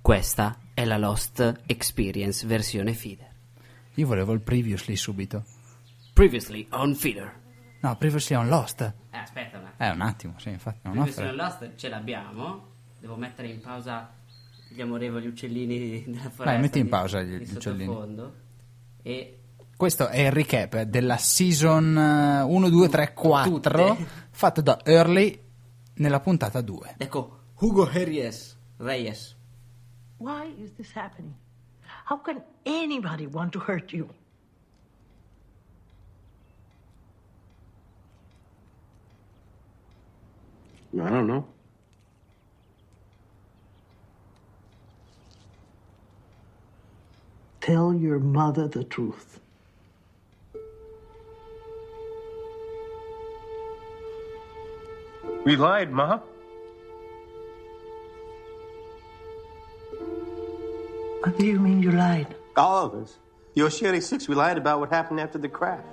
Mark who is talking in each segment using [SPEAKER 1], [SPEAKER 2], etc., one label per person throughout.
[SPEAKER 1] Questa è la Lost Experience versione feeder.
[SPEAKER 2] Io volevo il previously subito.
[SPEAKER 1] Previously on feeder.
[SPEAKER 2] No, previously on Lost.
[SPEAKER 1] Eh, aspetta un attimo.
[SPEAKER 2] Eh, un attimo, sì, infatti. Non ho
[SPEAKER 1] Previously on Lost ce l'abbiamo. Devo mettere in pausa gli amorevoli uccellini della foresta.
[SPEAKER 2] metti in
[SPEAKER 1] di-
[SPEAKER 2] pausa gli
[SPEAKER 1] di
[SPEAKER 2] uccellini.
[SPEAKER 1] sottofondo. E
[SPEAKER 2] Questo è il recap della season eh, 1, 2, 3, 4
[SPEAKER 1] Tutte.
[SPEAKER 2] fatto da Early nella puntata 2.
[SPEAKER 1] ecco Hugo Reyes. Reyes.
[SPEAKER 3] Why is this happening? How can anybody want to hurt you?
[SPEAKER 4] I don't know.
[SPEAKER 3] Tell your mother the truth.
[SPEAKER 5] We lied, Ma.
[SPEAKER 3] What do you mean you lied?
[SPEAKER 4] All of us. Your Sherry Six, we lied about what happened after the crash.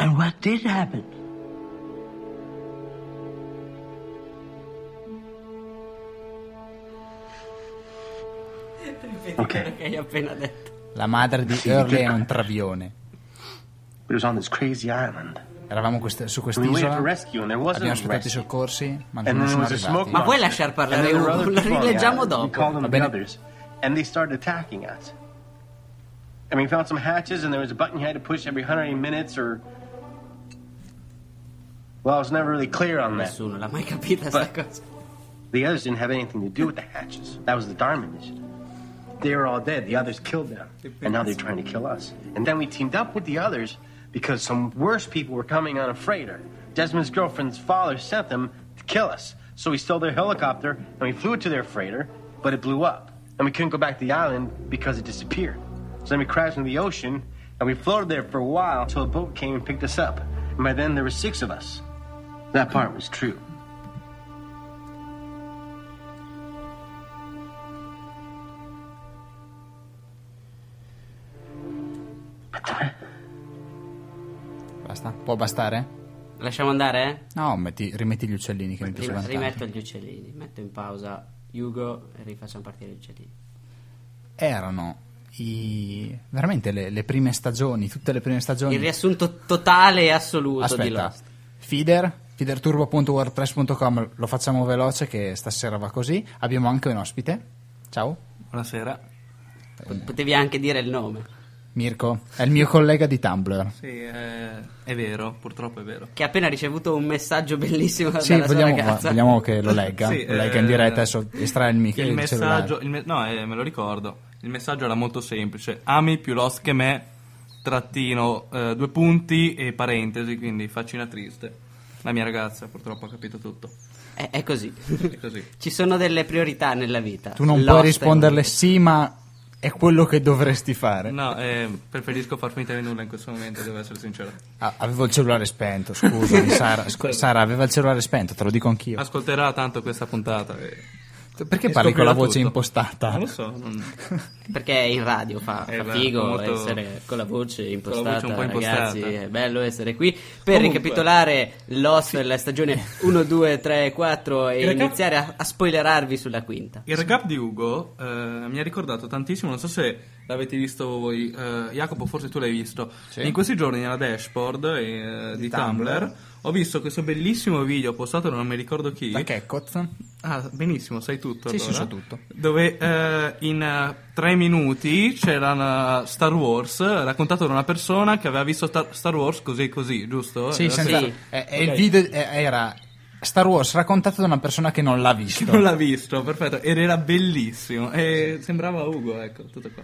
[SPEAKER 3] And what did happen?
[SPEAKER 5] Okay.
[SPEAKER 1] Che hai appena detto.
[SPEAKER 2] La madre di Early è un travione.
[SPEAKER 5] It was on this crazy island.
[SPEAKER 2] Eravamo quest- su
[SPEAKER 5] We waited for
[SPEAKER 2] quest'isola,
[SPEAKER 5] rescue, and there wasn't
[SPEAKER 2] abbiamo
[SPEAKER 5] a
[SPEAKER 2] aspettato i
[SPEAKER 5] rescue.
[SPEAKER 2] soccorsi, ma non
[SPEAKER 5] And then there
[SPEAKER 2] sono
[SPEAKER 5] was a smoke
[SPEAKER 2] arrivati.
[SPEAKER 1] Ma
[SPEAKER 5] bomb.
[SPEAKER 1] vuoi lasciar parlare
[SPEAKER 5] And then there
[SPEAKER 1] Ugo?
[SPEAKER 5] were other
[SPEAKER 1] La
[SPEAKER 5] people on the
[SPEAKER 1] rileggiamo
[SPEAKER 5] island. We
[SPEAKER 1] dopo.
[SPEAKER 5] called
[SPEAKER 2] Va
[SPEAKER 5] them the
[SPEAKER 2] bene.
[SPEAKER 5] others, and they started attacking us. And we found some hatches, and there was a button you had to push every 180 minutes, or... Well, I was never really clear on that.
[SPEAKER 1] Nessuno l'ha mai capita sta cosa.
[SPEAKER 5] The others didn't have anything to do with the hatches. That was the Dharma initiative. They were all dead. The others killed them. And now they're trying to kill us. And then we teamed up with the others because some worse people were coming on a freighter. Desmond's girlfriend's father sent them to kill us. So we stole their helicopter and we flew it to their freighter, but it blew up. And we couldn't go back to the island because it disappeared. So then we crashed into the ocean and we floated there for a while until a boat came and picked us up. And by then there were six of us. That part was true.
[SPEAKER 2] Basta? Può bastare?
[SPEAKER 1] Lasciamo andare? eh?
[SPEAKER 2] No, metti- rimetti gli uccellini che mi
[SPEAKER 1] Rim-
[SPEAKER 2] piacevano tanto.
[SPEAKER 1] rimetto gli uccellini, metto in pausa Hugo e rifacciamo partire gli uccellini.
[SPEAKER 2] Erano i- veramente le, le prime stagioni, tutte le prime stagioni.
[SPEAKER 1] Il riassunto totale e assoluto di
[SPEAKER 2] Aspetta,
[SPEAKER 1] Lost.
[SPEAKER 2] feeder, feederturbo.wordpress.com, lo facciamo veloce che stasera va così. Abbiamo anche un ospite. Ciao,
[SPEAKER 6] Buonasera.
[SPEAKER 1] P- Potevi anche dire il nome.
[SPEAKER 2] Mirko, è il mio collega di Tumblr.
[SPEAKER 6] Sì, eh, è vero, purtroppo è vero.
[SPEAKER 1] Che ha appena ricevuto un messaggio bellissimo
[SPEAKER 2] Sì,
[SPEAKER 1] dalla
[SPEAKER 2] vogliamo,
[SPEAKER 1] sua ragazza.
[SPEAKER 2] vogliamo che lo legga,
[SPEAKER 6] Sì,
[SPEAKER 2] lo legga
[SPEAKER 6] eh,
[SPEAKER 2] in diretta, adesso estrae il mic-
[SPEAKER 6] Il
[SPEAKER 2] il
[SPEAKER 6] messaggio,
[SPEAKER 2] cellulare.
[SPEAKER 6] il me- no, eh, me lo ricordo. Il messaggio era molto semplice: ami più Lost che me, trattino, eh, due punti e parentesi, quindi faccina triste. La mia ragazza purtroppo ha capito tutto.
[SPEAKER 1] È, è così.
[SPEAKER 6] È così.
[SPEAKER 1] Ci sono delle priorità nella vita.
[SPEAKER 2] Tu non
[SPEAKER 1] Lost
[SPEAKER 2] puoi
[SPEAKER 1] è
[SPEAKER 2] risponderle
[SPEAKER 1] una.
[SPEAKER 2] sì, ma è quello che dovresti fare.
[SPEAKER 6] No, eh, preferisco far finta di nulla in questo momento, devo essere sincero.
[SPEAKER 2] Ah, avevo il cellulare spento, scusami Sara, scu- Sara, aveva il cellulare spento, te lo dico anch'io.
[SPEAKER 6] Ascolterà tanto questa puntata. eh.
[SPEAKER 2] Perché
[SPEAKER 6] e
[SPEAKER 2] parli con la
[SPEAKER 6] scoprirà
[SPEAKER 2] voce
[SPEAKER 6] tutto.
[SPEAKER 2] impostata?
[SPEAKER 6] Non lo so, non-
[SPEAKER 1] Perché in radio fa,
[SPEAKER 6] Eh,
[SPEAKER 1] fa
[SPEAKER 6] beh,
[SPEAKER 1] figo
[SPEAKER 6] molto-
[SPEAKER 1] essere con la voce impostata,
[SPEAKER 6] voce un po'
[SPEAKER 1] ragazzi,
[SPEAKER 6] impostata.
[SPEAKER 1] è bello essere qui. Per ricapitolare Lost la stagione 1, 2, 3, 4 e
[SPEAKER 6] Il recap-
[SPEAKER 1] iniziare a, a spoilerarvi sulla quinta.
[SPEAKER 6] Il recap di Ugo eh, mi ha ricordato tantissimo, non so se l'avete visto voi, eh, Jacopo forse tu l'hai visto, in questi giorni nella dashboard eh, di, Tumblr, ho visto questo bellissimo video postato da non mi ricordo chi,
[SPEAKER 2] Da Kekkot?
[SPEAKER 6] ah benissimo sai tutto,
[SPEAKER 2] Sì, sì,
[SPEAKER 6] allora.
[SPEAKER 2] so tutto.
[SPEAKER 6] dove eh, in eh, tre minuti c'era una Star Wars raccontato da una persona che aveva visto Star, Star Wars così e così, giusto?
[SPEAKER 2] Sì,
[SPEAKER 6] Era
[SPEAKER 2] senza-
[SPEAKER 1] sì.
[SPEAKER 2] eh, eh, il video eh, era Star Wars raccontato da una persona che non l'ha visto.
[SPEAKER 6] Non l'ha visto, perfetto, ed era bellissimo, e sembrava Ugo, ecco, tutto qua.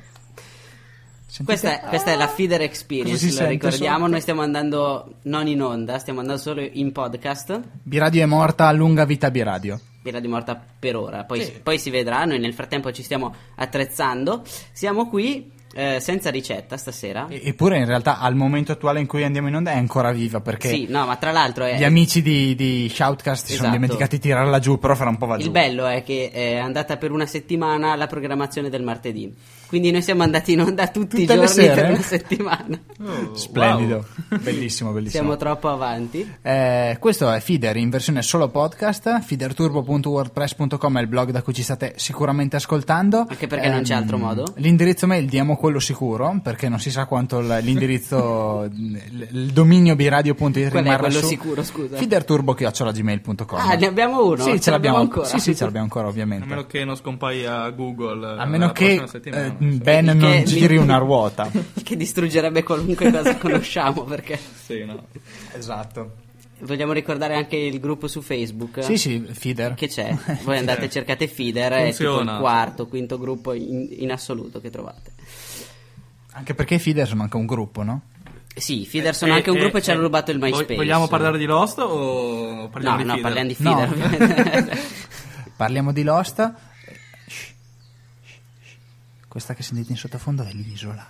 [SPEAKER 2] Sentite-
[SPEAKER 1] Questa è, questa è la feeder
[SPEAKER 2] Cosa
[SPEAKER 1] experience,
[SPEAKER 2] si
[SPEAKER 1] lo
[SPEAKER 2] sente
[SPEAKER 1] ricordiamo,
[SPEAKER 2] sotto?
[SPEAKER 1] noi stiamo andando non in onda, stiamo andando solo in podcast.
[SPEAKER 2] Biradio è morta, lunga vita Biradio.
[SPEAKER 1] Era di morta per ora, poi, poi si vedrà, noi nel frattempo ci stiamo attrezzando. Siamo qui eh, senza ricetta stasera.
[SPEAKER 2] E- Eppure in realtà al momento attuale in cui andiamo in onda è ancora viva perché
[SPEAKER 1] Sì, no, ma tra l'altro è,
[SPEAKER 2] gli amici di, di Shoutcast si sono
[SPEAKER 1] Esatto.
[SPEAKER 2] dimenticati di tirarla giù, però fra un po' va giù.
[SPEAKER 1] Il bello è che è andata per una settimana la programmazione del martedì. Quindi noi siamo andati in onda tutti i
[SPEAKER 2] Tutte le
[SPEAKER 1] giorni per
[SPEAKER 2] sere?
[SPEAKER 1] una settimana.
[SPEAKER 6] Oh,
[SPEAKER 2] Splendido,
[SPEAKER 6] wow.
[SPEAKER 2] bellissimo, bellissimo.
[SPEAKER 1] Siamo troppo avanti.
[SPEAKER 2] Eh, questo è Feeder in versione solo podcast. Feederturbo.wordpress.com è il blog da cui ci state sicuramente ascoltando. Ehm,
[SPEAKER 1] Anche perché non c'è altro modo.
[SPEAKER 2] L'indirizzo mail diamo quello sicuro perché non si sa quanto l- l'indirizzo, il il dominio biradio.it
[SPEAKER 1] Qual è
[SPEAKER 2] rimarrà
[SPEAKER 1] quello
[SPEAKER 2] su
[SPEAKER 1] sicuro, scusa?
[SPEAKER 2] feederturbo.gmail.com.
[SPEAKER 1] Ah, ne abbiamo uno?
[SPEAKER 2] Sì,
[SPEAKER 1] Ce
[SPEAKER 2] ce
[SPEAKER 1] l'abbiamo
[SPEAKER 2] l'abbiamo ancora.
[SPEAKER 1] ancora?
[SPEAKER 2] Sì, sì, ce l'abbiamo ancora, ovviamente.
[SPEAKER 6] A meno che non scompaia Google. eh,
[SPEAKER 2] A meno
[SPEAKER 6] la
[SPEAKER 2] che
[SPEAKER 6] prossima settimana,
[SPEAKER 2] eh,
[SPEAKER 6] non so.
[SPEAKER 2] Ben
[SPEAKER 1] Perché
[SPEAKER 2] non
[SPEAKER 1] mi-
[SPEAKER 2] giri una ruota.
[SPEAKER 1] Che distruggerebbe qualunque cosa conosciamo perché...
[SPEAKER 6] Sì, no.
[SPEAKER 2] esatto.
[SPEAKER 1] Vogliamo ricordare anche il gruppo su Facebook?
[SPEAKER 2] Sì, sì, Feeder.
[SPEAKER 1] Che c'è? Voi andate e cercate Feeder, è tipo il
[SPEAKER 6] Funziona.
[SPEAKER 1] quarto, quinto gruppo in, in assoluto che trovate.
[SPEAKER 2] Anche perché Feeder sono anche un gruppo, no?
[SPEAKER 1] Sì, Feeder sono anche un
[SPEAKER 6] Eh,
[SPEAKER 1] gruppo
[SPEAKER 6] eh,
[SPEAKER 1] e ci hanno
[SPEAKER 6] eh,
[SPEAKER 1] rubato il
[SPEAKER 6] vog-
[SPEAKER 1] MySpace.
[SPEAKER 6] Vogliamo parlare di Lost o parliamo
[SPEAKER 1] No,
[SPEAKER 6] di
[SPEAKER 1] no,
[SPEAKER 6] Feeder?
[SPEAKER 1] parliamo di
[SPEAKER 2] No.
[SPEAKER 1] Feeder. ovviamente.
[SPEAKER 2] Parliamo di Lost. Shh, shh, shh. Questa che sentite in sottofondo è l'isola.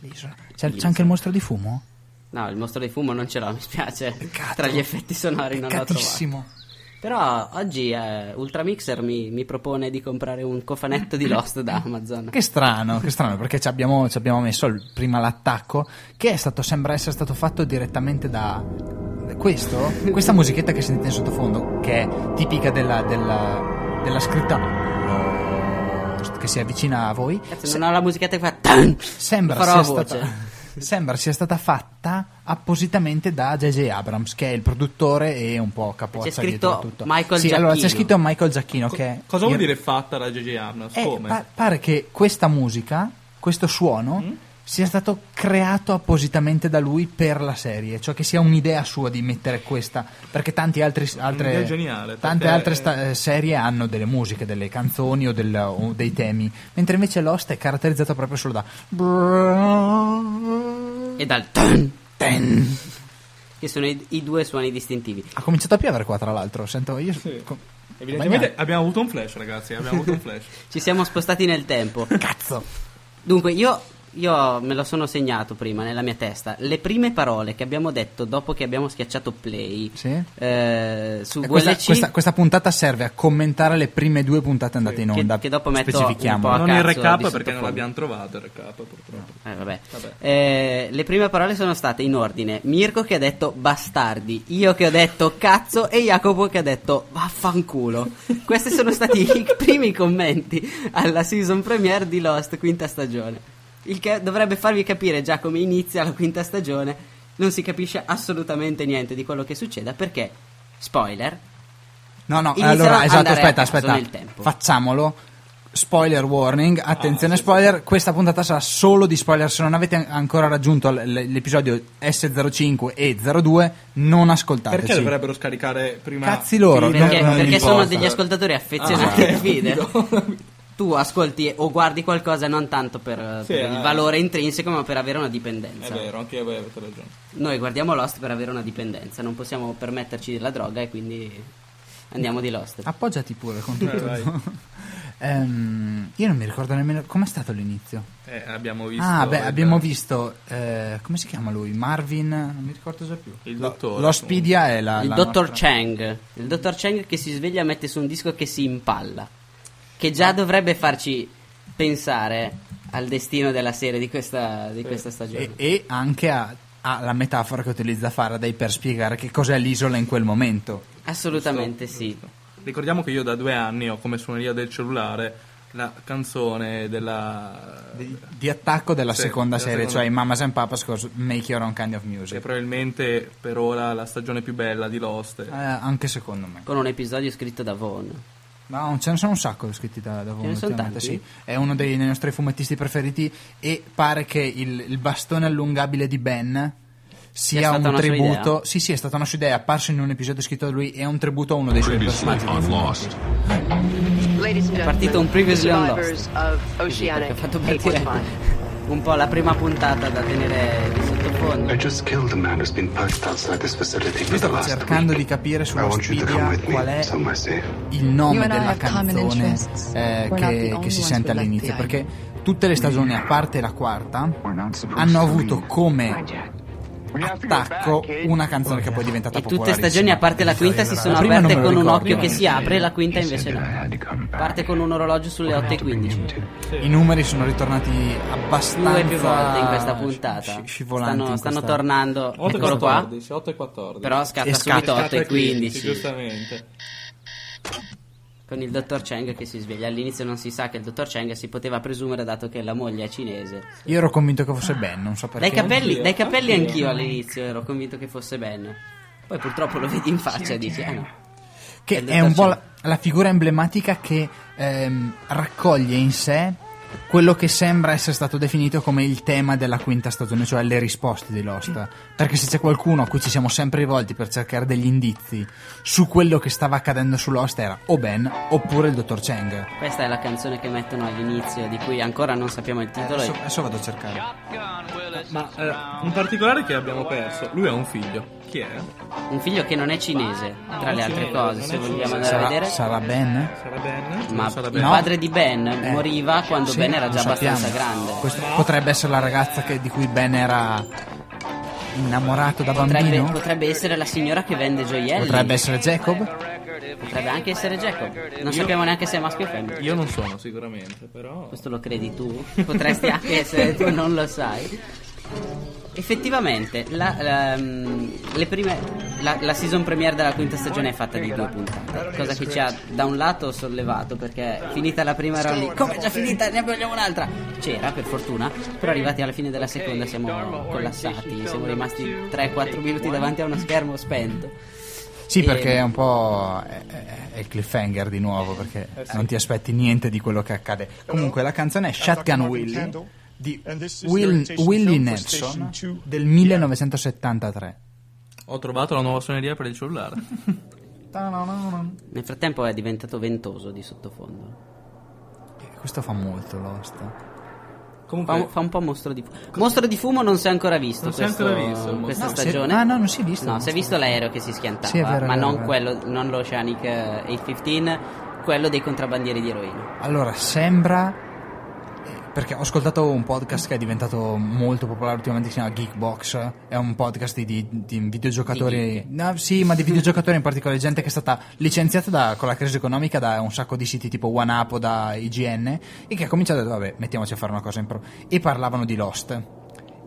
[SPEAKER 2] L'isola. C'è, c'è anche il mostro di fumo?
[SPEAKER 1] no, il mostro di fumo non ce l'ho, mi spiace.
[SPEAKER 2] Peccato.
[SPEAKER 1] Tra gli effetti sonori non l'ho trovato.
[SPEAKER 2] Catissimo.
[SPEAKER 1] Però oggi eh, Ultramixer mi, mi propone di comprare un cofanetto di Lost da Amazon.
[SPEAKER 2] Che strano, che strano, perché ci abbiamo, ci abbiamo messo il- prima l'attacco che è stato, sembra essere stato fatto direttamente da questo, questa musichetta che sentite in sottofondo, che è tipica della, della- della scritta Lost, che si avvicina a voi,
[SPEAKER 1] Cazzo, non ho la musichetta che fa... tan!
[SPEAKER 2] Sembra
[SPEAKER 1] Lo farò
[SPEAKER 2] sia,
[SPEAKER 1] a
[SPEAKER 2] stata,
[SPEAKER 1] voce.
[SPEAKER 2] sembra sia stata fatta appositamente da J.J. Abrams, che è il produttore e un po' capoccia
[SPEAKER 1] C'è scritto
[SPEAKER 2] dietro a tutto.
[SPEAKER 1] Michael
[SPEAKER 2] sì, allora c'è
[SPEAKER 1] Giacchino.
[SPEAKER 2] scritto Michael Giacchino. che è
[SPEAKER 6] Cosa vuol
[SPEAKER 2] il-
[SPEAKER 6] dire fatta da J.J. Abrams?
[SPEAKER 2] Eh,
[SPEAKER 6] Come?
[SPEAKER 2] pa- pare che questa musica, questo suono,
[SPEAKER 6] Mm.
[SPEAKER 2] sia stato creato appositamente da lui per la serie, cioè che sia un'idea sua di mettere questa, perché tanti altri, altre,
[SPEAKER 6] Un'idea geniale,
[SPEAKER 2] tante
[SPEAKER 6] perché-
[SPEAKER 2] altre sta- eh, serie hanno delle musiche, delle canzoni o, del- o dei temi, mentre invece Lost è caratterizzato proprio solo da...
[SPEAKER 1] E dal... tan, tan, Che sono i- i due suoni distintivi.
[SPEAKER 2] Ha cominciato a piovere qua, tra l'altro. Sento io. co-
[SPEAKER 6] Evidentemente
[SPEAKER 2] bagnato.
[SPEAKER 6] abbiamo avuto un flash, ragazzi. Abbiamo avuto un flash.
[SPEAKER 1] Ci siamo spostati nel tempo.
[SPEAKER 2] Cazzo.
[SPEAKER 1] Dunque, io, io me lo sono segnato prima nella mia testa. Le prime parole che abbiamo detto dopo che abbiamo schiacciato play
[SPEAKER 2] Sì.
[SPEAKER 1] eh, su
[SPEAKER 2] E Questa,
[SPEAKER 1] VLC,
[SPEAKER 2] questa- questa puntata serve a commentare le prime due puntate andate in
[SPEAKER 1] Che-
[SPEAKER 2] onda.
[SPEAKER 1] che dopo metto
[SPEAKER 2] Specifichiamo.
[SPEAKER 1] un po'
[SPEAKER 6] non il
[SPEAKER 1] cazzo,
[SPEAKER 6] recap
[SPEAKER 1] di
[SPEAKER 6] perché non
[SPEAKER 1] sottofondo.
[SPEAKER 6] l'abbiamo trovato. Il recap, purtroppo.
[SPEAKER 1] Eh, vabbè. Eh, le prime parole sono state in ordine: Mirko che ha detto bastardi, io che ho detto cazzo e Jacopo che ha detto vaffanculo. Questi sono stati i primi commenti alla season premiere di Lost, quinta stagione. Il che dovrebbe farvi capire già come inizia la quinta stagione. Non si capisce assolutamente niente di quello che succeda perché, spoiler,
[SPEAKER 2] No, no,
[SPEAKER 1] Iniziano
[SPEAKER 2] allora
[SPEAKER 1] ad
[SPEAKER 2] esatto,
[SPEAKER 1] andare
[SPEAKER 2] aspetta,
[SPEAKER 1] a caso
[SPEAKER 2] aspetta.
[SPEAKER 1] nel tempo. Ah,
[SPEAKER 2] Facciamolo. Spoiler warning, attenzione spoiler, questa puntata sarà solo di spoiler, se non avete an- ancora raggiunto l- l- l'episodio S05 e 02 non ascoltateci.
[SPEAKER 6] Perché dovrebbero scaricare prima.
[SPEAKER 2] Cazzi loro,
[SPEAKER 6] Feeder?
[SPEAKER 1] perché,
[SPEAKER 2] no, non
[SPEAKER 1] perché
[SPEAKER 2] importa.
[SPEAKER 1] sono degli ascoltatori affezionati
[SPEAKER 6] Ah,
[SPEAKER 1] ai video.
[SPEAKER 6] capito.
[SPEAKER 1] Tu ascolti e- o guardi qualcosa non tanto per,
[SPEAKER 6] Sì,
[SPEAKER 1] per il
[SPEAKER 6] eh.
[SPEAKER 1] valore intrinseco, ma per avere una
[SPEAKER 6] È
[SPEAKER 1] dipendenza.
[SPEAKER 6] vero, anche voi avete ragione.
[SPEAKER 1] Noi guardiamo Lost per avere una dipendenza, non possiamo permetterci della droga e quindi andiamo di Lost.
[SPEAKER 2] Appoggiati pure con tutto.
[SPEAKER 6] Eh, vai.
[SPEAKER 2] Ehm, io non mi ricordo nemmeno com'è stato l'inizio.
[SPEAKER 6] Eh, abbiamo visto.
[SPEAKER 2] ah, beh,
[SPEAKER 6] il-
[SPEAKER 2] abbiamo visto. eh, come si chiama lui? Marvin. Non mi ricordo già più.
[SPEAKER 6] Il
[SPEAKER 2] Lo-
[SPEAKER 6] dottore,
[SPEAKER 2] L'Ospidia è la.
[SPEAKER 1] il
[SPEAKER 2] la
[SPEAKER 1] dottor
[SPEAKER 2] nostra-
[SPEAKER 1] Chang. Il dottor Chang che si sveglia e mette su un disco che si impalla. Che già
[SPEAKER 6] Ah.
[SPEAKER 1] dovrebbe farci pensare al destino della serie di questa, di questa stagione.
[SPEAKER 2] E, e anche a, a la metafora che utilizza Faraday per spiegare che cos'è l'isola in quel momento.
[SPEAKER 1] Assolutamente sì.
[SPEAKER 6] Ricordiamo che io da due anni ho come suoneria del cellulare la canzone della.
[SPEAKER 2] Di, di attacco della
[SPEAKER 6] Sì,
[SPEAKER 2] seconda
[SPEAKER 6] della
[SPEAKER 2] serie,
[SPEAKER 6] seconda.
[SPEAKER 2] cioè Mamas and Papas cos- Make Your Own Kind of
[SPEAKER 6] che è
[SPEAKER 2] Music.
[SPEAKER 6] probabilmente per ora la stagione più bella di Lost.
[SPEAKER 2] Eh, anche secondo me.
[SPEAKER 1] Con un episodio scritto da Vaughn.
[SPEAKER 2] No, ce ne sono un sacco scritti da, da voi
[SPEAKER 1] ne sono
[SPEAKER 2] ultimamente,
[SPEAKER 1] tanti?
[SPEAKER 2] sì. È uno dei, dei nostri fumettisti preferiti e pare che il, il bastone allungabile di Ben sia
[SPEAKER 1] stata
[SPEAKER 2] un
[SPEAKER 1] una sua
[SPEAKER 2] tributo.
[SPEAKER 1] idea?
[SPEAKER 2] Sì, sì, è stata una sua idea, è apparso in un episodio scritto da lui e è un tributo a uno dei suoi personaggi.
[SPEAKER 7] Ladies and
[SPEAKER 1] È partito un
[SPEAKER 7] gentlemen,
[SPEAKER 1] previously on
[SPEAKER 7] survivors of
[SPEAKER 1] Così, perché ha
[SPEAKER 7] Oceanic
[SPEAKER 1] fatto
[SPEAKER 7] 8.5.
[SPEAKER 1] partire un po' la prima puntata da tenere di
[SPEAKER 2] Eh,
[SPEAKER 1] sottofondo.
[SPEAKER 8] I just killed a man who's been perched outside this facility
[SPEAKER 2] Io
[SPEAKER 8] for the
[SPEAKER 2] stavo
[SPEAKER 8] last
[SPEAKER 2] cercando di
[SPEAKER 8] week.
[SPEAKER 2] capire su
[SPEAKER 8] I want you to
[SPEAKER 2] Wikipedia
[SPEAKER 8] come with
[SPEAKER 2] qual
[SPEAKER 8] me
[SPEAKER 2] è
[SPEAKER 8] somewhere safe.
[SPEAKER 2] il nome
[SPEAKER 9] You and I
[SPEAKER 2] della
[SPEAKER 9] have common
[SPEAKER 2] canzone
[SPEAKER 9] interests.
[SPEAKER 2] eh,
[SPEAKER 9] We're not the
[SPEAKER 2] che,
[SPEAKER 9] only
[SPEAKER 2] che si
[SPEAKER 9] ones
[SPEAKER 2] sente
[SPEAKER 9] who left
[SPEAKER 2] all'inizio,
[SPEAKER 9] the island.
[SPEAKER 2] perché tutte le stagioni, a parte la quarta,
[SPEAKER 8] We're not supposed
[SPEAKER 2] hanno
[SPEAKER 8] to leave.
[SPEAKER 2] avuto come attacco una canzone che poi è diventata
[SPEAKER 1] E tutte
[SPEAKER 2] popolarissima.
[SPEAKER 1] stagioni, a parte la quinta, si sono
[SPEAKER 2] La prima non
[SPEAKER 1] aperte
[SPEAKER 2] me
[SPEAKER 1] con
[SPEAKER 2] lo
[SPEAKER 1] un
[SPEAKER 2] ricordo.
[SPEAKER 1] occhio che si apre, la quinta
[SPEAKER 8] He
[SPEAKER 1] invece
[SPEAKER 8] said that I
[SPEAKER 1] no.
[SPEAKER 8] had to come back.
[SPEAKER 1] Parte con un orologio sulle e 8.15.
[SPEAKER 2] I numeri sono ritornati abbastanza
[SPEAKER 1] Due più volte in questa puntata.
[SPEAKER 2] sci- scivolanti
[SPEAKER 1] Stanno,
[SPEAKER 2] in
[SPEAKER 1] stanno
[SPEAKER 2] questa-
[SPEAKER 1] tornando.
[SPEAKER 6] 8
[SPEAKER 1] Eccolo
[SPEAKER 6] e
[SPEAKER 1] qua.
[SPEAKER 6] 14, 8 e 14.
[SPEAKER 1] Però scatta
[SPEAKER 2] E scatta.
[SPEAKER 1] subito 8 e 15.
[SPEAKER 6] Giustamente.
[SPEAKER 1] Con il dottor Cheng che si sveglia. All'inizio non si sa che il dottor Cheng si poteva presumere dato che la moglie è cinese.
[SPEAKER 2] Io ero convinto che fosse Ben, non so perché.
[SPEAKER 1] Dai capelli,
[SPEAKER 6] Anch'io,
[SPEAKER 1] dai capelli
[SPEAKER 6] anch'io.
[SPEAKER 1] anch'io all'inizio ero convinto che fosse Ben. Poi purtroppo lo vedi in faccia e dici, ah no.
[SPEAKER 2] Che
[SPEAKER 1] Del
[SPEAKER 2] è un po'
[SPEAKER 1] dottor
[SPEAKER 2] la, la figura emblematica che ehm, raccoglie in sé quello che sembra essere stato definito come il tema della quinta stagione, cioè le risposte di Lost. Perché se c'è qualcuno a cui ci siamo sempre rivolti per cercare degli indizi su quello che stava accadendo su Lost era o Ben oppure il dottor Cheng.
[SPEAKER 1] Questa è la canzone che mettono all'inizio, di cui ancora non sappiamo il titolo.
[SPEAKER 2] Adesso,
[SPEAKER 1] e-
[SPEAKER 2] adesso vado a cercare.
[SPEAKER 6] Ma eh, in particolare che abbiamo perso? Lui ha un figlio. Chi è?
[SPEAKER 1] Un figlio che non è cinese, tra le altre cose, se vogliamo andare a
[SPEAKER 2] Sarà,
[SPEAKER 1] vedere.
[SPEAKER 2] sarà Ben?
[SPEAKER 6] Sarà Ben?
[SPEAKER 1] Ma
[SPEAKER 6] Non sarà
[SPEAKER 1] il
[SPEAKER 6] Ben.
[SPEAKER 2] no.
[SPEAKER 1] padre di Ben moriva quando
[SPEAKER 2] Eh, Sì,
[SPEAKER 1] Ben era
[SPEAKER 2] lo
[SPEAKER 1] già
[SPEAKER 2] sappiamo.
[SPEAKER 1] abbastanza grande.
[SPEAKER 2] Questa potrebbe essere la ragazza che- di cui Ben era innamorato da
[SPEAKER 1] Potrebbe,
[SPEAKER 2] bambino?
[SPEAKER 1] potrebbe essere la signora che vende gioielli.
[SPEAKER 2] Potrebbe essere Jacob?
[SPEAKER 1] Potrebbe anche essere Jacob. Non sappiamo neanche se è maschio o femmina.
[SPEAKER 6] Io non sono sicuramente, però...
[SPEAKER 1] Questo lo credi tu? Potresti anche essere tu, non lo sai. Effettivamente, la, la, mm, le prime- la- la season premiere della quinta stagione è fatta di due puntate. Cosa che ci ha da un lato sollevato perché finita la prima era lì. Come è già finita? Ne vogliamo un'altra! C'era, per fortuna, però arrivati alla fine della seconda siamo collassati. Siamo rimasti 3-4 minuti davanti a uno schermo spento.
[SPEAKER 2] Sì,
[SPEAKER 1] E-
[SPEAKER 2] perché è un po' è, è- è il cliffhanger di nuovo, perché non ti aspetti niente di quello che accade. Comunque la canzone è Shotgun Willie di Will- Willie Nelson del 1973.
[SPEAKER 6] Ho trovato la nuova suoneria per il cellulare.
[SPEAKER 1] Nel frattempo è diventato ventoso di sottofondo.
[SPEAKER 2] Eh, Questo fa molto Lost.
[SPEAKER 1] Fa
[SPEAKER 6] Comunque...
[SPEAKER 1] un, fa un po' mostro di fumo. Mostro di fumo non si è ancora visto.
[SPEAKER 6] Non si è
[SPEAKER 1] questo-
[SPEAKER 6] ancora visto, il
[SPEAKER 1] Questa
[SPEAKER 2] mostro. No,
[SPEAKER 1] stagione.
[SPEAKER 2] si è- ah, no, non si è visto il
[SPEAKER 1] No, si
[SPEAKER 2] mostro.
[SPEAKER 1] è visto l'aereo che si schiantava.
[SPEAKER 2] Sì, è vero, è
[SPEAKER 1] ma
[SPEAKER 2] vero,
[SPEAKER 1] non
[SPEAKER 2] è vero.
[SPEAKER 1] quello, non l'Oceanic eh, 815, quello dei contrabbandieri di eroina.
[SPEAKER 2] Allora, sembra. Perché ho ascoltato un podcast che è diventato molto popolare ultimamente, si chiama Geekbox. È un podcast di, di- di videogiocatori. no, sì, ma di videogiocatori in particolare, gente che è stata licenziata da- con la crisi economica da un sacco di siti tipo OneUp o da IGN e che ha cominciato a dire, vabbè, mettiamoci a fare una cosa in pro. E parlavano di Lost.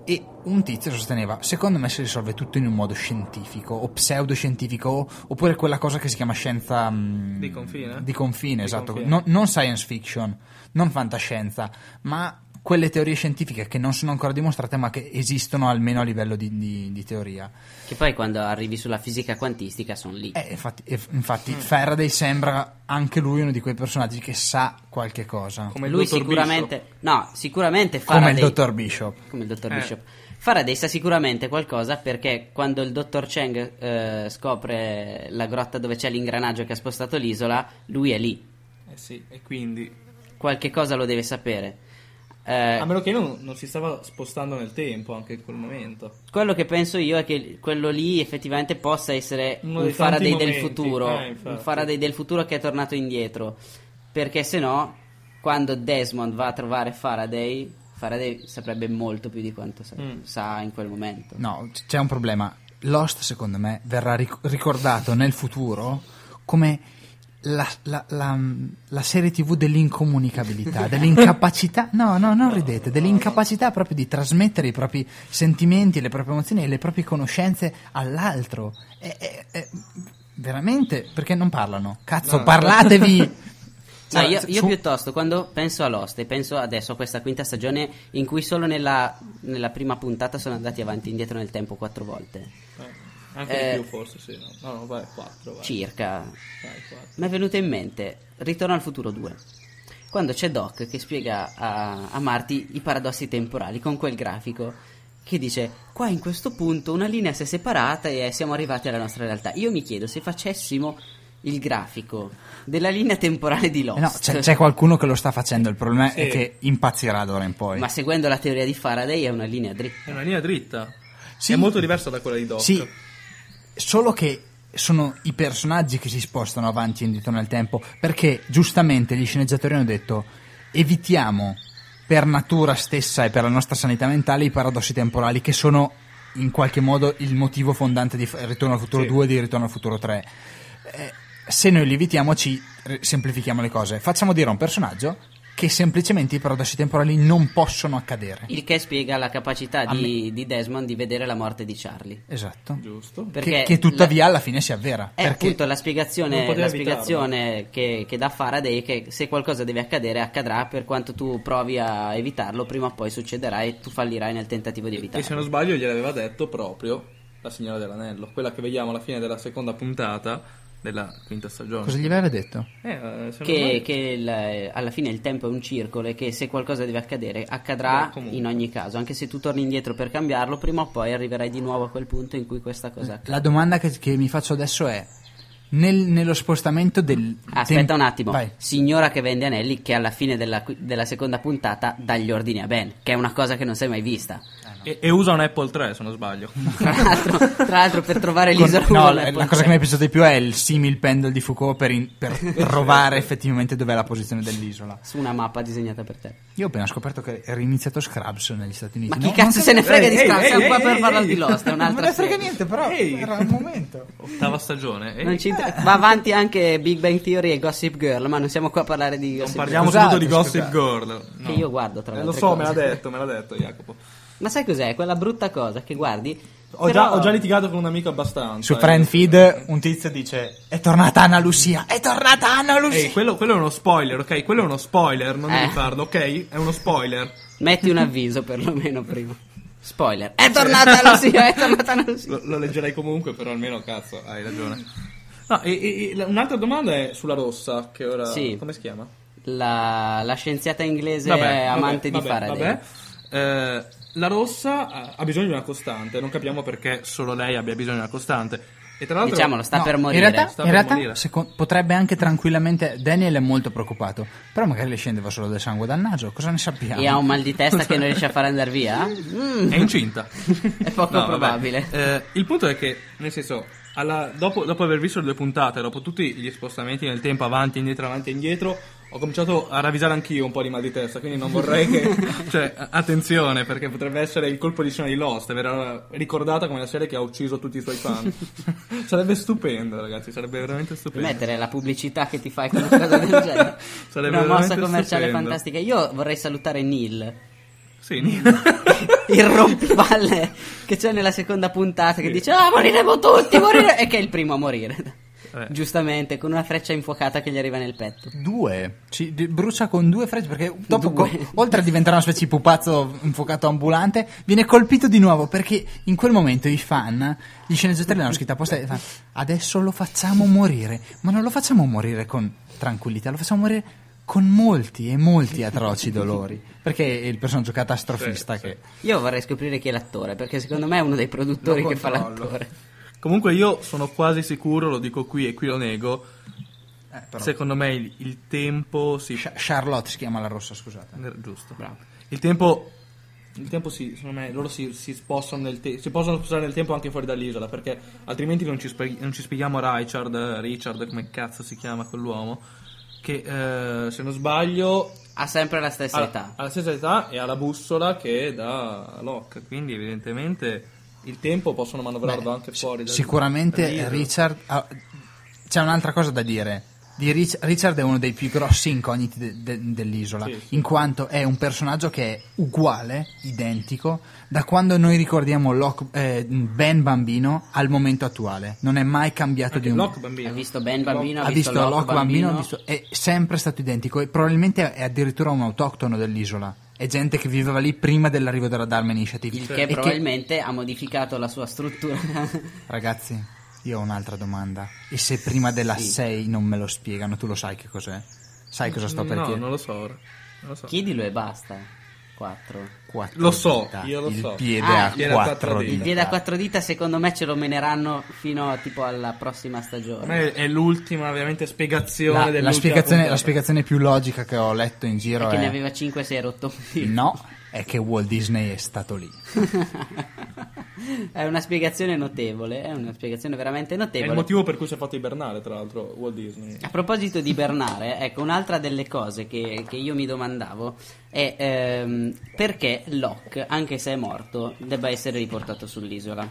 [SPEAKER 2] E un tizio sosteneva: Secondo me si risolve tutto in un modo scientifico o pseudoscientifico, oppure quella cosa che si chiama scienza mm,
[SPEAKER 6] Di confine?
[SPEAKER 2] Di confine, esatto.
[SPEAKER 6] confine.
[SPEAKER 2] Non, non science fiction, non fantascienza, ma quelle teorie scientifiche che non sono ancora dimostrate, ma che esistono almeno a livello di, di- di teoria.
[SPEAKER 1] Che poi quando arrivi sulla fisica quantistica sono lì.
[SPEAKER 2] E infatti, e f- infatti Faraday sembra anche lui uno di quei personaggi che sa qualche cosa,
[SPEAKER 6] Come il
[SPEAKER 1] Lui
[SPEAKER 6] dottor
[SPEAKER 1] sicuramente. No, sicuramente farà
[SPEAKER 2] come il
[SPEAKER 1] dei-
[SPEAKER 2] dottor Bishop.
[SPEAKER 1] come il dottor
[SPEAKER 6] Eh.
[SPEAKER 1] Bishop. Faraday sa sicuramente qualcosa perché quando il dottor Cheng eh, scopre la grotta dove c'è l'ingranaggio che ha spostato l'isola, lui è lì.
[SPEAKER 6] Bishop. Eh sì, e quindi...
[SPEAKER 1] qualche cosa lo deve sapere. Eh,
[SPEAKER 6] A meno che non, non si stava spostando nel tempo anche in quel momento.
[SPEAKER 1] quello che penso io è che quello lì effettivamente possa essere
[SPEAKER 6] Uno
[SPEAKER 1] un
[SPEAKER 6] dei tanti
[SPEAKER 1] Faraday del
[SPEAKER 6] momenti.
[SPEAKER 1] futuro,
[SPEAKER 6] Eh, infatti.
[SPEAKER 1] un Faraday del futuro che è tornato indietro, perché se no quando Desmond va a trovare Faraday, Faraday saprebbe molto più di quanto sa,
[SPEAKER 6] Mm.
[SPEAKER 1] sa in quel momento.
[SPEAKER 2] No, c- c'è un problema. Lost, secondo me, verrà ric- ricordato nel futuro come la, la- la- la serie TV dell'incomunicabilità, dell'incapacità. No, no, non ridete, dell'incapacità proprio di trasmettere i propri sentimenti, le proprie emozioni e le proprie conoscenze all'altro. È- è- è- veramente, perché non parlano? Cazzo, parlatevi!
[SPEAKER 1] No,
[SPEAKER 2] Cioè,
[SPEAKER 1] io,
[SPEAKER 2] su-
[SPEAKER 1] io piuttosto quando penso a Lost e penso adesso a questa quinta stagione in cui solo nella, nella prima puntata sono andati avanti e indietro nel tempo quattro volte,
[SPEAKER 6] Eh, anche
[SPEAKER 1] Eh.
[SPEAKER 6] di più forse, sì. No, no, no, vai, 4, vai.
[SPEAKER 1] circa,
[SPEAKER 6] Vai, quattro.
[SPEAKER 1] Mi è venuto in mente Ritorno al futuro 2. Quando c'è Doc che spiega a, a Marty i paradossi temporali con quel grafico che dice qua in questo punto una linea si è separata e siamo arrivati alla nostra realtà. Io mi chiedo se facessimo il grafico della linea temporale di Lost.
[SPEAKER 2] Eh no, c'è, c'è qualcuno che lo sta facendo, il problema è
[SPEAKER 6] Sì.
[SPEAKER 2] che impazzirà d'ora in poi.
[SPEAKER 1] Ma seguendo la teoria di Faraday è una linea dritta.
[SPEAKER 6] È una linea dritta.
[SPEAKER 2] Sì.
[SPEAKER 6] È molto diversa da quella di Doc.
[SPEAKER 2] Sì, solo che sono i personaggi che si spostano avanti e indietro nel tempo, perché giustamente gli sceneggiatori hanno detto evitiamo per natura stessa e per la nostra sanità mentale i paradossi temporali che sono in qualche modo il motivo fondante di F- Ritorno al futuro 2 e di Ritorno al futuro 3. Eh, se noi li evitiamo ci re- semplifichiamo le cose. Facciamo dire a un personaggio che semplicemente i paradossi temporali non possono accadere.
[SPEAKER 1] Il che spiega la capacità di, di Desmond di vedere la morte di Charlie.
[SPEAKER 2] Esatto.
[SPEAKER 6] Giusto.
[SPEAKER 2] Che-
[SPEAKER 1] Perché
[SPEAKER 2] che, tuttavia alla fine si avvera.
[SPEAKER 1] È
[SPEAKER 2] perché
[SPEAKER 1] appunto la
[SPEAKER 6] non
[SPEAKER 1] spiegazione,
[SPEAKER 6] poteva
[SPEAKER 1] la spiegazione che, che dà Faraday che se qualcosa deve accadere accadrà per quanto tu provi a evitarlo prima o poi succederà e tu fallirai nel tentativo di
[SPEAKER 6] E se
[SPEAKER 1] evitarlo.
[SPEAKER 6] non sbaglio gliel'aveva detto proprio la signora dell'anello, quella che vediamo alla fine della seconda puntata della quinta stagione.
[SPEAKER 2] Cosa gli aveva detto?
[SPEAKER 6] Eh, eh, se non
[SPEAKER 1] Che,
[SPEAKER 6] sbaglio-
[SPEAKER 1] che il- eh, alla fine il tempo è un circolo e che se qualcosa deve accadere accadrà
[SPEAKER 6] Beh, comunque.
[SPEAKER 1] in ogni caso, anche se tu torni indietro per cambiarlo, prima o poi arriverai di nuovo a quel punto in cui questa
[SPEAKER 6] Eh,
[SPEAKER 1] cosa accade.
[SPEAKER 2] La domanda che, che mi faccio adesso è: nel- nello spostamento del.
[SPEAKER 1] Aspetta
[SPEAKER 2] tem-
[SPEAKER 1] un attimo,
[SPEAKER 2] Vai.
[SPEAKER 1] signora che vende anelli che alla fine della, qui- della seconda puntata dà gli ordini a Ben, che è una cosa che non si è mai vista.
[SPEAKER 6] Eh, E, e usa un Apple 3 se non sbaglio.
[SPEAKER 1] Tra l'altro, tra l'altro per trovare
[SPEAKER 2] Con-
[SPEAKER 1] l'isola...
[SPEAKER 2] no,
[SPEAKER 1] uno
[SPEAKER 2] la,
[SPEAKER 1] è
[SPEAKER 2] la cosa
[SPEAKER 1] possibile.
[SPEAKER 2] che mi è piaciuta di più è il simil pendel di Foucault per, in- per provare effettivamente dov'è la posizione dell'isola.
[SPEAKER 1] Su una mappa disegnata per te.
[SPEAKER 2] Io ho appena scoperto che era iniziato Scrubs negli Stati Uniti.
[SPEAKER 1] Ma
[SPEAKER 2] No,
[SPEAKER 1] chi cazzo
[SPEAKER 2] non
[SPEAKER 1] se ne
[SPEAKER 2] sapevo.
[SPEAKER 1] frega di
[SPEAKER 6] Ehi,
[SPEAKER 1] Scrubs?
[SPEAKER 6] ehi,
[SPEAKER 1] Siamo qua
[SPEAKER 6] ehi,
[SPEAKER 1] per
[SPEAKER 6] ehi,
[SPEAKER 1] parlare di
[SPEAKER 6] ehi.
[SPEAKER 1] Lost, è
[SPEAKER 2] Non me ne
[SPEAKER 1] un'altra
[SPEAKER 2] frega
[SPEAKER 1] serie.
[SPEAKER 2] niente, però
[SPEAKER 6] Ehi.
[SPEAKER 2] era un momento.
[SPEAKER 6] Ottava stagione. E
[SPEAKER 1] Non ci inter- Va avanti anche Big Bang Theory e Gossip Girl, ma non siamo qua a parlare di Gossip
[SPEAKER 6] Parliamo
[SPEAKER 2] Scusate,
[SPEAKER 6] subito di Gossip
[SPEAKER 2] scusate.
[SPEAKER 6] Girl.
[SPEAKER 1] Girl,
[SPEAKER 6] No.
[SPEAKER 1] che io guardo tra
[SPEAKER 6] Eh,
[SPEAKER 1] l'altro.
[SPEAKER 6] lo so, me l'ha detto, me l'ha detto Jacopo.
[SPEAKER 1] Ma sai cos'è? Quella brutta cosa che guardi.
[SPEAKER 6] Ho,
[SPEAKER 1] però-
[SPEAKER 6] già, ho già litigato con un amico abbastanza.
[SPEAKER 2] Su
[SPEAKER 6] eh.
[SPEAKER 2] Friend Feed un tizio dice: È tornata Anna Lucia! È tornata Anna Lucia!
[SPEAKER 6] Ehi, quello, quello è uno spoiler, ok? Quello è uno spoiler, non
[SPEAKER 1] Eh.
[SPEAKER 6] devi farlo, ok? È uno spoiler.
[SPEAKER 1] Metti un avviso perlomeno prima. Spoiler. È tornata Lucia, è tornata Lucia.
[SPEAKER 6] Lo, lo leggerei comunque, però almeno cazzo, hai ragione. No, e- e- e la- un'altra domanda è sulla rossa, che ora...
[SPEAKER 1] Sì.
[SPEAKER 6] Come si chiama?
[SPEAKER 1] La, la scienziata inglese
[SPEAKER 6] Vabbè,
[SPEAKER 1] amante
[SPEAKER 6] vabbè,
[SPEAKER 1] di
[SPEAKER 6] vabbè,
[SPEAKER 1] Faraday.
[SPEAKER 6] vabbè. Eh, la rossa ha- ha bisogno di una costante, non capiamo perché solo lei abbia bisogno di una costante. E tra l'altro...
[SPEAKER 1] Diciamolo, sta
[SPEAKER 2] No,
[SPEAKER 1] per morire.
[SPEAKER 2] In realtà,
[SPEAKER 6] Sta
[SPEAKER 2] in
[SPEAKER 6] per
[SPEAKER 2] realtà,
[SPEAKER 6] morire.
[SPEAKER 2] seco- potrebbe anche tranquillamente. Daniel è molto preoccupato, però magari le scendeva solo del sangue dal naso. Cosa ne sappiamo?
[SPEAKER 1] E ha un mal di testa che non riesce a far andare via? Mm,
[SPEAKER 6] È incinta.
[SPEAKER 1] è poco
[SPEAKER 6] No, vabbè.
[SPEAKER 1] probabile.
[SPEAKER 6] Eh, il punto è che, nel senso, alla- dopo, dopo aver visto le due puntate, dopo tutti gli spostamenti nel tempo avanti, indietro, avanti e indietro, ho cominciato a ravvisare anch'io un po' di mal di testa, quindi non vorrei che... cioè, a- attenzione, perché potrebbe essere il colpo di scena di Lost, verrà ricordata come la serie che ha ucciso tutti i suoi fan. sarebbe stupendo, ragazzi, sarebbe veramente stupendo.
[SPEAKER 1] Mettere la pubblicità che ti fai con una cosa del genere.
[SPEAKER 6] Sarebbe
[SPEAKER 1] una mossa
[SPEAKER 6] veramente
[SPEAKER 1] commerciale
[SPEAKER 6] stupendo.
[SPEAKER 1] fantastica. Io vorrei salutare Neil,
[SPEAKER 6] Sì, ni-
[SPEAKER 1] il rompipalle che c'è nella seconda puntata che dice "Ah, moriremo tutti, moriremo" e che è il primo a morire.
[SPEAKER 6] Eh.
[SPEAKER 1] Giustamente, con una freccia infuocata che gli arriva nel petto.
[SPEAKER 2] Due, Ci- di- brucia con due frecce perché dopo,
[SPEAKER 1] Due.
[SPEAKER 2] co- oltre a diventare una specie di pupazzo infuocato ambulante, viene colpito di nuovo perché in quel momento i fan, gli sceneggiatori l'hanno scritta apposta e fanno, adesso lo facciamo morire, ma non lo facciamo morire con tranquillità, lo facciamo morire con molti e molti atroci dolori perché è il personaggio catastrofista
[SPEAKER 6] Sì, sì.
[SPEAKER 2] che eh,
[SPEAKER 1] Io vorrei scoprire chi è l'attore, perché secondo me è uno dei produttori
[SPEAKER 6] Lo
[SPEAKER 1] che fa
[SPEAKER 6] controllo.
[SPEAKER 1] l'attore.
[SPEAKER 6] Comunque io sono quasi sicuro, lo dico qui e qui lo nego,
[SPEAKER 2] Eh, però-
[SPEAKER 6] secondo me il, il tempo si...
[SPEAKER 2] Sha- Charlotte si chiama la rossa, scusate.
[SPEAKER 6] Nel- Giusto. Il tempo. Il tempo sì, secondo me loro si, si spostano nel te- si possono spostare nel tempo anche fuori dall'isola, perché altrimenti non ci, spe- non ci spieghiamo Richard, Richard, come cazzo si chiama quell'uomo, che eh, se non sbaglio
[SPEAKER 1] Ha sempre la stessa
[SPEAKER 6] ha,
[SPEAKER 1] età.
[SPEAKER 6] ha la stessa età e ha la bussola che dà Locke, quindi evidentemente il tempo possono manovrarlo anche fuori. dal-
[SPEAKER 2] Sicuramente
[SPEAKER 6] dall'isola.
[SPEAKER 2] Richard. ha- c'è un'altra cosa da dire. Di Rich- Richard è uno dei più grossi incogniti de- de- dell'isola,
[SPEAKER 6] Sì, sì.
[SPEAKER 2] in quanto è un personaggio che è uguale, identico, da quando noi ricordiamo Locke- eh, Ben bambino al momento attuale. Non è mai cambiato
[SPEAKER 6] Anche
[SPEAKER 2] di un
[SPEAKER 6] Locke
[SPEAKER 1] Ha
[SPEAKER 6] bambino.
[SPEAKER 1] visto Ben bambino,
[SPEAKER 2] ha visto Locke,
[SPEAKER 1] bambino.
[SPEAKER 2] bambino, ha visto- è sempre stato identico e probabilmente è addirittura un autoctono dell'isola. È gente che viveva lì prima dell'arrivo della Dharma Initiative.
[SPEAKER 1] Il che
[SPEAKER 2] E
[SPEAKER 1] probabilmente ha modificato la sua struttura.
[SPEAKER 2] Ragazzi, io ho un'altra domanda. E se prima della
[SPEAKER 1] Sì.
[SPEAKER 2] 6 non me lo spiegano, tu lo sai che cos'è? Sai cosa sto per
[SPEAKER 6] No,
[SPEAKER 2] dire?
[SPEAKER 6] non lo so ora. Non lo so.
[SPEAKER 1] Chiedilo e basta. 4.
[SPEAKER 2] Quattro
[SPEAKER 6] Lo so,
[SPEAKER 2] dita.
[SPEAKER 6] io lo
[SPEAKER 2] il
[SPEAKER 6] so.
[SPEAKER 2] Piede
[SPEAKER 1] Ah,
[SPEAKER 2] a
[SPEAKER 1] il
[SPEAKER 6] piede a
[SPEAKER 2] quattro
[SPEAKER 6] quattro
[SPEAKER 2] dita.
[SPEAKER 6] dita.
[SPEAKER 1] Il piede a quattro dita secondo me ce lo meneranno fino tipo alla prossima
[SPEAKER 6] Per
[SPEAKER 1] stagione.
[SPEAKER 6] me è l'ultima veramente spiegazione
[SPEAKER 2] La,
[SPEAKER 6] dell'ultima
[SPEAKER 2] la spiegazione,
[SPEAKER 6] puntata.
[SPEAKER 2] la spiegazione più logica che ho letto in giro
[SPEAKER 1] Perché
[SPEAKER 6] eh.
[SPEAKER 1] ne
[SPEAKER 2] è...
[SPEAKER 6] Mm.
[SPEAKER 1] aveva 5 6 rotto.
[SPEAKER 2] No, è che Walt Disney è stato lì.
[SPEAKER 1] È una spiegazione notevole, è una spiegazione veramente
[SPEAKER 6] È
[SPEAKER 1] notevole.
[SPEAKER 6] il motivo per cui si è fatto ibernare, tra l'altro, Walt Disney.
[SPEAKER 1] A proposito di Bernare, ecco, un'altra delle cose che, che io mi domandavo è ehm, perché Locke, anche se è morto, debba essere riportato sull'isola.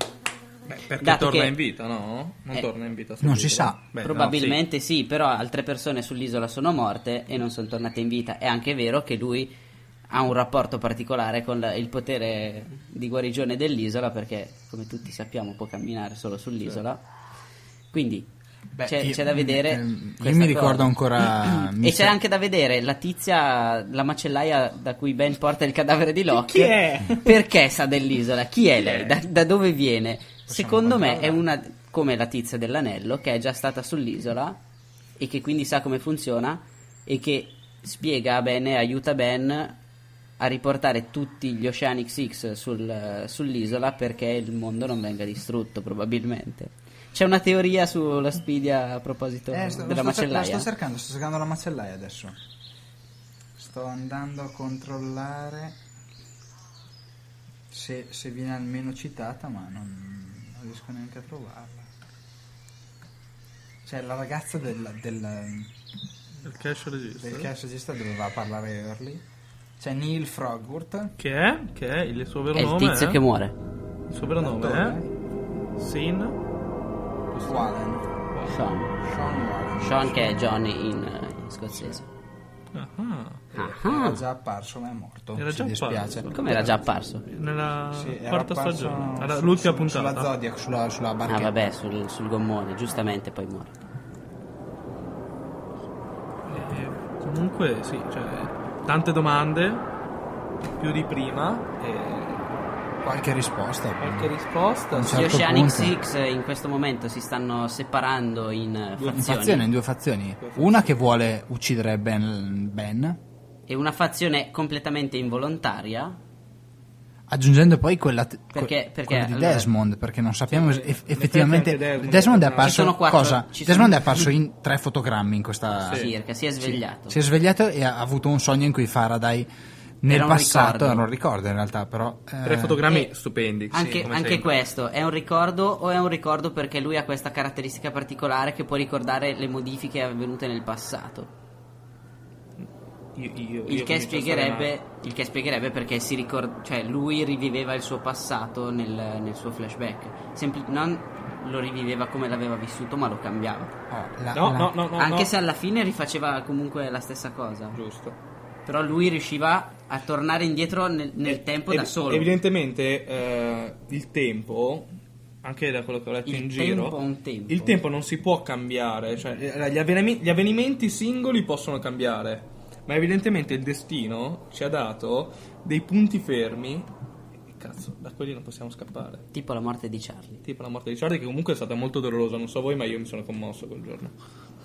[SPEAKER 6] Beh, perché
[SPEAKER 1] Dato
[SPEAKER 6] torna
[SPEAKER 1] che-
[SPEAKER 6] in vita, no? Non
[SPEAKER 1] Eh,
[SPEAKER 6] torna in vita.
[SPEAKER 2] non si
[SPEAKER 6] sull'isola.
[SPEAKER 2] sa.
[SPEAKER 6] Beh, no,
[SPEAKER 1] Probabilmente sì. però altre persone sull'isola sono morte e non sono tornate in vita. È anche vero che lui ha un rapporto particolare con la- il potere di guarigione dell'isola perché, come tutti sappiamo, può camminare solo sull'isola. Quindi
[SPEAKER 2] Beh,
[SPEAKER 1] c'è,
[SPEAKER 2] io-
[SPEAKER 1] c'è da vedere.
[SPEAKER 2] ehm, io
[SPEAKER 1] questa
[SPEAKER 2] mi ricordo
[SPEAKER 1] cosa.
[SPEAKER 2] ancora
[SPEAKER 1] E
[SPEAKER 2] Mister-
[SPEAKER 1] c'è anche da vedere la tizia, la macellaia da cui Ben porta il cadavere di Locke.
[SPEAKER 6] Chi è?
[SPEAKER 1] Perché sa dell'isola? Chi è lei? Da, da dove viene? Secondo me è una come la tizia dell'anello che è già stata sull'isola e che quindi sa come funziona e che spiega bene, aiuta Ben a riportare tutti gli Oceanic Six sul- sull'isola perché il mondo non venga distrutto probabilmente. C'è una teoria sulla spidia a proposito
[SPEAKER 2] Eh, sto-
[SPEAKER 1] certo.
[SPEAKER 2] lo
[SPEAKER 1] della
[SPEAKER 2] sto cer-
[SPEAKER 1] macellaia.
[SPEAKER 2] la sto cercando, sto cercando la macellaia adesso. Sto andando a controllare se, se viene almeno citata, ma non, non riesco neanche a trovarla. Cioè, la ragazza della- del,
[SPEAKER 6] Il cash
[SPEAKER 2] del
[SPEAKER 6] register.
[SPEAKER 2] cash register doveva parlare Early. C'è Neil Frogworth.
[SPEAKER 6] Che è? Che è il suo vero
[SPEAKER 1] È il
[SPEAKER 6] nome?
[SPEAKER 1] tizio
[SPEAKER 6] eh?
[SPEAKER 1] che muore.
[SPEAKER 6] Il suo vero nome
[SPEAKER 2] l'attore,
[SPEAKER 6] è Sin.
[SPEAKER 2] Wallen.
[SPEAKER 1] Sean.
[SPEAKER 2] Sean Wallen.
[SPEAKER 1] Sean che è Johnny in, eh, in scozzese.
[SPEAKER 6] Ah,
[SPEAKER 2] Era già apparso, ma è morto.
[SPEAKER 6] Era
[SPEAKER 2] ci
[SPEAKER 6] già
[SPEAKER 2] dispiace.
[SPEAKER 6] apparso.
[SPEAKER 1] Come era già apparso?
[SPEAKER 6] nella
[SPEAKER 2] Sì, era
[SPEAKER 6] quarta
[SPEAKER 2] apparso
[SPEAKER 6] stagione,
[SPEAKER 2] su-
[SPEAKER 6] Era l'ultima
[SPEAKER 2] su-
[SPEAKER 6] puntata.
[SPEAKER 2] Sulla Zodiac, sulla, sulla barchetta.
[SPEAKER 1] Ah vabbè, sul, sul gommone, giustamente poi muore.
[SPEAKER 6] Eh, comunque, sì, cioè, tante domande, più di prima, e
[SPEAKER 2] Qualche risposta.
[SPEAKER 6] qualche risposta.
[SPEAKER 2] Un
[SPEAKER 6] sì.
[SPEAKER 1] Gli
[SPEAKER 2] certo
[SPEAKER 1] Oceanic
[SPEAKER 2] punto.
[SPEAKER 1] Six eh, in questo momento si stanno separando in eh,
[SPEAKER 2] In
[SPEAKER 1] fazioni.
[SPEAKER 2] fazione, in due fazioni. Una che vuole uccidere Ben, Ben,
[SPEAKER 1] E una fazione completamente involontaria.
[SPEAKER 2] aggiungendo poi quella,
[SPEAKER 1] Perché-
[SPEAKER 2] que-
[SPEAKER 1] perché,
[SPEAKER 2] quella di
[SPEAKER 1] allora-
[SPEAKER 2] Desmond, perché non sappiamo
[SPEAKER 6] Sì,
[SPEAKER 2] eff-
[SPEAKER 6] in
[SPEAKER 2] effettivamente.
[SPEAKER 6] effetti anche Desmond.
[SPEAKER 2] Desmond è
[SPEAKER 6] Ci
[SPEAKER 2] apparso,
[SPEAKER 1] sono quattro-
[SPEAKER 2] cosa?
[SPEAKER 1] ci sono-
[SPEAKER 2] Desmond è apparso in tre fotogrammi in questa.
[SPEAKER 1] Sì. Circa, si è svegliato.
[SPEAKER 2] Si è svegliato e ha avuto un sogno in cui Faraday nel
[SPEAKER 1] Era un
[SPEAKER 2] passato,
[SPEAKER 1] ricordo.
[SPEAKER 2] non ricordo in realtà, però. eh,
[SPEAKER 6] Tre fotogrammi
[SPEAKER 1] Eh,
[SPEAKER 6] stupendi. sì,
[SPEAKER 1] Anche,
[SPEAKER 6] come
[SPEAKER 1] anche
[SPEAKER 6] sempre.
[SPEAKER 1] questo è un ricordo o è un ricordo perché lui ha questa caratteristica particolare che può ricordare le modifiche avvenute nel passato.
[SPEAKER 6] Io- io- io
[SPEAKER 1] Il
[SPEAKER 6] comincio a
[SPEAKER 1] che,
[SPEAKER 6] stare
[SPEAKER 1] spiegherebbe, il che spiegherebbe perché si ricor- cioè lui riviveva il suo passato nel, nel suo flashback. Sempli- non lo riviveva come l'aveva vissuto, ma lo cambiava.
[SPEAKER 2] oh, la-
[SPEAKER 6] male. No,
[SPEAKER 2] la-
[SPEAKER 6] no, no, no.
[SPEAKER 1] Anche
[SPEAKER 6] no.
[SPEAKER 1] se alla fine rifaceva comunque la stessa cosa.
[SPEAKER 6] Giusto.
[SPEAKER 1] Però lui riusciva a tornare indietro nel, nel
[SPEAKER 6] E-
[SPEAKER 1] tempo
[SPEAKER 6] ev-
[SPEAKER 1] da solo.
[SPEAKER 6] Evidentemente eh, il tempo, anche da quello che ho letto
[SPEAKER 1] Il
[SPEAKER 6] in
[SPEAKER 1] tempo
[SPEAKER 6] giro,
[SPEAKER 1] è un tempo.
[SPEAKER 6] il tempo non si può cambiare, cioè eh, gli, avvenimi- gli avvenimenti singoli possono cambiare, ma evidentemente il destino ci ha dato dei punti fermi e cazzo, da quelli non possiamo scappare.
[SPEAKER 1] Tipo la morte di Charlie.
[SPEAKER 6] Tipo la morte di Charlie che comunque è stata molto dolorosa, non so voi, ma io mi sono commosso quel giorno.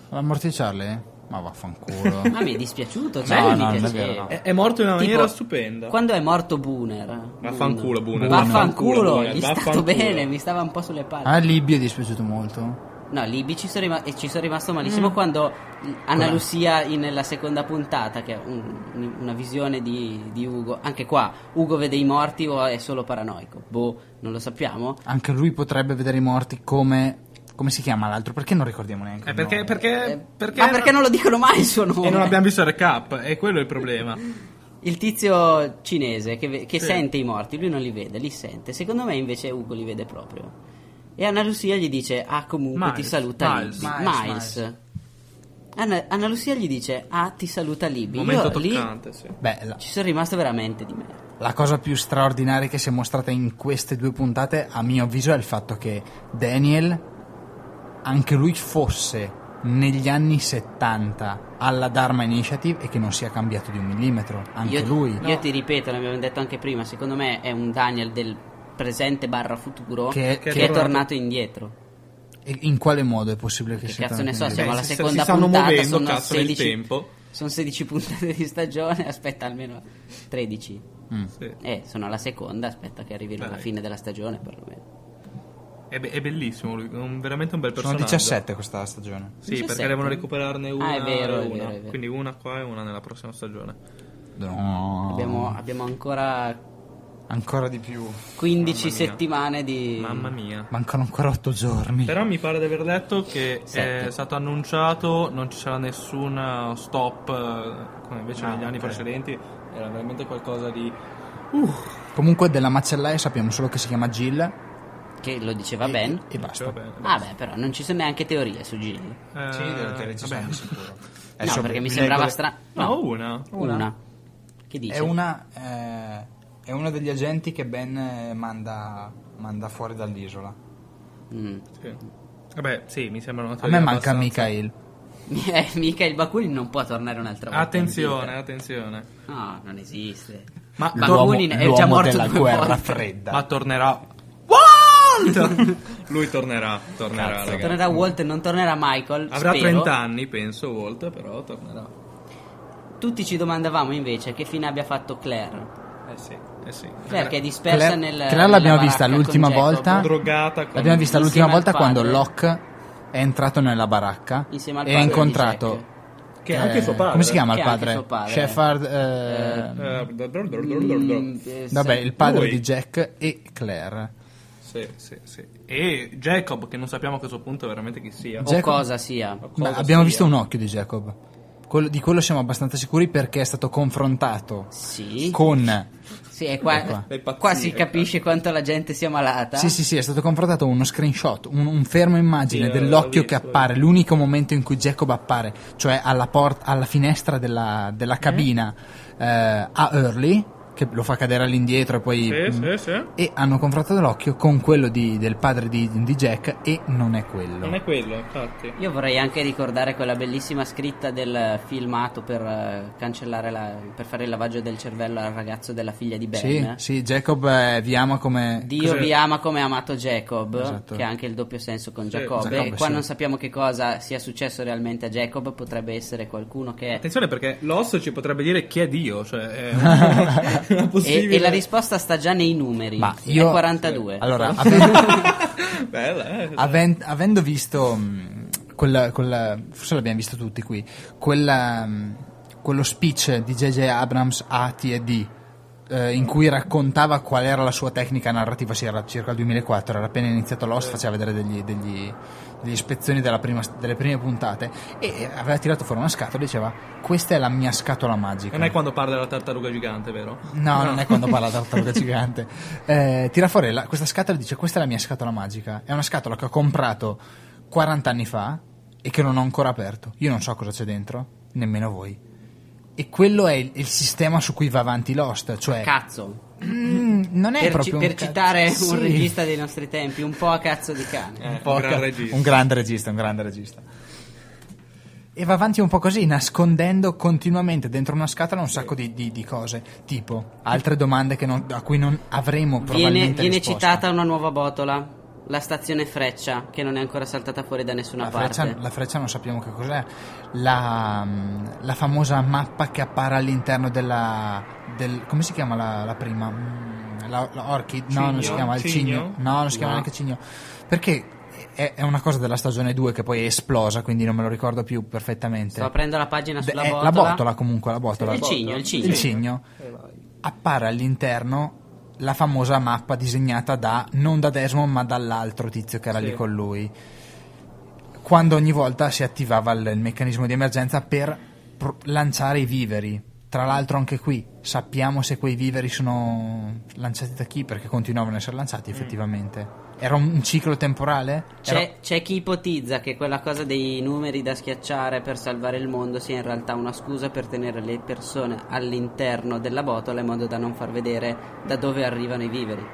[SPEAKER 2] La morte di Charlie? Ma vaffanculo.
[SPEAKER 1] Ma mi è dispiaciuto.
[SPEAKER 2] No,
[SPEAKER 1] Charlie
[SPEAKER 2] no,
[SPEAKER 1] mi
[SPEAKER 2] non è
[SPEAKER 1] piaceva.
[SPEAKER 2] vero, no.
[SPEAKER 6] È, è morto in una
[SPEAKER 1] Tipo,
[SPEAKER 6] maniera stupenda.
[SPEAKER 1] Quando è morto Booner?
[SPEAKER 6] Vaffanculo, Booner. Vaffanculo,
[SPEAKER 1] Vaffanculo,
[SPEAKER 6] Booner,
[SPEAKER 1] gli è stato
[SPEAKER 6] vaffanculo.
[SPEAKER 1] bene, mi stava un po' sulle palle.
[SPEAKER 2] A Libio Ah, è dispiaciuto molto.
[SPEAKER 1] No, Libby ci sono, rima- e ci sono rimasto malissimo quando Anna
[SPEAKER 2] Com'è?
[SPEAKER 1] Lucia in- nella seconda puntata, che è un- un- una visione di, di Ugo, anche qua Ugo vede i morti o è solo paranoico? Boh, non lo sappiamo.
[SPEAKER 2] Anche lui potrebbe vedere i morti come. Come si chiama l'altro? Perché non ricordiamo neanche?
[SPEAKER 6] Eh,
[SPEAKER 2] il
[SPEAKER 6] perché,
[SPEAKER 2] nome?
[SPEAKER 1] Eh,
[SPEAKER 6] perché, perché,
[SPEAKER 1] Ma perché non lo dicono mai il suo nome?
[SPEAKER 6] E non abbiamo visto il recap, e quello è il problema.
[SPEAKER 1] Il tizio cinese che, ve- che sente i morti, lui non li vede, li sente. Secondo me invece Ugo li vede proprio. E Anna Lucia gli dice, ah comunque ti
[SPEAKER 6] Miles,
[SPEAKER 1] saluta
[SPEAKER 6] Miles.
[SPEAKER 1] Libby.
[SPEAKER 2] Miles,
[SPEAKER 1] Miles. Anna, Anna Lucia gli dice, ah ti saluta Libby.
[SPEAKER 6] Momento
[SPEAKER 1] Io lì
[SPEAKER 6] toccante, sì.
[SPEAKER 2] Beh, la,
[SPEAKER 1] ci sono rimasto veramente di merda.
[SPEAKER 2] la cosa più straordinaria che si è mostrata in queste due puntate, a mio avviso, è il fatto che Daniel, anche lui fosse negli anni 70 alla Dharma Initiative e che non sia cambiato di un millimetro, anche
[SPEAKER 1] io,
[SPEAKER 2] lui.
[SPEAKER 1] Io ti ripeto, l'abbiamo detto anche prima, secondo me è un Daniel del presente barra futuro
[SPEAKER 2] Che-
[SPEAKER 1] che,
[SPEAKER 2] che
[SPEAKER 1] è tornato indietro.
[SPEAKER 2] E in quale modo è possibile che
[SPEAKER 1] Che
[SPEAKER 2] sia
[SPEAKER 1] cazzo ne so,
[SPEAKER 2] tornato
[SPEAKER 1] siamo
[SPEAKER 2] indietro?
[SPEAKER 1] alla
[SPEAKER 6] si- si
[SPEAKER 1] seconda
[SPEAKER 6] stanno
[SPEAKER 1] puntata,
[SPEAKER 6] muovendo,
[SPEAKER 1] sono
[SPEAKER 6] cazzo, nel
[SPEAKER 1] 16,
[SPEAKER 6] tempo.
[SPEAKER 1] sono 16 puntate di stagione, aspetta almeno 13.
[SPEAKER 6] Sì.
[SPEAKER 1] Eh, sono alla seconda, aspetta che arrivino alla
[SPEAKER 6] Dai.
[SPEAKER 1] fine della stagione perlomeno.
[SPEAKER 6] È, be- è bellissimo lui, è un- veramente un bel
[SPEAKER 2] Sono
[SPEAKER 6] personaggio.
[SPEAKER 2] 17 questa stagione.
[SPEAKER 6] Sì,
[SPEAKER 1] 17.
[SPEAKER 6] perché devono recuperarne una.
[SPEAKER 1] Ah, è vero,
[SPEAKER 6] e
[SPEAKER 1] è
[SPEAKER 6] una.
[SPEAKER 1] vero, è vero.
[SPEAKER 6] Quindi una qua e una nella prossima stagione.
[SPEAKER 2] No.
[SPEAKER 1] Abbiamo, abbiamo ancora
[SPEAKER 2] Ancora di più.
[SPEAKER 1] 15
[SPEAKER 6] Mamma mia.
[SPEAKER 1] settimane di...
[SPEAKER 6] Mamma mia.
[SPEAKER 2] Mancano ancora 8 giorni.
[SPEAKER 6] Però mi pare di aver letto che
[SPEAKER 1] Sette.
[SPEAKER 6] è stato annunciato, non ci sarà nessun uh, stop, eh, come invece
[SPEAKER 2] Ah,
[SPEAKER 6] negli anni precedenti, era veramente qualcosa di...
[SPEAKER 2] Comunque della macellaia sappiamo solo che si chiama Jill.
[SPEAKER 1] Che lo diceva Ben.
[SPEAKER 6] Eh.
[SPEAKER 2] E basta.
[SPEAKER 6] Vabbè,
[SPEAKER 1] Ah beh, però non ci sono neanche teorie su Jill.
[SPEAKER 6] eh, cioè, vabbè.
[SPEAKER 2] Eh,
[SPEAKER 1] no,
[SPEAKER 2] cioè,
[SPEAKER 1] perché mi sembrava strano.
[SPEAKER 6] No, una.
[SPEAKER 1] una. Che dici?
[SPEAKER 2] È una. eh, è uno degli agenti che Ben eh, manda, manda fuori dall'isola.
[SPEAKER 1] Mm.
[SPEAKER 6] Sì. Vabbè, sì, mi sembra una
[SPEAKER 2] A me
[SPEAKER 6] teoria
[SPEAKER 2] manca
[SPEAKER 6] abbastanza-
[SPEAKER 2] Mikhail.
[SPEAKER 1] Eh, mica il Bakunin non può tornare un'altra volta.
[SPEAKER 6] Attenzione, attenzione.
[SPEAKER 1] No, non esiste.
[SPEAKER 6] Ma
[SPEAKER 2] L'uomo,
[SPEAKER 1] Bakunin è
[SPEAKER 2] l'uomo
[SPEAKER 1] già morto
[SPEAKER 2] della
[SPEAKER 1] due
[SPEAKER 2] guerra
[SPEAKER 1] volte.
[SPEAKER 2] fredda.
[SPEAKER 6] Ma tornerà. Walt! Lui tornerà, tornerà,
[SPEAKER 1] Cazzo,
[SPEAKER 6] ragazzi.
[SPEAKER 1] tornerà Walt, non tornerà Michael.
[SPEAKER 6] Avrà
[SPEAKER 1] spero.
[SPEAKER 6] 30 anni, penso, Walt, però tornerà.
[SPEAKER 1] Tutti ci domandavamo invece che fine abbia fatto Claire.
[SPEAKER 6] Eh sì, eh sì.
[SPEAKER 1] Claire che è dispersa
[SPEAKER 2] Claire,
[SPEAKER 1] nel.
[SPEAKER 2] Claire
[SPEAKER 1] nella
[SPEAKER 2] l'abbiamo
[SPEAKER 1] baracca
[SPEAKER 2] vista
[SPEAKER 1] con
[SPEAKER 2] l'ultima
[SPEAKER 1] Jacob.
[SPEAKER 2] volta.
[SPEAKER 6] drogata con-
[SPEAKER 2] L'abbiamo vista
[SPEAKER 1] Insieme
[SPEAKER 2] l'ultima
[SPEAKER 1] al
[SPEAKER 2] volta quando
[SPEAKER 1] padre.
[SPEAKER 2] Locke è entrato nella baracca
[SPEAKER 1] Insieme al
[SPEAKER 2] e ha
[SPEAKER 1] padre di
[SPEAKER 2] incontrato.
[SPEAKER 1] Jack.
[SPEAKER 6] Che anche suo padre.
[SPEAKER 2] Eh, Come si chiama
[SPEAKER 1] Che
[SPEAKER 2] il
[SPEAKER 1] anche suo
[SPEAKER 2] padre?
[SPEAKER 1] padre.
[SPEAKER 2] Shepard. eh,
[SPEAKER 6] Eh, bla bla bla bla bla bla.
[SPEAKER 1] Mm, eh, sì.
[SPEAKER 2] vabbè, il padre
[SPEAKER 6] lui.
[SPEAKER 2] di Jack e Claire.
[SPEAKER 6] Sì, sì, sì. E Jacob, che non sappiamo a questo punto veramente chi sia.
[SPEAKER 1] O
[SPEAKER 2] Jack-
[SPEAKER 1] cosa sia.
[SPEAKER 2] Ma
[SPEAKER 6] Cosa
[SPEAKER 2] abbiamo
[SPEAKER 6] sia.
[SPEAKER 2] visto un occhio di Jacob. Quello- di quello siamo abbastanza sicuri perché è stato confrontato
[SPEAKER 1] Sì.
[SPEAKER 2] con.
[SPEAKER 1] Sì, è qua,
[SPEAKER 2] qua.
[SPEAKER 6] Le pazzie,
[SPEAKER 1] qua si
[SPEAKER 6] qua.
[SPEAKER 1] capisce quanto la gente sia malata.
[SPEAKER 2] Ecco. Sì, sì, sì, è stato confrontato uno screenshot, un, un fermo immagine
[SPEAKER 6] Sì, eh,
[SPEAKER 2] dell'occhio
[SPEAKER 6] l'ho
[SPEAKER 2] che
[SPEAKER 6] visto,
[SPEAKER 2] appare, l'unico momento in cui Jacob appare, cioè alla, port- alla finestra della, della cabina eh, a Early, che lo fa cadere all'indietro e poi.
[SPEAKER 6] Sì,
[SPEAKER 2] mm,
[SPEAKER 6] sì, sì.
[SPEAKER 2] E hanno confrontato l'occhio con quello di- del padre di, di Jack e non è quello.
[SPEAKER 6] Non è quello, infatti.
[SPEAKER 1] Io vorrei anche ricordare quella bellissima scritta del filmato per eh, cancellare la, per fare il lavaggio del cervello al ragazzo della figlia di Ben.
[SPEAKER 2] Sì, sì, Jacob eh, vi ama come.
[SPEAKER 1] Dio
[SPEAKER 6] Cos'è?
[SPEAKER 1] vi ama come ha amato Jacob,
[SPEAKER 2] Esatto.
[SPEAKER 1] che ha anche il doppio senso con
[SPEAKER 6] Sì,
[SPEAKER 1] Giacobbe.
[SPEAKER 2] Giacobbe,
[SPEAKER 1] Qua
[SPEAKER 2] sì.
[SPEAKER 1] non sappiamo che cosa sia successo realmente a Jacob, potrebbe essere qualcuno che è.
[SPEAKER 6] Attenzione perché l'osso ci potrebbe dire chi è Dio, cioè è una, una
[SPEAKER 1] E,
[SPEAKER 6] possibile...
[SPEAKER 1] e la risposta sta già nei numeri.
[SPEAKER 2] Ma
[SPEAKER 1] Sì,
[SPEAKER 2] io.
[SPEAKER 1] È 42.
[SPEAKER 2] Allora, avendo,
[SPEAKER 6] Bella, eh.
[SPEAKER 2] aven- avendo visto. mh, quella- quella- forse l'abbiamo visto tutti qui. quella, mh, quello speech di J.J. Abrams a TD. eh, in cui raccontava qual era la sua tecnica narrativa, sì, era circa il 2004, era appena iniziato Lost, faceva vedere degli, degli, degli spezzoni della prima- delle prime puntate e aveva tirato fuori una scatola e diceva questa è la mia scatola magica.
[SPEAKER 6] Non è quando parla della tartaruga gigante, vero?
[SPEAKER 2] No, non è quando parla la tartaruga gigante. Eh, tira fuori la- questa scatola e dice: Questa è la mia scatola magica. È una scatola che ho comprato 40 anni fa e che non ho ancora aperto. Io non so cosa c'è dentro, nemmeno voi. E quello è il, il sistema su cui va avanti Lost. Cioè,
[SPEAKER 1] Cazzo.
[SPEAKER 2] mm, non è
[SPEAKER 1] Per, ci-
[SPEAKER 2] proprio. un
[SPEAKER 1] per
[SPEAKER 2] ca-
[SPEAKER 1] citare
[SPEAKER 2] Sì,
[SPEAKER 1] un regista dei nostri tempi, un po' a cazzo di cane.
[SPEAKER 6] Eh,
[SPEAKER 2] po'
[SPEAKER 6] un gran
[SPEAKER 2] ca-
[SPEAKER 6] regista.
[SPEAKER 2] Un grande regista, un grande regista. E va avanti un po' così, nascondendo continuamente dentro una scatola un sacco di, di- di cose, tipo altre domande che non- a cui non avremo
[SPEAKER 1] Viene,
[SPEAKER 2] probabilmente
[SPEAKER 1] viene
[SPEAKER 2] risposta.
[SPEAKER 1] citata una nuova botola, la stazione Freccia, che non è ancora saltata fuori da nessuna
[SPEAKER 2] La
[SPEAKER 1] parte.
[SPEAKER 2] freccia, la freccia non sappiamo che cos'è. La, mm, la famosa mappa che appare all'interno della. del- come si chiama la, la prima? Mm, La, la Orchid? No, non si
[SPEAKER 6] Cigno?
[SPEAKER 2] chiama il cigno.
[SPEAKER 6] Cigno?
[SPEAKER 2] No, non si chiama
[SPEAKER 1] No.
[SPEAKER 2] neanche cigno. Perché è, è una cosa della stagione 2 che poi è esplosa, quindi non me lo ricordo più perfettamente.
[SPEAKER 1] Sto aprendo la pagina
[SPEAKER 2] De-
[SPEAKER 1] sulla
[SPEAKER 2] è
[SPEAKER 1] botola.
[SPEAKER 2] la botola comunque, la botola.
[SPEAKER 1] Il cigno, il cigno.
[SPEAKER 2] Il cigno.
[SPEAKER 6] Eh,
[SPEAKER 2] Appare all'interno la famosa mappa disegnata da non da Desmond, ma dall'altro tizio che era lì con lui. Quando ogni volta si attivava il, il meccanismo di emergenza per pro- lanciare i viveri. Tra l'altro anche qui sappiamo se quei viveri sono lanciati da chi perché continuavano a essere
[SPEAKER 6] Mm.
[SPEAKER 2] lanciati effettivamente. Era un, un ciclo temporale? Era-
[SPEAKER 1] C'è, c'è chi ipotizza che quella cosa dei numeri da schiacciare per salvare il mondo sia in realtà una scusa per tenere le persone all'interno della botola in modo da non far vedere da dove arrivano i viveri.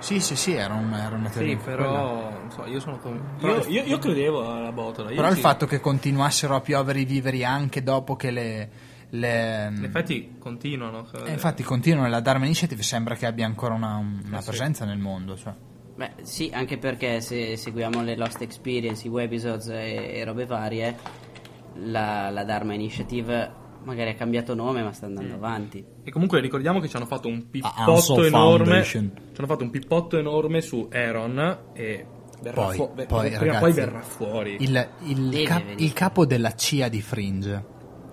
[SPEAKER 2] Sì, sì, sì, era, un- era una teoria.
[SPEAKER 6] Sì,
[SPEAKER 2] anche quella.
[SPEAKER 6] però... non so, io sono... con- Io, io- io credevo alla botola. io
[SPEAKER 2] Però il
[SPEAKER 6] sì.
[SPEAKER 2] fatto che continuassero a piovere i viveri anche dopo che le. le-
[SPEAKER 6] In effetti continuano. cioè,
[SPEAKER 2] eh, infatti continuano la Dharma Initiative sembra che abbia ancora una,
[SPEAKER 6] Eh
[SPEAKER 2] una presenza nel mondo. cioè.
[SPEAKER 1] Beh, sì, anche perché se seguiamo le Lost Experience, i webisodes e, e robe varie, la, la Dharma Initiative magari ha cambiato nome ma sta andando
[SPEAKER 2] Mm.
[SPEAKER 1] avanti.
[SPEAKER 6] E comunque ricordiamo che ci hanno fatto un
[SPEAKER 2] Hanson
[SPEAKER 6] pippotto enorme. Ci
[SPEAKER 2] Foundation.
[SPEAKER 6] hanno fatto un pippotto enorme su Aaron e verrà
[SPEAKER 2] Poi,
[SPEAKER 6] fu- ver-
[SPEAKER 2] poi,
[SPEAKER 6] prima o
[SPEAKER 2] ragazzi,
[SPEAKER 6] poi verrà fuori.
[SPEAKER 2] Il, il
[SPEAKER 1] Deve
[SPEAKER 2] cap-
[SPEAKER 1] venire.
[SPEAKER 2] il capo della CIA di Fringe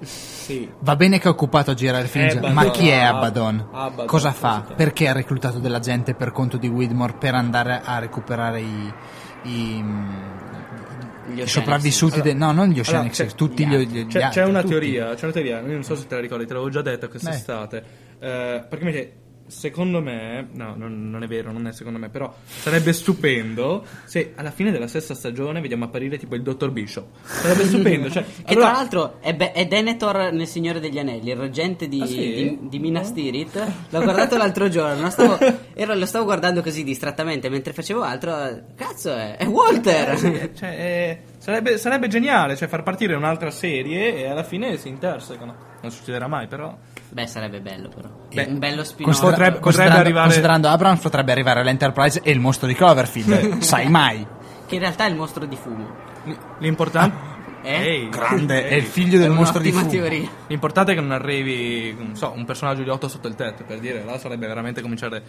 [SPEAKER 6] Sì.
[SPEAKER 2] Va bene che è occupato a girare film, in Gia-
[SPEAKER 6] Eh, Abaddon.
[SPEAKER 2] ma chi è
[SPEAKER 6] Ab-
[SPEAKER 2] Abaddon?
[SPEAKER 6] Abaddon,
[SPEAKER 2] Cosa
[SPEAKER 6] cosa
[SPEAKER 2] fa?
[SPEAKER 6] fa?
[SPEAKER 2] Perché ha reclutato della gente per conto di Widmore per andare a recuperare i, i,
[SPEAKER 1] Gli
[SPEAKER 2] i sopravvissuti?
[SPEAKER 1] Oceanics.
[SPEAKER 2] de- no, non gli
[SPEAKER 6] Allora,
[SPEAKER 2] Oceanics,
[SPEAKER 6] c'è-
[SPEAKER 2] tutti
[SPEAKER 1] gli
[SPEAKER 2] gli,
[SPEAKER 1] altri.
[SPEAKER 2] gli
[SPEAKER 6] C'è,
[SPEAKER 2] altri,
[SPEAKER 6] c'è una
[SPEAKER 2] tutti.
[SPEAKER 6] teoria, c'è una teoria, io non so se te la ricordi, te l'avevo già detta quest'estate. Eh, perché invece, secondo me, no, non, non è vero, non è secondo me, però sarebbe stupendo se alla fine della sesta stagione vediamo apparire tipo il dottor Bishop. Sarebbe stupendo, cioè,
[SPEAKER 1] Che
[SPEAKER 6] allora-
[SPEAKER 1] tra l'altro è, Be- è Denethor nel Signore degli Anelli, il reggente di,
[SPEAKER 6] Ah, sì?
[SPEAKER 1] di, di Minas Tirith. L'ho guardato l'altro giorno, stavo- ero- lo stavo guardando così distrattamente mentre facevo altro. Cazzo, è, è Walter!
[SPEAKER 6] Eh, cioè, eh, sarebbe, sarebbe geniale, cioè far partire un'altra serie e alla fine si intersecano. Non succederà mai, però.
[SPEAKER 1] Beh, sarebbe bello però.
[SPEAKER 6] Beh,
[SPEAKER 1] un bello spin-off.
[SPEAKER 2] Considerando,
[SPEAKER 6] Potrebbe- potrebbe
[SPEAKER 2] considerando-
[SPEAKER 6] arrivare-
[SPEAKER 2] considerando Abrams potrebbe arrivare all'Enterprise e il mostro di Cloverfield, sai mai?
[SPEAKER 1] Che in realtà è il mostro di fumo.
[SPEAKER 6] l- L'importante.
[SPEAKER 1] Eh?
[SPEAKER 6] Ehi,
[SPEAKER 2] Ah, Grande,
[SPEAKER 6] ehi.
[SPEAKER 2] è il figlio
[SPEAKER 1] È
[SPEAKER 2] del mostro di
[SPEAKER 1] un'ottima
[SPEAKER 2] fumo.
[SPEAKER 1] teoria.
[SPEAKER 6] L'importante è che non arrivi, non so, un personaggio di otto sotto il tetto, per dire, là sarebbe veramente cominciare...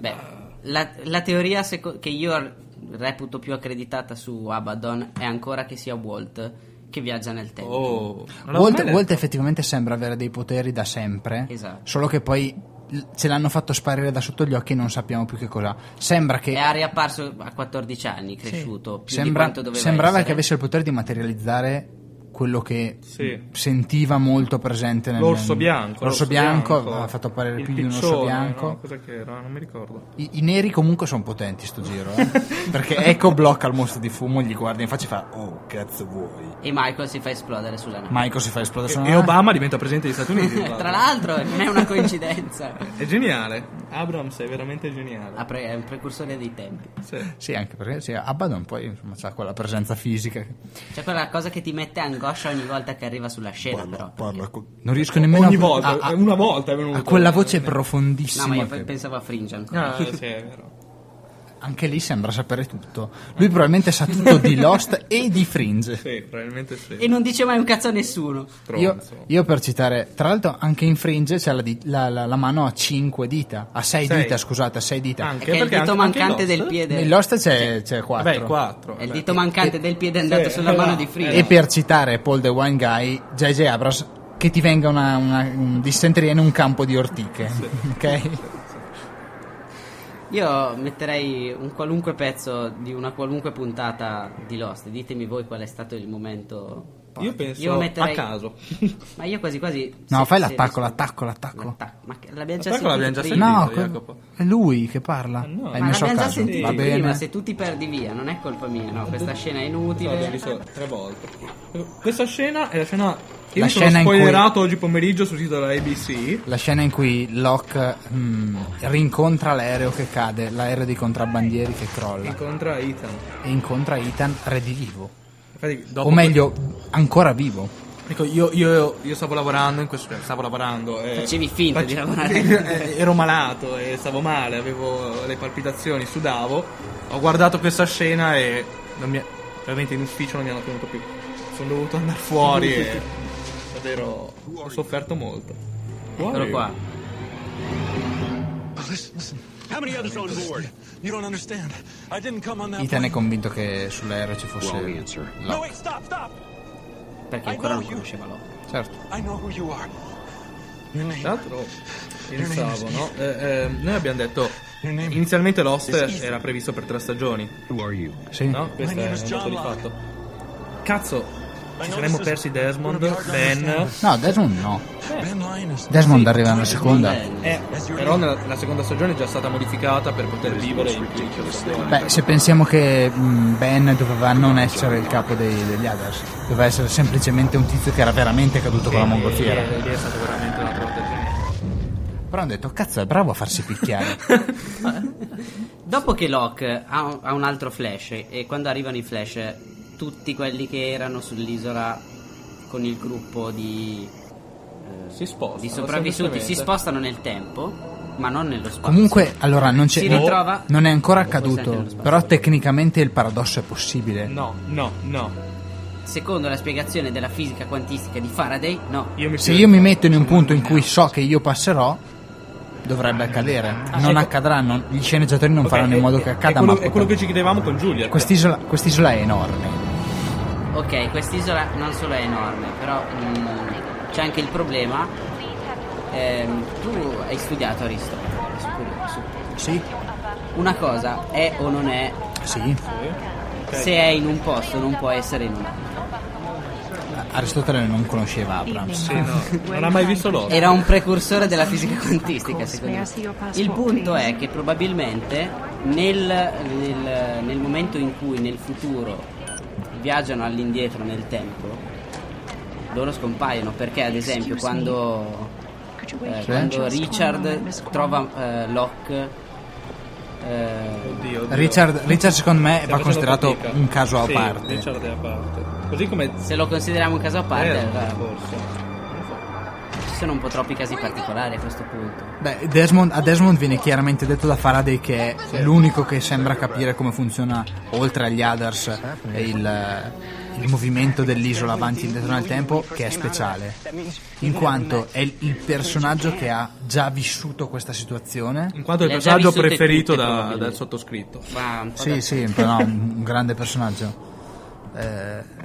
[SPEAKER 1] Beh, la, la teoria seco- che io ar- reputo più accreditata su Abaddon è ancora che sia Walt che viaggia nel tempo.
[SPEAKER 6] Oh, non l'avevo mai
[SPEAKER 2] Walt,
[SPEAKER 6] letto.
[SPEAKER 2] Walt effettivamente sembra avere dei poteri da sempre,
[SPEAKER 1] Esatto.
[SPEAKER 2] solo che poi l- ce l'hanno fatto sparire da sotto gli occhi e non sappiamo più che cosa. Sembra che...
[SPEAKER 1] È riapparso a 14 anni, cresciuto, più di
[SPEAKER 2] sembra-
[SPEAKER 1] quanto doveva
[SPEAKER 2] sembrava
[SPEAKER 1] essere.
[SPEAKER 2] che avesse il potere di materializzare quello che
[SPEAKER 6] Sì.
[SPEAKER 2] sentiva molto presente nel
[SPEAKER 6] L'orso
[SPEAKER 2] nel-
[SPEAKER 6] bianco.
[SPEAKER 2] L'orso bianco,
[SPEAKER 6] bianco.
[SPEAKER 2] ha fatto apparire
[SPEAKER 6] Il
[SPEAKER 2] più di un orso
[SPEAKER 6] piccione,
[SPEAKER 2] bianco.
[SPEAKER 6] no, cosa che era? Non mi ricordo.
[SPEAKER 2] I, i neri comunque sono potenti sto giro, eh. perché Echo blocca il mostro di fumo, gli guarda in faccia e fa "Oh, cazzo vuoi?".
[SPEAKER 1] E Michael si fa esplodere sulla nave.
[SPEAKER 2] Michael si fa esplodere sulla
[SPEAKER 6] E
[SPEAKER 2] nave.
[SPEAKER 6] Obama diventa presidente degli Stati Uniti.
[SPEAKER 1] Tra l'altro, non è una coincidenza.
[SPEAKER 6] È geniale. Abrams è veramente geniale.
[SPEAKER 1] Ah, pre- è un precursore dei tempi.
[SPEAKER 6] Sì.
[SPEAKER 2] Sì, anche perché sì, Abaddon poi insomma c'ha quella presenza fisica.
[SPEAKER 1] C'è Cioè, quella cosa che ti mette angoscia ogni volta che arriva sulla scena, però.
[SPEAKER 2] Non riesco nemmeno
[SPEAKER 6] Ogni
[SPEAKER 2] a,
[SPEAKER 6] volta,
[SPEAKER 2] a- a-
[SPEAKER 6] una volta è venuto.
[SPEAKER 2] a quella voce
[SPEAKER 1] No,
[SPEAKER 2] profondissima.
[SPEAKER 1] ma io
[SPEAKER 2] che-
[SPEAKER 1] pe- pensavo a Fringe ancora.
[SPEAKER 6] Ah, sì, è vero.
[SPEAKER 2] Anche lì sembra sapere tutto. Lui probabilmente sa tutto di Lost e di Fringe.
[SPEAKER 6] Sì, probabilmente sì.
[SPEAKER 1] E non dice mai un cazzo a nessuno.
[SPEAKER 2] Io,
[SPEAKER 6] Stronzo.
[SPEAKER 2] io per citare, tra l'altro anche in Fringe c'è la, di- la- la- la mano a 5 dita, a 6
[SPEAKER 6] Sei.
[SPEAKER 2] dita, scusate, a 6 dita.
[SPEAKER 6] Anche
[SPEAKER 1] Che è il
[SPEAKER 6] perché
[SPEAKER 1] dito
[SPEAKER 6] anche- anche
[SPEAKER 1] mancante
[SPEAKER 6] in
[SPEAKER 1] del
[SPEAKER 6] Lost-
[SPEAKER 1] piede.
[SPEAKER 2] In Lost c'è, c'è
[SPEAKER 6] Vabbè,
[SPEAKER 2] 4.
[SPEAKER 6] 4.
[SPEAKER 1] È il dito mancante del piede è andato
[SPEAKER 6] eh, Sì,
[SPEAKER 1] sulla
[SPEAKER 6] eh,
[SPEAKER 1] mano
[SPEAKER 6] no,
[SPEAKER 1] di Fringe.
[SPEAKER 2] e per citare Paul the Wine Guy, JJ Abrams, che ti venga una, una- un dissenteria in un campo di ortiche. Ok?
[SPEAKER 1] Io metterei un qualunque pezzo di una qualunque puntata di Lost. Ditemi voi qual è stato il momento.
[SPEAKER 6] Io penso a caso.
[SPEAKER 1] Ma io quasi quasi.
[SPEAKER 2] No,
[SPEAKER 1] se- se
[SPEAKER 2] fai
[SPEAKER 1] rispondo-
[SPEAKER 2] l'attacco, l'attacco, l'attacco.
[SPEAKER 1] L'attacco. Ma che- l'abbiamo già sentito.
[SPEAKER 6] L'attacco l'abbiamo già
[SPEAKER 1] prima.
[SPEAKER 6] sentito.
[SPEAKER 2] No,
[SPEAKER 6] Dito,
[SPEAKER 2] co-
[SPEAKER 6] Jacopo.
[SPEAKER 2] è lui che parla.
[SPEAKER 6] Ah, no.
[SPEAKER 2] Hai
[SPEAKER 1] Ma
[SPEAKER 2] messo a
[SPEAKER 1] l'abbiamo già
[SPEAKER 2] caso.
[SPEAKER 1] sentito
[SPEAKER 2] Va bene.
[SPEAKER 1] prima. Se tu ti perdi via, non è colpa mia, no? Questa scena è
[SPEAKER 6] L'abbiamo
[SPEAKER 1] inutile.
[SPEAKER 6] visto tre volte. Questa scena è la scena che
[SPEAKER 2] La
[SPEAKER 6] io mi sono
[SPEAKER 2] scena in cui-
[SPEAKER 6] spoilerato oggi pomeriggio sul sito della ABC.
[SPEAKER 2] La scena in cui Locke mm, rincontra l'aereo che cade, l'aereo dei contrabbandieri che crolla
[SPEAKER 6] Incontra Ethan.
[SPEAKER 2] e incontra Ethan redilivo.
[SPEAKER 6] Infatti, dopo
[SPEAKER 2] O meglio, ancora vivo.
[SPEAKER 6] Ecco, io, io- io stavo lavorando in questo. Stavo lavorando. e-
[SPEAKER 1] Facevi finta di lavorare.
[SPEAKER 6] Eh, Ero malato e stavo male, avevo le palpitazioni, sudavo. Ho guardato questa scena e. non mi- veramente in ufficio non mi hanno tenuto più. Sono dovuto andare fuori e. Davvero. Ho sofferto molto.
[SPEAKER 1] Eccolo qua.
[SPEAKER 7] How many others on board? You don't understand. I didn't come on that
[SPEAKER 2] Ethan è
[SPEAKER 7] plane.
[SPEAKER 2] convinto che sull'aereo ci fosse
[SPEAKER 8] Wrong answer.
[SPEAKER 7] No,
[SPEAKER 2] Locke.
[SPEAKER 7] wait, stop, stop.
[SPEAKER 1] Perché ancora non conosceva Lost.
[SPEAKER 2] Certo.
[SPEAKER 7] I know who you are. Your name.
[SPEAKER 6] Tra l'altro, pensavo, no? Eh, eh, noi abbiamo detto. Inizialmente Lost era previsto per tre stagioni,
[SPEAKER 8] Who are you?
[SPEAKER 2] Sì.
[SPEAKER 6] no? Questo è
[SPEAKER 7] name
[SPEAKER 6] un
[SPEAKER 7] is
[SPEAKER 6] dato
[SPEAKER 7] John
[SPEAKER 6] di
[SPEAKER 7] Locke.
[SPEAKER 6] fatto. Cazzo, ci saremmo persi Desmond, Ben.
[SPEAKER 7] Ben.
[SPEAKER 2] No, Desmond no.
[SPEAKER 7] Ben Linus.
[SPEAKER 2] Desmond arriva nella seconda.
[SPEAKER 6] Eh, però nella, la seconda stagione è già stata modificata per poter vivere in più.
[SPEAKER 2] Beh, se pensiamo che mm, Ben doveva non essere il capo dei- degli Others, doveva essere semplicemente un tizio che era veramente caduto con la mongolfiera.
[SPEAKER 6] Lì è stata veramente una protezione.
[SPEAKER 2] Però hanno detto, cazzo, è bravo a farsi picchiare.
[SPEAKER 1] Dopo che Locke ha un, ha un altro flash e quando arrivano i flash tutti quelli che erano sull'isola con il gruppo di, eh,
[SPEAKER 6] Si spostano,
[SPEAKER 1] di sopravvissuti si
[SPEAKER 6] semplicemente.
[SPEAKER 1] spostano nel tempo ma non nello spazio.
[SPEAKER 2] Comunque, allora, non, c'è,
[SPEAKER 1] Si
[SPEAKER 2] non-
[SPEAKER 1] ritrova-
[SPEAKER 2] non è ancora
[SPEAKER 1] Forse anche nello
[SPEAKER 2] accaduto.
[SPEAKER 1] spazio.
[SPEAKER 2] Però tecnicamente il paradosso è possibile.
[SPEAKER 6] No, no, no.
[SPEAKER 1] Secondo la spiegazione della fisica quantistica di Faraday, no.
[SPEAKER 6] Io mi
[SPEAKER 2] Se io mi metto in un punto in cui so che io passerò,
[SPEAKER 6] Ah,
[SPEAKER 2] dovrebbe accadere.
[SPEAKER 6] Ecco.
[SPEAKER 2] Non accadrà, non- gli sceneggiatori non faranno in modo che
[SPEAKER 6] eh, È
[SPEAKER 2] accada,
[SPEAKER 6] quello,
[SPEAKER 2] ma
[SPEAKER 6] è quello che ci chiedevamo con Giulia.
[SPEAKER 2] quest'isola, quest'isola è enorme.
[SPEAKER 1] Ok, quest'isola non solo è enorme, però mm, c'è anche il problema. ehm, tu hai studiato Aristo, sicuro, su-
[SPEAKER 2] Sì,
[SPEAKER 1] Una cosa è o non è,
[SPEAKER 2] sì.
[SPEAKER 1] se è in un posto non può essere in un altro.
[SPEAKER 2] Aristotele non conosceva Abrams.
[SPEAKER 6] Sì, no, non ha mai visto loro.
[SPEAKER 1] Era un precursore della fisica quantistica, secondo me. Il punto è che probabilmente nel, nel- nel momento in cui nel futuro viaggiano all'indietro nel tempo, loro scompaiono perché ad esempio quando Eh, quando Richard trova eh, Locke eh,
[SPEAKER 6] Oddio, oddio.
[SPEAKER 2] Richard, Richard, secondo me
[SPEAKER 6] Stiamo
[SPEAKER 2] va
[SPEAKER 6] facendo
[SPEAKER 2] considerato
[SPEAKER 6] fatica.
[SPEAKER 2] un caso a
[SPEAKER 6] Sì,
[SPEAKER 2] parte.
[SPEAKER 6] Richard è a parte. Così come
[SPEAKER 1] se lo consideriamo un caso a parte
[SPEAKER 6] Desmond,
[SPEAKER 1] allora,
[SPEAKER 6] forse.
[SPEAKER 1] ci sono un po' troppi casi particolari a questo punto
[SPEAKER 2] Beh, Desmond- a Desmond viene chiaramente detto da Faraday che è l'unico che sembra capire come funziona, oltre agli others, il, il movimento dell'isola avanti e indietro nel tempo, che è speciale. In quanto è il- il personaggio che ha già vissuto questa situazione.
[SPEAKER 6] In quanto è il
[SPEAKER 1] Le ha già
[SPEAKER 6] personaggio
[SPEAKER 1] vissute
[SPEAKER 6] preferito
[SPEAKER 1] tutte,
[SPEAKER 6] da-
[SPEAKER 1] probabilmente.
[SPEAKER 6] dal sottoscritto.
[SPEAKER 1] ma un po' da-
[SPEAKER 2] Sì, sì, però no, un un grande personaggio. Eh,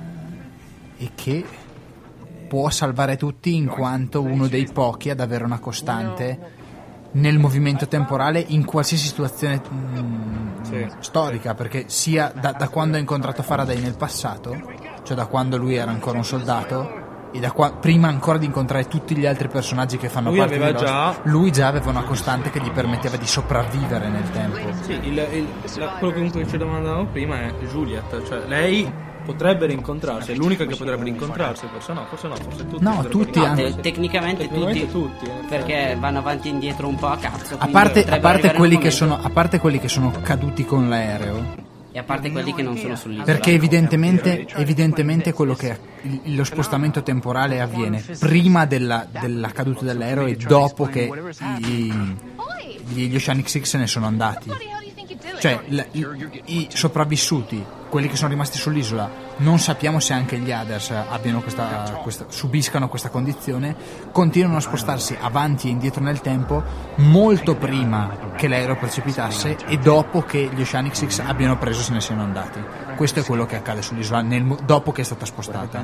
[SPEAKER 2] e che può salvare tutti in quanto uno dei pochi ad avere una costante nel movimento temporale in qualsiasi situazione mm,
[SPEAKER 6] Sì.
[SPEAKER 2] storica, perché sia da, da quando ha incontrato Faraday nel passato, cioè da quando lui era ancora un soldato, e da qua- prima ancora di incontrare tutti gli altri personaggi che fanno
[SPEAKER 6] Lui
[SPEAKER 2] parte
[SPEAKER 6] aveva
[SPEAKER 2] di Lost,
[SPEAKER 6] già-
[SPEAKER 2] lui già aveva una costante che gli permetteva di sopravvivere nel tempo.
[SPEAKER 6] Sì, il- il- la- quello che comunque ci domandavamo prima è Juliet, cioè lei potrebbe rincontrarsi, è l'unica che potrebbe rincontrarsi, forse no, forse no, forse tutti.
[SPEAKER 2] No,
[SPEAKER 6] potrebbero
[SPEAKER 2] tutti
[SPEAKER 6] rincontrarsi.
[SPEAKER 2] hanno-
[SPEAKER 1] te- Eh, tecnicamente tutti,
[SPEAKER 6] Tecnicamente tutti, eh.
[SPEAKER 1] perché vanno avanti e indietro un po' a cazzo
[SPEAKER 2] A
[SPEAKER 1] quindi
[SPEAKER 2] parte,
[SPEAKER 1] potrebbe
[SPEAKER 2] a parte
[SPEAKER 1] arrivare un
[SPEAKER 2] quelli che
[SPEAKER 1] momento-
[SPEAKER 2] sono, a parte quelli che sono caduti con l'aereo,
[SPEAKER 1] e a parte quelli che non sono sull'isola
[SPEAKER 2] perché evidentemente, evidentemente quello che, il- lo spostamento temporale avviene prima della, della caduta dell'aereo e dopo che i- gli, gli Oceanic Six se ne sono andati. Cioè, l- i, i sopravvissuti, quelli che sono rimasti sull'isola, non sappiamo se anche gli others abbiano questa, questa- subiscano questa condizione, continuano a spostarsi avanti e indietro nel tempo molto prima che l'aereo precipitasse e dopo che gli Oceanic Six abbiano preso e se ne siano andati. Questo è quello che accade sull'isola nel mo- dopo che è stata spostata.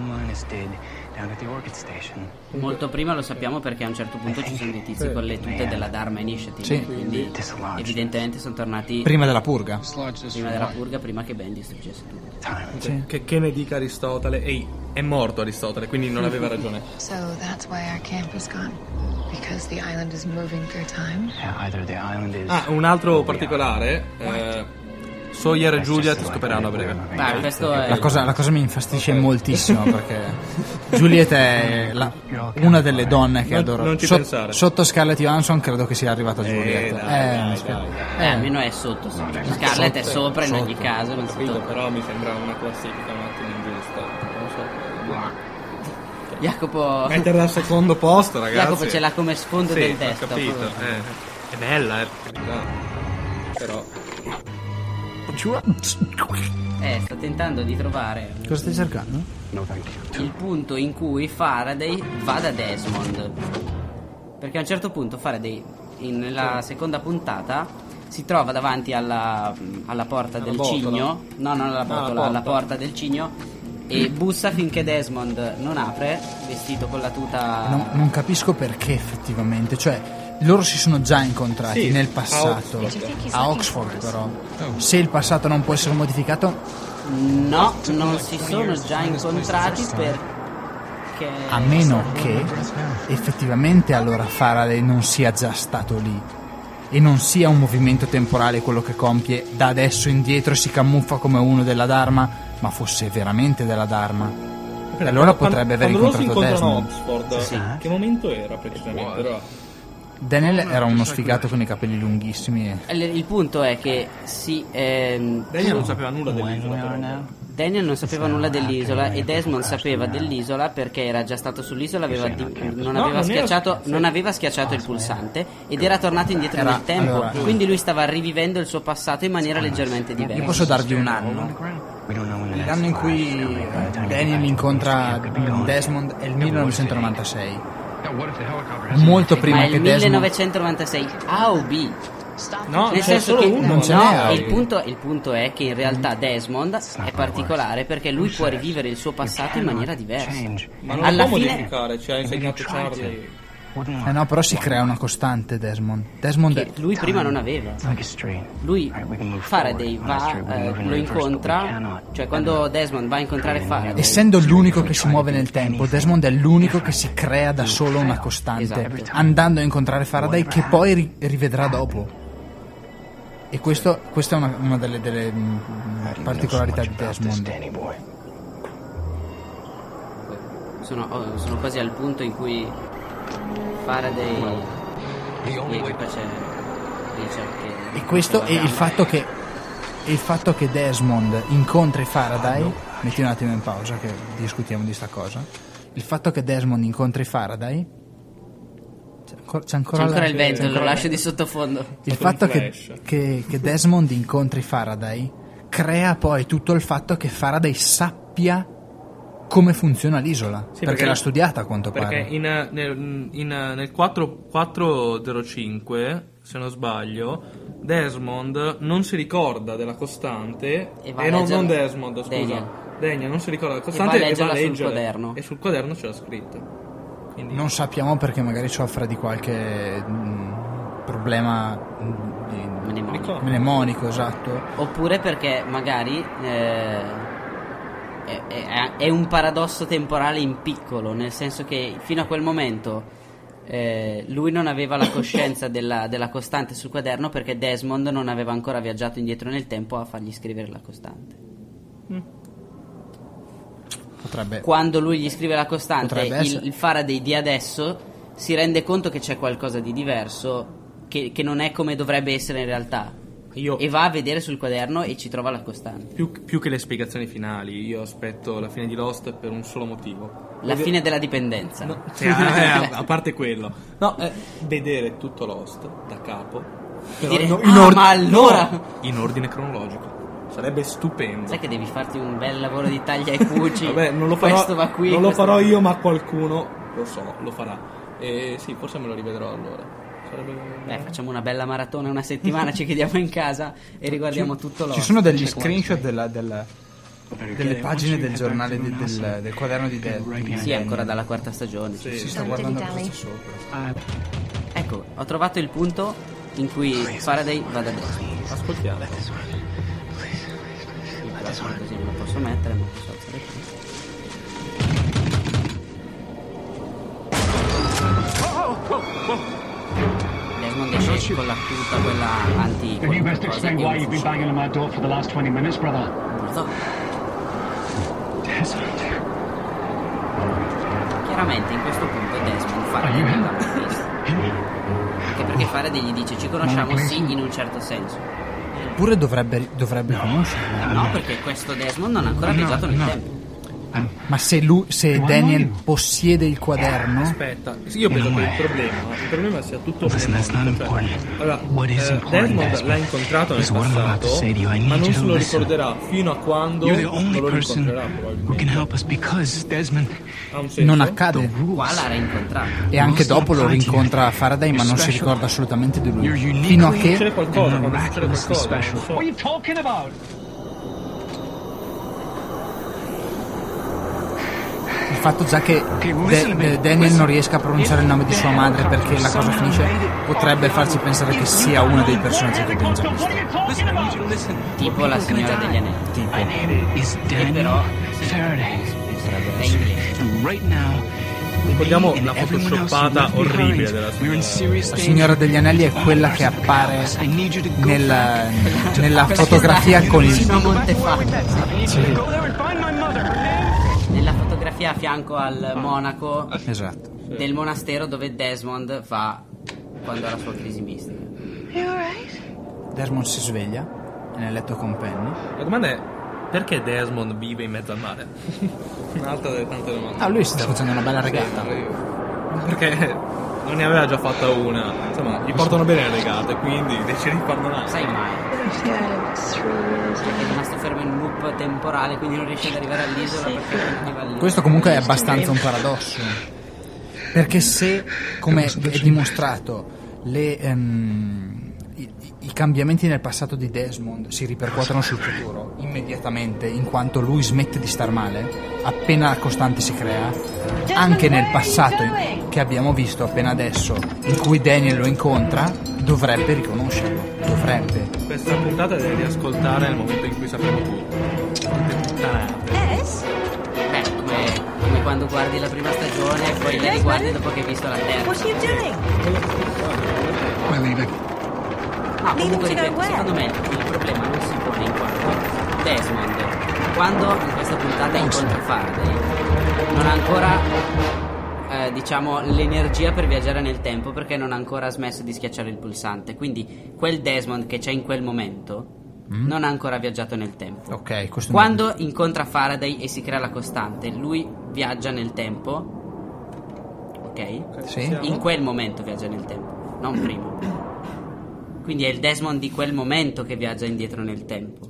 [SPEAKER 1] molto prima lo sappiamo perché a un certo punto ci sono dei tizi con le tute della Dharma Initiative
[SPEAKER 2] Sì.
[SPEAKER 1] quindi evidentemente sono tornati
[SPEAKER 2] Prima della purga.
[SPEAKER 1] prima della purga prima che Ben distruggesse tutto
[SPEAKER 6] Che, che ne dica Aristotele? Ehi, è morto Aristotele, quindi non aveva ragione.
[SPEAKER 9] So that's why our camp is gone. Because the island is moving through time.
[SPEAKER 6] Ah, un altro particolare, eh, Sawyer e Juliet scopriranno a breve.
[SPEAKER 8] certo,
[SPEAKER 1] Beh, questo è
[SPEAKER 2] La cosa, la cosa mi infastidisce moltissimo perché Juliet è la- una delle donne che
[SPEAKER 6] Non-
[SPEAKER 2] adoro.
[SPEAKER 6] non ci
[SPEAKER 2] Sot-
[SPEAKER 6] pensare.
[SPEAKER 2] Sotto Scarlett Johansson credo che sia arrivata Juliet.
[SPEAKER 6] dai,
[SPEAKER 2] Eh,
[SPEAKER 6] dai,
[SPEAKER 2] mi spi-
[SPEAKER 6] dai.
[SPEAKER 1] Eh, almeno è sotto. sì. Scarlett è sopra in ogni caso. Non si
[SPEAKER 6] Capito,
[SPEAKER 1] tocca.
[SPEAKER 6] però mi sembra una classifica un attimo ingiusta. Non so.
[SPEAKER 1] Jacopo,
[SPEAKER 6] Metterla al secondo posto, ragazzi.
[SPEAKER 1] Jacopo ce l'ha come sfondo
[SPEAKER 6] Sì,
[SPEAKER 1] del
[SPEAKER 6] ho
[SPEAKER 1] testo.
[SPEAKER 6] capito.
[SPEAKER 1] proprio.
[SPEAKER 6] eh. È bella, eh. per carità. Però
[SPEAKER 1] Eh, sta tentando di trovare
[SPEAKER 2] Cosa stai cercando?
[SPEAKER 1] il punto in cui Faraday va da Desmond. Perché a un certo punto Faraday, in- nella seconda puntata, si trova davanti alla, alla porta del
[SPEAKER 6] botola.
[SPEAKER 1] cigno. No, non alla
[SPEAKER 6] alla
[SPEAKER 1] botola, alla porta del cigno. E bussa finché Desmond non apre, vestito con la tuta.
[SPEAKER 2] Non, non capisco perché effettivamente, cioè loro si sono già incontrati
[SPEAKER 6] Sì,
[SPEAKER 2] nel
[SPEAKER 6] a
[SPEAKER 2] passato
[SPEAKER 6] Oxford. Oh.
[SPEAKER 2] a Oxford però. Se il passato non può essere modificato,
[SPEAKER 1] No, non si sono già incontrati perché...
[SPEAKER 2] a meno che effettivamente allora Faraday non sia già stato lì e non sia un movimento temporale quello che compie da adesso indietro e si camuffa come uno della Dharma, ma fosse veramente della Dharma. E allora potrebbe aver
[SPEAKER 6] quando loro si
[SPEAKER 2] incontrato
[SPEAKER 6] incontrano a
[SPEAKER 2] Desmond.
[SPEAKER 6] Oxford, eh, che momento era precisamente? Però,
[SPEAKER 2] Daniel era uno sfigato con i capelli lunghissimi e
[SPEAKER 1] Il il punto è che sì, ehm,
[SPEAKER 6] Daniel non sapeva nulla dell'isola. Però.
[SPEAKER 1] Daniel non sapeva nulla dell'isola e Desmond
[SPEAKER 2] eh.
[SPEAKER 1] sapeva dell'isola perché era già stato sull'isola, aveva di- non,
[SPEAKER 6] No, non
[SPEAKER 1] aveva
[SPEAKER 6] era-
[SPEAKER 1] schiacciato, non aveva schiacciato il pulsante ed era tornato indietro
[SPEAKER 2] Era-
[SPEAKER 1] nel tempo,
[SPEAKER 2] allora-
[SPEAKER 1] quindi lui stava rivivendo il suo passato in maniera leggermente
[SPEAKER 2] Io
[SPEAKER 1] diversa.
[SPEAKER 2] posso darvi un anno. L'anno in cui eh, Daniel incontra Desmond è il 1996. Molto prima
[SPEAKER 1] Ma è
[SPEAKER 2] che
[SPEAKER 1] il
[SPEAKER 2] Desmond.
[SPEAKER 1] 1996, A o B?
[SPEAKER 9] Stop
[SPEAKER 6] No,
[SPEAKER 9] the
[SPEAKER 1] Nel
[SPEAKER 6] c'è
[SPEAKER 9] dragon.
[SPEAKER 1] senso
[SPEAKER 6] solo
[SPEAKER 1] che
[SPEAKER 6] uno,
[SPEAKER 1] no,
[SPEAKER 2] non ce n'è. Mm.
[SPEAKER 1] il, punto, il punto è che in realtà Desmond è particolare perché lui può rivivere il suo passato in maniera diversa.
[SPEAKER 6] Ma non
[SPEAKER 1] Alla
[SPEAKER 6] lo può
[SPEAKER 1] fine,
[SPEAKER 6] modificare, ci ha insegnato Charlie.
[SPEAKER 2] Eh no, però si crea una costante Desmond. Desmond
[SPEAKER 1] che
[SPEAKER 2] è...
[SPEAKER 1] lui prima non aveva. Lui Faraday va, eh, lo incontra, cioè quando Desmond va a incontrare Faraday,
[SPEAKER 2] Essendo l'unico che si muove nel tempo, Desmond è l'unico che si crea da solo una costante,
[SPEAKER 1] Esatto.
[SPEAKER 2] andando a incontrare Faraday che poi ri- rivedrà dopo. E questo, questa è una, una delle, delle, mm, particolarità di Desmond.
[SPEAKER 1] sono, oh, sono quasi al punto in cui Faraday e equipa c'è Richard che...
[SPEAKER 2] E questo e il fatto che e il fatto che Desmond incontri Faraday, metti un attimo in pausa che discutiamo di sta cosa. Il fatto che Desmond incontri Faraday c'è ancora, c'è ancora
[SPEAKER 1] C'è ancora
[SPEAKER 2] la-
[SPEAKER 1] il vento, lo lascio di sottofondo.
[SPEAKER 2] Il
[SPEAKER 6] Fatto un
[SPEAKER 2] fatto che,
[SPEAKER 6] flash.
[SPEAKER 2] che- che Desmond incontri Faraday crea poi tutto il fatto che Faraday sappia come funziona l'isola.
[SPEAKER 6] Sì,
[SPEAKER 2] perché, l'ha studiata a quanto
[SPEAKER 6] perché
[SPEAKER 2] pare.
[SPEAKER 6] in- nel, in- nel 4, 405, se non sbaglio, Desmond non si ricorda della costante.
[SPEAKER 1] E
[SPEAKER 6] E,
[SPEAKER 1] va a
[SPEAKER 6] non,
[SPEAKER 1] leggerla.
[SPEAKER 6] non Desmond, scusa.
[SPEAKER 1] Daniel.
[SPEAKER 6] Daniel. non si ricorda della
[SPEAKER 1] va a
[SPEAKER 6] costante e va
[SPEAKER 1] leggerla
[SPEAKER 6] a
[SPEAKER 1] sul
[SPEAKER 6] leggere.
[SPEAKER 1] quaderno.
[SPEAKER 6] E sul quaderno c'era scritto. Quindi-
[SPEAKER 2] Non sappiamo perché magari soffra di qualche mh, problema mh, di-
[SPEAKER 1] Mnemonico.
[SPEAKER 2] mnemonico, esatto.
[SPEAKER 1] Oppure perché magari eh, è, è- è un paradosso temporale in piccolo, nel senso che fino a quel momento eh, lui non aveva la coscienza della, della costante sul quaderno perché Desmond non aveva ancora viaggiato indietro nel tempo a fargli scrivere la costante.
[SPEAKER 2] Potrebbe
[SPEAKER 1] Quando lui gli scrive la costante,
[SPEAKER 2] Potrebbe
[SPEAKER 1] il,
[SPEAKER 2] essere.
[SPEAKER 1] il Faraday di adesso si rende conto che c'è qualcosa di diverso, che, che non è come dovrebbe essere in realtà.
[SPEAKER 6] Io-
[SPEAKER 1] E va a vedere sul quaderno e ci trova la costante.
[SPEAKER 6] Più, più che le spiegazioni finali, io aspetto la fine di Lost per un solo motivo.
[SPEAKER 1] La fine della dipendenza. ah,
[SPEAKER 6] No, cioè, a, a- a parte quello, no, eh, vedere tutto Lost da capo però
[SPEAKER 1] Dire,
[SPEAKER 6] in,
[SPEAKER 1] "Ah,
[SPEAKER 6] ord-
[SPEAKER 1] ma allora!"
[SPEAKER 6] no, in ordine cronologico sarebbe stupendo.
[SPEAKER 1] Sai che devi farti un bel lavoro di taglia e cuci.
[SPEAKER 6] Vabbè, non lo farò,
[SPEAKER 1] Questo va qui.
[SPEAKER 6] non lo
[SPEAKER 1] questo-
[SPEAKER 6] farò io, ma qualcuno lo so, lo farà. E sì, forse me lo rivedrò allora. Sarebbe-
[SPEAKER 1] Beh, facciamo una bella maratona, una settimana, ci chiediamo in casa e riguardiamo tutto l'oro.
[SPEAKER 2] Ci sono degli screenshot della- della- delle pagine del giornale di- del, del quaderno di Desmond.
[SPEAKER 1] Sì, ancora dalla quarta stagione.
[SPEAKER 2] Si sta guardando cosa c'è sopra.
[SPEAKER 1] Ecco, ho trovato il punto in cui Faraday va da destra.
[SPEAKER 6] Ascoltiamo.
[SPEAKER 1] Il microfono così non lo posso mettere, ma posso alzare qui. Desmond esce con la tuta quella anti
[SPEAKER 10] Then you best
[SPEAKER 1] cosa
[SPEAKER 10] explain
[SPEAKER 1] e
[SPEAKER 10] why
[SPEAKER 1] un
[SPEAKER 10] you've been
[SPEAKER 1] fucile.
[SPEAKER 10] banging on my door for the last 20 minutes, brother.
[SPEAKER 1] Non so.
[SPEAKER 10] Desert.
[SPEAKER 1] Chiaramente in questo punto Desmond fa
[SPEAKER 10] Are you him?
[SPEAKER 1] Anche perché Faraday gli dice ci conosciamo sì in un certo senso.
[SPEAKER 2] Eppure dovrebbe, dovrebbe conoscerlo.
[SPEAKER 1] No, perché questo Desmond non ha ancora viaggiato nel tempo.
[SPEAKER 2] Ma se, lui, se
[SPEAKER 10] Ma
[SPEAKER 2] Daniel
[SPEAKER 10] no.
[SPEAKER 2] possiede il quaderno,
[SPEAKER 6] Aspetta, io penso che il problema, il problema sia tutto mnemonico, cioè, allora,
[SPEAKER 10] What is
[SPEAKER 6] eh,
[SPEAKER 10] important,
[SPEAKER 6] Desmond
[SPEAKER 10] Desmond,
[SPEAKER 6] l'ha incontrato nel
[SPEAKER 10] is what I'm about
[SPEAKER 6] passato,
[SPEAKER 10] to say to you. I need
[SPEAKER 6] ma non
[SPEAKER 10] you to
[SPEAKER 6] se lo
[SPEAKER 10] listen.
[SPEAKER 6] ricorderà fino a quando
[SPEAKER 10] You're the
[SPEAKER 6] non
[SPEAKER 10] only
[SPEAKER 6] lo
[SPEAKER 10] person
[SPEAKER 6] ricorderà
[SPEAKER 10] who can
[SPEAKER 6] probabilmente.
[SPEAKER 10] help us because, Desmond,
[SPEAKER 6] Ha un senso?
[SPEAKER 2] non
[SPEAKER 10] the
[SPEAKER 2] accade.
[SPEAKER 10] rules.
[SPEAKER 1] Qua l'ha rincontrato.
[SPEAKER 2] E anche dopo lo rincontra Faraday, ma non si ricorda assolutamente di lui. Fino a
[SPEAKER 6] Succede
[SPEAKER 2] che.
[SPEAKER 6] qualcosa, quando succede
[SPEAKER 10] Miraculously
[SPEAKER 6] qualcosa, non
[SPEAKER 10] special.
[SPEAKER 6] so.
[SPEAKER 10] What are you talking about?
[SPEAKER 2] Il fatto già che De-
[SPEAKER 10] listen to me.
[SPEAKER 2] De- Daniel non riesca a pronunciare il nome di sua madre perché la cosa finisce, potrebbe farci pensare che sia uno dei personaggi che abbiamo già visto.
[SPEAKER 10] What are you talking about? Listen,
[SPEAKER 1] Tipo la signora degli anelli.
[SPEAKER 10] My name is Daniel Faraday.
[SPEAKER 1] È inglese.
[SPEAKER 10] And right now,
[SPEAKER 6] Ricordiamo
[SPEAKER 10] me and
[SPEAKER 6] la
[SPEAKER 10] everyone else
[SPEAKER 6] photoshoppata
[SPEAKER 10] left behind,
[SPEAKER 6] orribile della
[SPEAKER 10] we're in
[SPEAKER 6] signora.
[SPEAKER 10] serious
[SPEAKER 2] La signora degli anelli è quella che appare nella, nella fotografia con
[SPEAKER 1] Vicino a
[SPEAKER 2] il.
[SPEAKER 1] Montefatto.
[SPEAKER 10] Go there and find my mother.
[SPEAKER 1] Nella fotografia a fianco al monaco
[SPEAKER 10] Ah,
[SPEAKER 2] Esatto.
[SPEAKER 1] del monastero dove Desmond va quando ha la sua crisi mistica.
[SPEAKER 9] You alright?
[SPEAKER 2] Desmond si sveglia, è nel letto con Penny.
[SPEAKER 6] La domanda è, perché Desmond vive in mezzo al mare? Un'altra delle tante domande.
[SPEAKER 2] Ah, lui si sta facendo una bella regata.
[SPEAKER 6] Ah, Perché non ne aveva già fatta una, insomma, gli portano bene le regate, quindi decide di farne un'altra.
[SPEAKER 1] Sai mai?
[SPEAKER 9] I've got it. It's eh, three years
[SPEAKER 1] È
[SPEAKER 9] now.
[SPEAKER 1] rimasto fermo in un loop temporale, quindi non riesce ad arrivare all'isola perché non arriva all'isola.
[SPEAKER 2] Questo comunque è abbastanza un paradosso. Perché se, come è dimostrato, le, ehm, i- i- i cambiamenti nel passato di Desmond si ripercuotono sul futuro immediatamente, in quanto lui smette di star male appena la costante si crea, anche nel passato che abbiamo visto appena adesso, in cui Daniel lo incontra, dovrebbe riconoscerlo, dovrebbe.
[SPEAKER 6] Questa puntata devi riascoltare nel momento in cui sapremo tutto. Tutte puttanate.
[SPEAKER 1] Beh, come, come quando guardi la prima stagione
[SPEAKER 9] Eh,
[SPEAKER 1] e poi la riguardi dopo che hai visto la terza.
[SPEAKER 3] What are you doing?
[SPEAKER 7] We're leaving.
[SPEAKER 1] No,
[SPEAKER 3] Leave him
[SPEAKER 1] comunque
[SPEAKER 3] to
[SPEAKER 1] ripeto,
[SPEAKER 3] go where?
[SPEAKER 1] secondo me il problema non si pone in quanto Desmond, quando in questa puntata incontra Faraday, non ha ancora, eh, diciamo, l'energia per viaggiare nel tempo perché non ha ancora smesso di schiacciare il pulsante. Quindi quel Desmond che c'è in quel momento non ha ancora viaggiato nel tempo.
[SPEAKER 2] Ok, questo
[SPEAKER 1] Quando incontra Faraday e si crea la costante, lui viaggia nel tempo. Ok?
[SPEAKER 2] Sì?
[SPEAKER 1] In quel momento viaggia nel tempo, non prima. Quindi è il Desmond di quel momento che viaggia indietro nel tempo.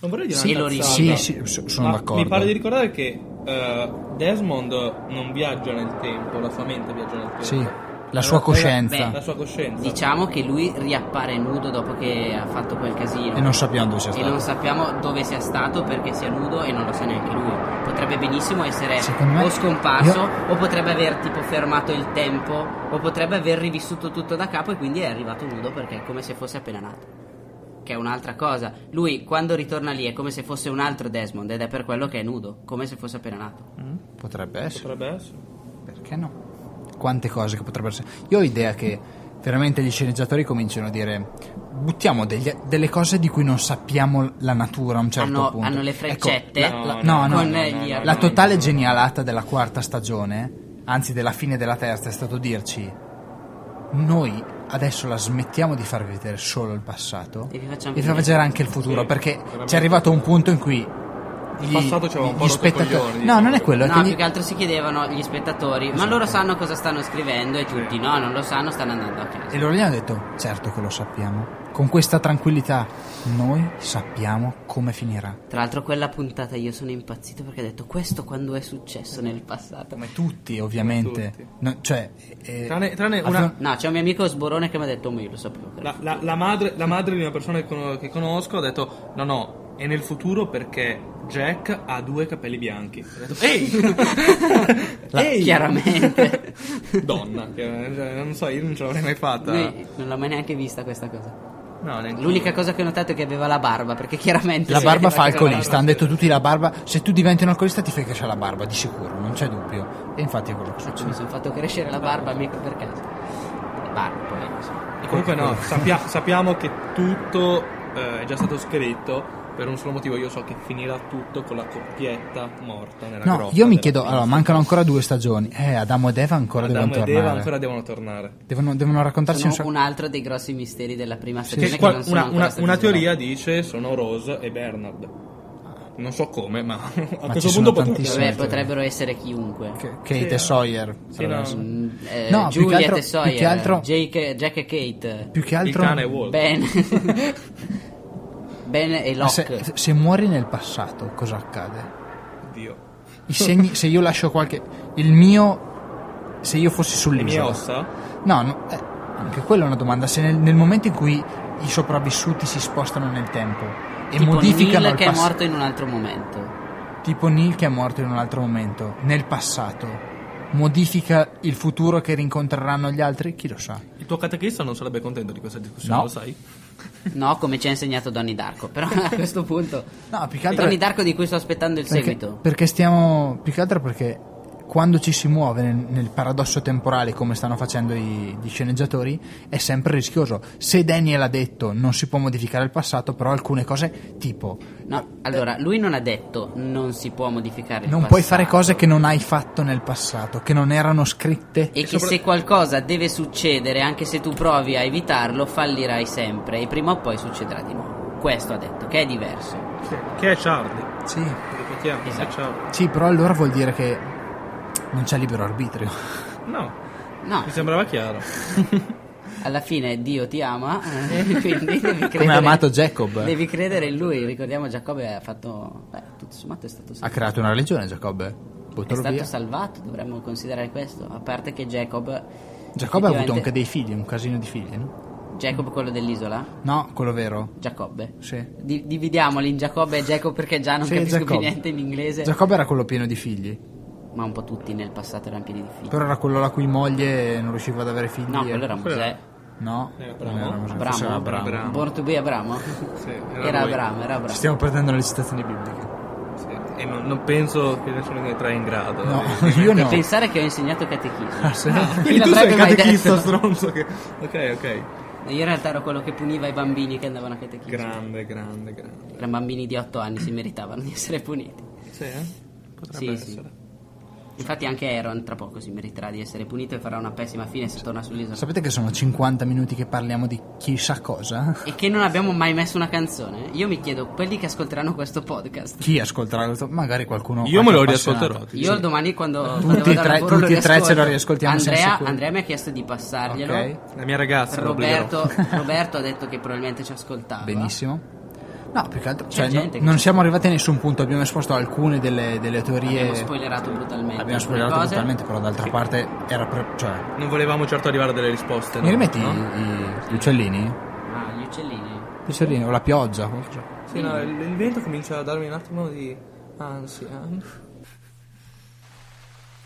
[SPEAKER 6] Non vorrei dire
[SPEAKER 1] Sì,
[SPEAKER 6] una
[SPEAKER 1] lo
[SPEAKER 6] cazzata,
[SPEAKER 2] Sì, sì, so- sono
[SPEAKER 6] ma
[SPEAKER 2] d'accordo.
[SPEAKER 6] Mi pare di ricordare che eh, Desmond non viaggia nel tempo, la sua mente viaggia nel tempo.
[SPEAKER 2] Sì, la
[SPEAKER 6] Eh,
[SPEAKER 2] sua
[SPEAKER 6] eh,
[SPEAKER 2] coscienza.
[SPEAKER 6] La sua coscienza.
[SPEAKER 1] Diciamo che lui riappare nudo dopo che ha fatto quel casino.
[SPEAKER 2] E non sappiamo dove sia
[SPEAKER 1] E
[SPEAKER 2] stato.
[SPEAKER 1] non sappiamo dove sia stato perché sia nudo e non lo sa neanche lui. Potrebbe benissimo essere
[SPEAKER 2] Secondo me-
[SPEAKER 1] o scomparso
[SPEAKER 2] io-
[SPEAKER 1] o potrebbe aver tipo fermato il tempo o potrebbe aver rivissuto tutto da capo e quindi è arrivato nudo perché è come se fosse appena nato. Che è un'altra cosa. Lui quando ritorna lì è come se fosse un altro Desmond ed è per quello che è nudo, come se fosse appena nato.
[SPEAKER 2] Potrebbe essere.
[SPEAKER 6] Potrebbe essere.
[SPEAKER 2] Perché no? Quante cose che potrebbero essere. Io ho idea che veramente gli sceneggiatori cominciano a dire buttiamo degli- delle cose di cui non sappiamo la natura a un certo
[SPEAKER 1] Hanno-
[SPEAKER 2] punto.
[SPEAKER 1] hanno le
[SPEAKER 2] Ecco,
[SPEAKER 1] freccette
[SPEAKER 2] la- la-
[SPEAKER 1] con
[SPEAKER 2] no, no,
[SPEAKER 1] gli
[SPEAKER 2] no,
[SPEAKER 1] argomenti.
[SPEAKER 2] la totale genialata della quarta stagione, anzi della fine della terza, è stato dirci noi adesso la smettiamo di farvi vedere solo il passato
[SPEAKER 1] E vi facciamo
[SPEAKER 2] vi facciamo
[SPEAKER 1] vedere-
[SPEAKER 2] vedere anche il futuro
[SPEAKER 6] Sì,
[SPEAKER 2] perché
[SPEAKER 6] veramente.
[SPEAKER 2] c'è arrivato un punto in cui gli,
[SPEAKER 6] passato ci aveva un po'
[SPEAKER 2] gli
[SPEAKER 6] rotto i
[SPEAKER 2] spettatori-
[SPEAKER 6] coglioni,
[SPEAKER 2] no
[SPEAKER 6] diciamo.
[SPEAKER 2] non è quello è
[SPEAKER 1] No,
[SPEAKER 2] che gli-
[SPEAKER 1] più che altro si chiedevano gli spettatori, ma loro
[SPEAKER 2] Esatto.
[SPEAKER 1] sanno cosa stanno scrivendo e tutti no, non lo sanno, stanno andando a casa.
[SPEAKER 2] E loro gli hanno detto, certo che lo sappiamo. Con questa tranquillità, noi sappiamo come finirà.
[SPEAKER 1] Tra l'altro quella puntata io sono impazzito perché ho detto questo quando è successo nel passato.
[SPEAKER 2] Come tutti, ovviamente.
[SPEAKER 6] tutti.
[SPEAKER 2] No, cioè, eh,
[SPEAKER 6] Tranne- tranne
[SPEAKER 2] a
[SPEAKER 6] una-
[SPEAKER 2] fron-
[SPEAKER 1] No, c'è un mio amico sborone che mi ha detto ma io lo sapevo. che era
[SPEAKER 6] La, la- la madre, la madre di una persona che, con- che conosco ha detto: No, no, è nel futuro perché Jack ha due capelli bianchi. Ho detto, Ehi!
[SPEAKER 1] La- chiaramente.
[SPEAKER 6] Donna, chiaramente, non so, io non ce l'avrei mai fatta.
[SPEAKER 1] Lui non l'ho mai neanche vista questa cosa.
[SPEAKER 6] No, neanche-
[SPEAKER 1] L'unica cosa che ho notato è che aveva la barba, perché chiaramente
[SPEAKER 2] La
[SPEAKER 1] se
[SPEAKER 2] barba
[SPEAKER 1] avete
[SPEAKER 2] fa
[SPEAKER 1] qualcosa-
[SPEAKER 2] alcolista, hanno detto tutti la barba. Se tu diventi un alcolista ti fai crescere la barba, di sicuro, non c'è dubbio. E infatti è quello che
[SPEAKER 1] Cazzo,
[SPEAKER 2] succede.
[SPEAKER 1] Mi sono fatto crescere la barba, mica per caso. Eh, Barba, poi. non so.
[SPEAKER 6] E comunque, no, sappia- sappiamo che tutto eh, è già stato scritto. Per un solo motivo, io so che finirà tutto con la coppietta morta nella
[SPEAKER 2] No,
[SPEAKER 6] grotta
[SPEAKER 2] io mi
[SPEAKER 6] della
[SPEAKER 2] chiedo,
[SPEAKER 6] pista.
[SPEAKER 2] allora, mancano ancora due stagioni. Eh, Adamo ed Eva ancora
[SPEAKER 6] Adamo
[SPEAKER 2] devono
[SPEAKER 6] ed
[SPEAKER 2] tornare.
[SPEAKER 6] Eva ancora devono tornare.
[SPEAKER 2] Devono, devono raccontarci
[SPEAKER 1] Sono
[SPEAKER 2] un sacco-
[SPEAKER 1] un altro dei grossi misteri della prima stagione.
[SPEAKER 6] Che
[SPEAKER 1] Che
[SPEAKER 6] qual-
[SPEAKER 1] non sono
[SPEAKER 6] una,
[SPEAKER 1] ancora
[SPEAKER 6] una-
[SPEAKER 1] stati
[SPEAKER 6] una
[SPEAKER 1] svelati.
[SPEAKER 6] teoria dice sono Rose e Bernard. Non so come, ma a
[SPEAKER 2] Ma
[SPEAKER 6] questo
[SPEAKER 2] ci sono
[SPEAKER 6] punto potrebbe
[SPEAKER 2] tantissime.
[SPEAKER 1] Vabbè, potrebbero essere chiunque.
[SPEAKER 2] Che- Kate e Sawyer.
[SPEAKER 6] Sì, no.
[SPEAKER 2] Allora,
[SPEAKER 1] Mm, eh,
[SPEAKER 2] No, più che
[SPEAKER 1] Juliet
[SPEAKER 2] altro-
[SPEAKER 1] e Sawyer,
[SPEAKER 2] più che altro-
[SPEAKER 1] Jake- Jack e Kate.
[SPEAKER 2] Più che
[SPEAKER 6] Il
[SPEAKER 2] altro...
[SPEAKER 6] cane è Walt.
[SPEAKER 1] Ben. ben e
[SPEAKER 2] Ma
[SPEAKER 1] Locke.
[SPEAKER 2] se, se muori nel passato, cosa accade?
[SPEAKER 6] Dio.
[SPEAKER 2] I segni, se io lascio qualche. Il mio. Se io fossi
[SPEAKER 6] Le mie
[SPEAKER 2] sull'isola.
[SPEAKER 6] ossa?
[SPEAKER 2] No, no, eh, anche quella è una domanda. Se nel, nel momento in cui i sopravvissuti si spostano nel tempo e
[SPEAKER 1] tipo
[SPEAKER 2] modificano
[SPEAKER 1] Neil
[SPEAKER 2] il
[SPEAKER 1] che è
[SPEAKER 2] pass-
[SPEAKER 1] morto in un altro momento.
[SPEAKER 2] Tipo Neil che è morto in un altro momento. Nel passato. Modifica il futuro che rincontreranno gli altri? Chi lo sa?
[SPEAKER 6] Il tuo catechista non sarebbe contento di questa discussione,
[SPEAKER 2] No.
[SPEAKER 6] lo sai?
[SPEAKER 1] No, come ci ha insegnato Donnie Darko. Però a questo punto.
[SPEAKER 2] No, più che
[SPEAKER 1] È
[SPEAKER 2] altro.
[SPEAKER 1] Donnie Darko di cui sto aspettando il
[SPEAKER 2] perché,
[SPEAKER 1] seguito.
[SPEAKER 2] perché stiamo. Più che altro perché quando ci si muove nel, nel paradosso temporale, come stanno facendo i, gli sceneggiatori, è sempre rischioso. Se Daniel ha detto non si può modificare il passato, però alcune cose, tipo,
[SPEAKER 1] No, allora, lui non ha detto non si può modificare il
[SPEAKER 2] non
[SPEAKER 1] passato.
[SPEAKER 2] puoi fare cose che non hai fatto nel passato, che non erano scritte.
[SPEAKER 1] E che se qualcosa deve succedere, anche se tu provi a evitarlo, fallirai sempre. E prima o poi succederà di nuovo. Questo ha detto, che è diverso.
[SPEAKER 6] Che è Charlie?
[SPEAKER 2] Sì.
[SPEAKER 6] Ripetiamo, che è
[SPEAKER 1] Esatto.
[SPEAKER 6] Charlie.
[SPEAKER 2] Sì, però allora vuol dire che non c'è libero arbitrio.
[SPEAKER 6] No,
[SPEAKER 1] No,
[SPEAKER 6] mi sembrava chiaro.
[SPEAKER 1] alla fine Dio ti ama, eh, quindi devi credere.
[SPEAKER 2] Come ha amato Jacob.
[SPEAKER 1] Devi credere in lui. Ricordiamo, Giacobbe ha fatto. Beh, tutto sommato è stato
[SPEAKER 2] Ha
[SPEAKER 1] salvato.
[SPEAKER 2] creato una religione, Giacobbe.
[SPEAKER 1] È
[SPEAKER 2] Buttalo
[SPEAKER 1] stato
[SPEAKER 2] via.
[SPEAKER 1] salvato, dovremmo considerare questo. A parte che Jacob.
[SPEAKER 2] Giacobbe ha avuto
[SPEAKER 1] effettivamente-
[SPEAKER 2] anche dei figli, un casino di figli, no?
[SPEAKER 1] Jacob quello dell'isola?
[SPEAKER 2] No, quello vero.
[SPEAKER 1] Giacobbe.
[SPEAKER 2] Sì.
[SPEAKER 1] Di- dividiamoli in Giacobbe e Jacob perché già non
[SPEAKER 2] Sì,
[SPEAKER 1] capisco più
[SPEAKER 2] Giacobbe.
[SPEAKER 1] niente in inglese.
[SPEAKER 2] Giacobbe era quello pieno di figli.
[SPEAKER 1] ma un po' tutti nel passato erano pieni di figli.
[SPEAKER 2] Però era quello la cui moglie non riusciva ad avere figli.
[SPEAKER 1] no,
[SPEAKER 2] e-
[SPEAKER 1] quello era
[SPEAKER 6] Quello
[SPEAKER 1] Mosè.
[SPEAKER 2] No,
[SPEAKER 6] Era Abramo?
[SPEAKER 2] non era Mosè, forse era
[SPEAKER 1] Abramo.
[SPEAKER 2] Abramo.
[SPEAKER 6] Abramo.
[SPEAKER 1] Born to be Abramo.
[SPEAKER 6] Sì,
[SPEAKER 1] Era,
[SPEAKER 6] lui.
[SPEAKER 1] Abramo, era Abramo.
[SPEAKER 2] Ci stiamo perdendo le citazioni bibliche.
[SPEAKER 6] Sì, E non, non penso che nessuno di noi tre è in grado.
[SPEAKER 2] No,
[SPEAKER 6] Eh,
[SPEAKER 2] io no.
[SPEAKER 1] Pensare che ho insegnato catechismo.
[SPEAKER 2] Ah, sì?
[SPEAKER 6] Quindi tu sei
[SPEAKER 1] l'avrebbe
[SPEAKER 6] il
[SPEAKER 1] mai
[SPEAKER 6] catechista
[SPEAKER 1] detto.
[SPEAKER 6] stronzo che... Ok, ok.
[SPEAKER 1] Io Eh, in realtà ero quello che puniva i bambini che andavano a catechismo.
[SPEAKER 6] Grande, grande, grande.
[SPEAKER 1] Erano bambini di 8 anni, si meritavano di essere puniti.
[SPEAKER 6] Sì, eh?
[SPEAKER 1] Sì,
[SPEAKER 6] Potrebbe
[SPEAKER 1] sì.
[SPEAKER 6] essere.
[SPEAKER 1] Infatti anche Aaron tra poco si meriterà di essere punito e farà una pessima fine se torna sull'isola.
[SPEAKER 2] Sapete che sono 50 minuti che parliamo di chissà cosa?
[SPEAKER 1] E che non abbiamo mai messo una canzone. eh. Io mi chiedo, quelli che ascolteranno questo podcast.
[SPEAKER 2] Chi ascolterà questo? Magari qualcuno.
[SPEAKER 6] Io me lo
[SPEAKER 2] qualche appassionato.
[SPEAKER 6] riascolterò.
[SPEAKER 1] Io domani quando, quando
[SPEAKER 2] Tutti e
[SPEAKER 1] vado al
[SPEAKER 2] tre-
[SPEAKER 1] lavoro
[SPEAKER 2] tutti e tre
[SPEAKER 1] riascolto.
[SPEAKER 2] ce lo riascoltiamo, siamo
[SPEAKER 1] Andrea,
[SPEAKER 2] sicuri.
[SPEAKER 1] Andrea mi ha chiesto di passarglielo.
[SPEAKER 2] Ok.
[SPEAKER 6] La mia ragazza lo obbligherò.
[SPEAKER 1] Roberto, Roberto ha detto che probabilmente ci ascoltava.
[SPEAKER 2] Benissimo. No, più che altro. Cioè,
[SPEAKER 1] gente
[SPEAKER 2] no-
[SPEAKER 1] che-
[SPEAKER 2] non siamo arrivati a nessun punto. Abbiamo esposto alcune delle, delle teorie.
[SPEAKER 1] Abbiamo spoilerato brutalmente.
[SPEAKER 2] Abbiamo
[SPEAKER 1] alcune
[SPEAKER 2] spoilerato
[SPEAKER 1] cose.
[SPEAKER 2] totalmente, però d'altra parte era. pre- cioè,
[SPEAKER 6] Non volevamo certo arrivare a delle risposte.
[SPEAKER 2] mi
[SPEAKER 6] no?
[SPEAKER 2] rimetti
[SPEAKER 6] No?
[SPEAKER 2] i- i- gli uccellini?
[SPEAKER 1] Ah, gli uccellini.
[SPEAKER 2] Gli uccellini o la pioggia? qualcosa.
[SPEAKER 6] Sì, no, il, il vento comincia a darmi un attimo di ansia.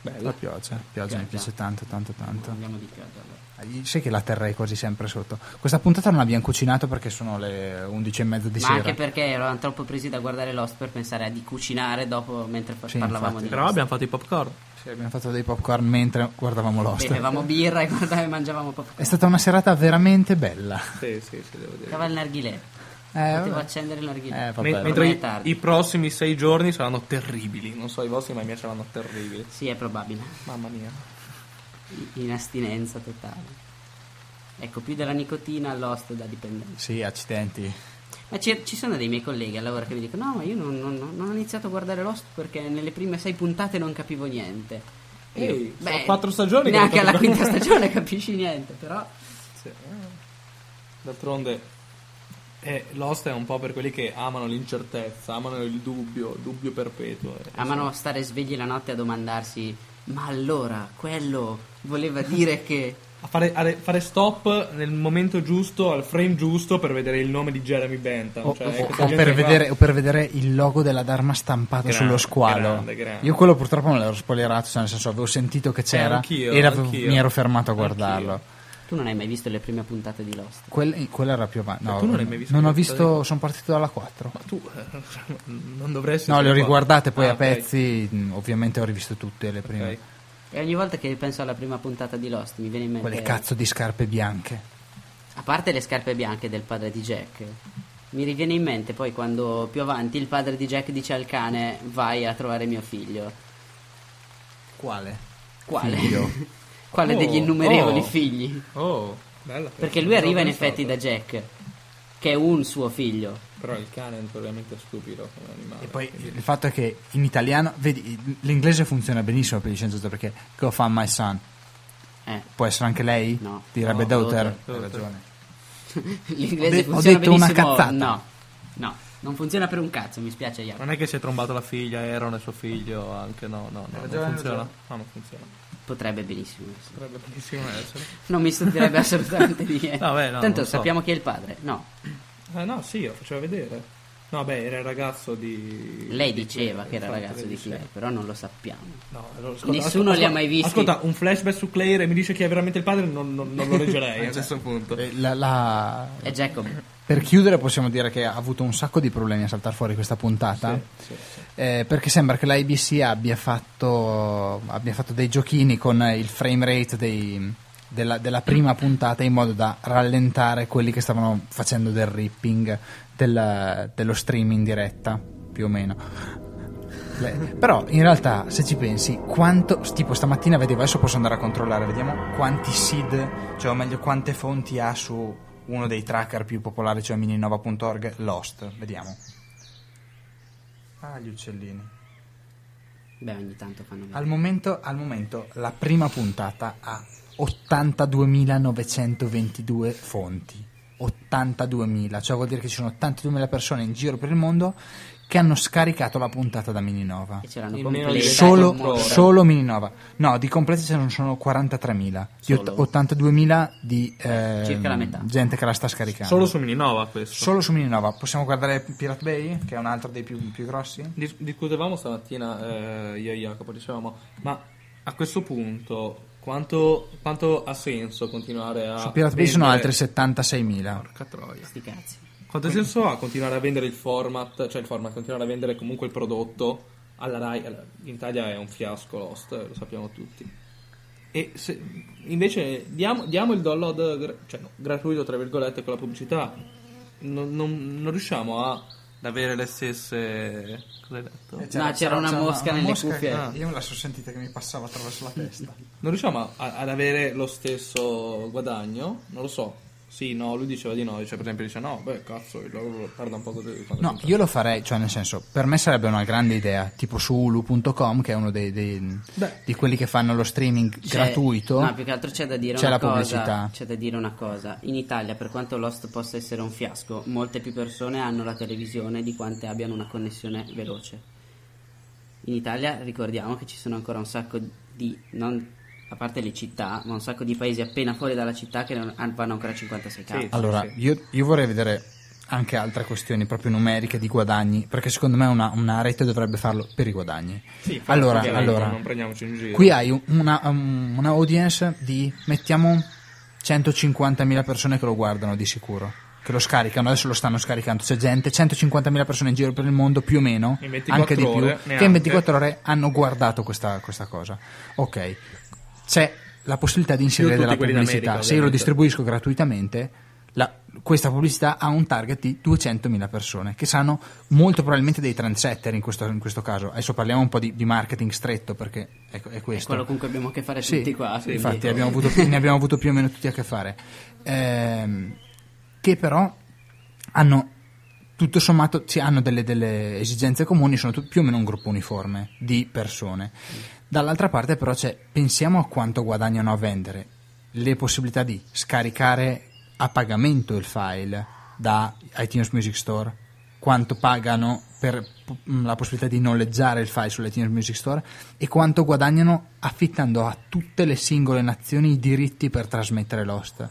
[SPEAKER 2] La pioggia, la pioggia mi piace tanto, tanto, tanto.
[SPEAKER 1] Andiamo di pioggia. allora.
[SPEAKER 2] Sai che la terrei quasi sempre sotto. Questa puntata non abbiamo cucinato perché sono le 11 e mezza di
[SPEAKER 1] Ma
[SPEAKER 2] sera.
[SPEAKER 1] anche perché eravamo troppo presi da guardare Lost per pensare a di cucinare dopo mentre fa-
[SPEAKER 2] Sì,
[SPEAKER 1] parlavamo
[SPEAKER 2] infatti.
[SPEAKER 1] di
[SPEAKER 6] Però
[SPEAKER 1] Lost.
[SPEAKER 6] abbiamo fatto i popcorn.
[SPEAKER 2] Sì, abbiamo fatto dei popcorn mentre guardavamo Lost.
[SPEAKER 1] Bevevamo birra e guardavamo e mangiavamo
[SPEAKER 2] È
[SPEAKER 1] popcorn.
[SPEAKER 2] stata una serata veramente bella.
[SPEAKER 6] Sì, sì, sì, devo dire.
[SPEAKER 1] Stava il narghilè.
[SPEAKER 2] Eh,
[SPEAKER 1] Potevo
[SPEAKER 2] vabbè.
[SPEAKER 1] accendere il narghilè.
[SPEAKER 2] Eh,
[SPEAKER 6] Me-
[SPEAKER 2] vabbè.
[SPEAKER 6] mentre
[SPEAKER 1] ormai è
[SPEAKER 6] i-
[SPEAKER 1] tardi.
[SPEAKER 6] i prossimi sei giorni saranno terribili. Non so i vostri, ma i miei saranno terribili.
[SPEAKER 1] Sì, è probabile.
[SPEAKER 6] Mamma mia.
[SPEAKER 1] In astinenza totale. Ecco, più della nicotina all'host da dipendenza.
[SPEAKER 2] Sì, accidenti.
[SPEAKER 1] Ma ci, ci sono dei miei colleghi al lavoro che mi dicono: No, ma io non, non- non ho iniziato a guardare Lost perché nelle prime sei puntate non capivo niente. Io,
[SPEAKER 6] Ehi, sono quattro stagioni che
[SPEAKER 1] Neanche
[SPEAKER 6] non
[SPEAKER 1] alla
[SPEAKER 6] capivo-
[SPEAKER 1] quinta stagione capisci niente, però.
[SPEAKER 6] Sì. D'altronde, eh, Lost è un po' per quelli che amano l'incertezza, amano il dubbio, il dubbio perpetuo. eh.
[SPEAKER 1] Amano stare svegli la notte a domandarsi: Ma allora quello voleva dire che.
[SPEAKER 6] A fare, a re- fare stop nel momento giusto, al frame giusto, per vedere il nome di Jeremy Bentham.
[SPEAKER 2] O,
[SPEAKER 6] cioè,
[SPEAKER 2] o-
[SPEAKER 6] questa
[SPEAKER 2] o
[SPEAKER 6] gente
[SPEAKER 2] Oh, per
[SPEAKER 6] qua-
[SPEAKER 2] vedere, o per vedere il logo della Dharma stampato
[SPEAKER 6] Grande,
[SPEAKER 2] sullo squalo.
[SPEAKER 6] grande, grande. Eh,
[SPEAKER 2] Io quello purtroppo me l'ero spoilerato, cioè, nel senso avevo sentito che c'era
[SPEAKER 6] anch'io,
[SPEAKER 2] e l'avevo-
[SPEAKER 6] anch'io.
[SPEAKER 2] mi ero fermato a guardarlo.
[SPEAKER 1] Tu non hai mai visto le prime puntate di Lost.
[SPEAKER 2] Quel- quella era più avanti. No,
[SPEAKER 6] tu non l'hai mai visto
[SPEAKER 2] non ho
[SPEAKER 6] questa
[SPEAKER 2] visto, sono partito dalla 4.
[SPEAKER 6] Ma tu eh, non dovresti...
[SPEAKER 2] No,
[SPEAKER 6] essere
[SPEAKER 2] le ho
[SPEAKER 6] qua.
[SPEAKER 2] riguardate poi
[SPEAKER 6] Ah,
[SPEAKER 2] a
[SPEAKER 6] ok,
[SPEAKER 2] pezzi, mh, ovviamente ho rivisto tutte le prime.
[SPEAKER 6] ok.
[SPEAKER 1] E ogni volta che penso alla prima puntata di Lost mi viene in mente.
[SPEAKER 2] Quelle cazzo di scarpe bianche.
[SPEAKER 1] A parte le scarpe bianche del padre di Jack, mi riviene in mente poi quando più avanti il padre di Jack dice al cane vai a trovare mio figlio.
[SPEAKER 2] Quale?
[SPEAKER 1] Quale?
[SPEAKER 2] Figlio.
[SPEAKER 1] Quale
[SPEAKER 6] Oh,
[SPEAKER 1] degli innumerevoli
[SPEAKER 6] oh.
[SPEAKER 1] figli?
[SPEAKER 6] Oh, bella. questa,
[SPEAKER 1] Perché lui
[SPEAKER 6] non
[SPEAKER 1] arriva in
[SPEAKER 6] l'avevo
[SPEAKER 1] effetti da
[SPEAKER 6] pensato.
[SPEAKER 1] Jack, che è un suo figlio.
[SPEAKER 6] Però il cane è notoriamente stupido come animale.
[SPEAKER 2] E poi il fatto è che in italiano, vedi, l'inglese funziona benissimo per il scienziato perché go find my son.
[SPEAKER 1] Eh,
[SPEAKER 2] Può essere anche lei?
[SPEAKER 1] No.
[SPEAKER 2] Direbbe
[SPEAKER 1] No,
[SPEAKER 2] Daughter.
[SPEAKER 1] daughter.
[SPEAKER 2] Hai ragione.
[SPEAKER 1] l'inglese
[SPEAKER 2] Ho de- ho
[SPEAKER 1] funziona
[SPEAKER 2] detto una
[SPEAKER 1] benissimo.
[SPEAKER 2] cazzata.
[SPEAKER 1] No, no, non funziona per un cazzo, mi spiace Jacopo.
[SPEAKER 6] Non è che si è trombato la figlia, Aaron e suo figlio, anche no, no, no, non funziona. No, non funziona.
[SPEAKER 1] Potrebbe benissimo. essere.
[SPEAKER 6] Potrebbe benissimo essere.
[SPEAKER 1] Non mi stupirebbe assolutamente di niente.
[SPEAKER 6] No, beh, no,
[SPEAKER 1] Tanto
[SPEAKER 6] non so.
[SPEAKER 1] sappiamo chi è il padre. No,
[SPEAKER 6] Eh no, sì, lo faceva vedere. No, beh, era il ragazzo di...
[SPEAKER 1] lei
[SPEAKER 6] di-
[SPEAKER 1] diceva che era il
[SPEAKER 6] infatti,
[SPEAKER 1] ragazzo
[SPEAKER 6] lei
[SPEAKER 1] di chi
[SPEAKER 6] diceva.
[SPEAKER 1] è, però non lo sappiamo.
[SPEAKER 6] No, allora, ascolta,
[SPEAKER 1] Nessuno
[SPEAKER 6] ascolta,
[SPEAKER 1] li ha mai visti.
[SPEAKER 6] Ascolta, un flashback su Claire e mi dice chi è veramente il padre, non, non- non lo leggerei a questo punto.
[SPEAKER 2] Eh, la- la-
[SPEAKER 1] È Jacob.
[SPEAKER 2] Per chiudere possiamo dire che ha avuto un sacco di problemi a saltare fuori questa puntata. Eh, perché sembra che la ABC abbia fatto, abbia fatto dei giochini con eh, il frame rate dei- della, della prima puntata in modo da rallentare quelli che stavano facendo del ripping del- dello stream in diretta, più o meno. Le- Però in realtà, se ci pensi, quanto. Tipo, stamattina vedevo, adesso posso andare a controllare, vediamo quanti seed, cioè, o meglio, quante fonti ha su uno dei tracker più popolari, cioè mininova.org, Lost. Vediamo. Ah, gli uccellini.
[SPEAKER 1] Beh, ogni tanto fanno vedere.
[SPEAKER 2] Al momento, al momento la prima puntata ha 82.922 fonti. 82.000, cioè vuol dire che ci sono 82.000 persone in giro per il mondo che hanno scaricato la puntata da Mininova.
[SPEAKER 1] E ce l'hanno
[SPEAKER 6] In meno di
[SPEAKER 1] completa.
[SPEAKER 6] dai,
[SPEAKER 2] Solo,
[SPEAKER 6] con
[SPEAKER 2] solo Mininova. No, di completi ce ne sono 43.000, di ott- 82.000 di ehm,
[SPEAKER 1] Eh, Circa la metà.
[SPEAKER 2] gente che la sta scaricando.
[SPEAKER 6] Solo su Mininova questo.
[SPEAKER 2] Solo su Mininova. Possiamo guardare Pirate Bay, che è un altro dei più, più grossi?
[SPEAKER 6] Dis- discutevamo stamattina eh, io e Jacopo, dicevamo, ma a questo punto quanto, quanto ha senso continuare a...
[SPEAKER 2] Su Pirate Bay sono
[SPEAKER 1] eh.
[SPEAKER 6] vendere-
[SPEAKER 2] altri 76.000.
[SPEAKER 6] Porca troia.
[SPEAKER 1] Sti cazzi.
[SPEAKER 6] Quanto senso ha continuare a vendere il format, cioè il format, continuare a vendere comunque il prodotto alla Rai? alla- In Italia è un fiasco Lost, eh, lo sappiamo tutti. E se, invece diamo, diamo il download gra- cioè, no, gratuito, tra virgolette, con la pubblicità. Non, non- non riusciamo a, Eh, ad avere le stesse... Cosa hai detto?
[SPEAKER 1] c'era una mosca nelle cuffie.
[SPEAKER 2] che- ah, Io me la sono sentita che mi passava attraverso la testa.
[SPEAKER 6] Non riusciamo a- ad avere lo stesso guadagno? Non lo so. Sì, no, lui diceva di no. Cioè, per esempio, dice no, beh, cazzo, il- parla un po' così. quando
[SPEAKER 2] No,
[SPEAKER 6] si-
[SPEAKER 2] io lo farei, cioè nel senso, per me sarebbe una grande idea, tipo su Hulu.com, che è uno dei, dei-
[SPEAKER 6] Beh.
[SPEAKER 2] di quelli che fanno lo streaming
[SPEAKER 1] C'è-
[SPEAKER 2] gratuito.
[SPEAKER 1] Cioè, No, più che altro c'è da dire
[SPEAKER 2] c'è
[SPEAKER 1] una
[SPEAKER 2] la
[SPEAKER 1] cosa.
[SPEAKER 2] pubblicità.
[SPEAKER 1] C'è da dire una cosa. In Italia, per quanto Lost possa essere un fiasco, molte più persone hanno la televisione di quante abbiano una connessione veloce. In Italia ricordiamo che ci sono ancora un sacco di. non- a parte le città, ma un sacco di paesi appena fuori dalla città che non- vanno ancora a 56 k.
[SPEAKER 2] Allora, Io, io vorrei vedere anche altre questioni proprio numeriche di guadagni, perché secondo me una, una rete dovrebbe farlo per i guadagni.
[SPEAKER 6] Sì, infatti,
[SPEAKER 2] allora,
[SPEAKER 6] ovviamente,
[SPEAKER 2] allora,
[SPEAKER 6] non prendiamoci in giro.
[SPEAKER 2] Qui hai un- una, um, una audience di, mettiamo, 150.000 persone che lo guardano di sicuro, che lo scaricano, adesso lo stanno scaricando, c'è gente, 150.000 persone in giro per il mondo, più o meno,
[SPEAKER 6] In 24
[SPEAKER 2] anche di più,
[SPEAKER 6] ore,
[SPEAKER 2] che
[SPEAKER 6] neanche.
[SPEAKER 2] in 24 ore hanno guardato questa, questa cosa. Ok, c'è la possibilità di inserire
[SPEAKER 6] tutti
[SPEAKER 2] della
[SPEAKER 6] quelli
[SPEAKER 2] pubblicità,
[SPEAKER 6] d'America,
[SPEAKER 2] se io lo
[SPEAKER 6] ovviamente.
[SPEAKER 2] distribuisco gratuitamente... la- questa pubblicità ha un target di 200.000 persone che sanno molto probabilmente dei trendsetter in questo, in questo caso. Adesso parliamo un po' di, di marketing stretto perché è, è questo.
[SPEAKER 1] Quello con cui abbiamo a che fare
[SPEAKER 2] Sì,
[SPEAKER 1] tutti qua. quindi-
[SPEAKER 2] infatti abbiamo avuto più- ne abbiamo avuto più o meno tutti a che fare. Ehm, che però hanno tutto sommato sì, hanno delle, delle esigenze comuni, sono tu- più o meno un gruppo uniforme di persone. Dall'altra parte però c'è, pensiamo a quanto guadagnano a vendere, le possibilità di scaricare a pagamento il file da iTunes Music Store, quanto pagano per mh, la possibilità di noleggiare il file sull'iTunes Music Store e quanto guadagnano affittando a tutte le singole nazioni i diritti per trasmettere l'host.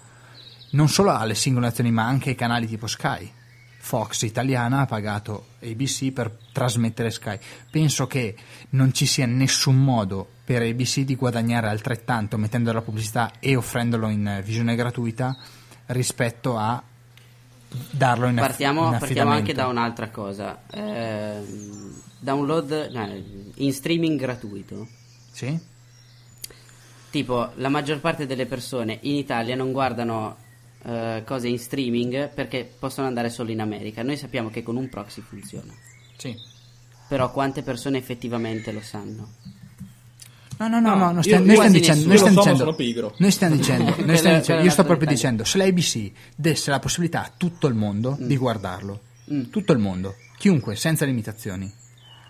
[SPEAKER 2] Non solo alle singole nazioni ma anche ai canali tipo Sky. Fox italiana ha pagato ABC per trasmettere Sky. Penso che non ci sia nessun modo per ABC di guadagnare altrettanto mettendo la pubblicità e offrendolo in eh, visione gratuita rispetto a darlo in, aff-
[SPEAKER 1] partiamo,
[SPEAKER 2] in
[SPEAKER 1] partiamo anche
[SPEAKER 2] affidamento.
[SPEAKER 1] da un'altra cosa. Ehm, download no, in streaming gratuito.
[SPEAKER 2] Sì?
[SPEAKER 1] Tipo, la maggior parte delle persone in Italia non guardano eh, cose in streaming perché possono andare solo in America. Noi sappiamo che con un proxy funziona.
[SPEAKER 2] Sì.
[SPEAKER 1] Però quante persone effettivamente lo sanno?
[SPEAKER 2] No, no, no,
[SPEAKER 6] No,
[SPEAKER 2] no,
[SPEAKER 6] io-
[SPEAKER 2] noi stiamo,
[SPEAKER 6] io
[SPEAKER 2] noi stiamo
[SPEAKER 1] quasi
[SPEAKER 2] dicendo,
[SPEAKER 1] nessuno.
[SPEAKER 2] noi stiamo
[SPEAKER 6] Io lo so, ma
[SPEAKER 2] dicendo,
[SPEAKER 6] sono pigro. Eh, cioè,
[SPEAKER 2] noi stiamo dicendo, noi
[SPEAKER 1] Quella-
[SPEAKER 2] stiamo dicendo, io sto
[SPEAKER 1] quella è
[SPEAKER 2] proprio
[SPEAKER 1] la
[SPEAKER 2] dicendo, se l'ABC desse la possibilità a tutto il mondo
[SPEAKER 6] Mm.
[SPEAKER 2] di guardarlo, tutto il mondo, chiunque, senza limitazioni,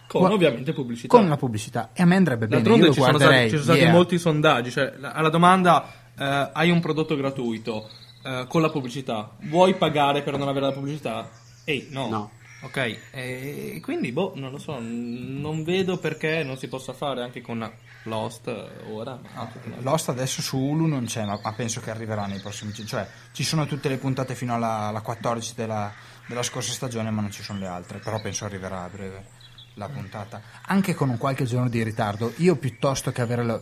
[SPEAKER 6] Con
[SPEAKER 2] Gua-
[SPEAKER 6] ovviamente pubblicità.
[SPEAKER 2] con la pubblicità, e a me andrebbe bene, io
[SPEAKER 6] D'altronde
[SPEAKER 2] lo
[SPEAKER 6] ci sono, stati,
[SPEAKER 2] guarderei,
[SPEAKER 6] ci sono stati
[SPEAKER 2] yeah.
[SPEAKER 6] molti sondaggi. Cioè, la- alla domanda eh, hai un prodotto gratuito eh, con la pubblicità, vuoi pagare per non avere la pubblicità? Ehi, no.
[SPEAKER 1] No.
[SPEAKER 6] Ok, e quindi boh, non lo so, n- non vedo perché non si possa fare anche con Lost eh, ora. ma
[SPEAKER 1] Ah.
[SPEAKER 6] anche con altri.
[SPEAKER 2] Lost adesso su Hulu non c'è, ma, ma penso che arriverà nei prossimi gi- Cioè, ci sono tutte le puntate fino alla, alla 14 della, della scorsa stagione, ma non ci sono le altre. Però penso arriverà a breve la puntata. Anche con un qualche giorno di ritardo, io piuttosto che avere la,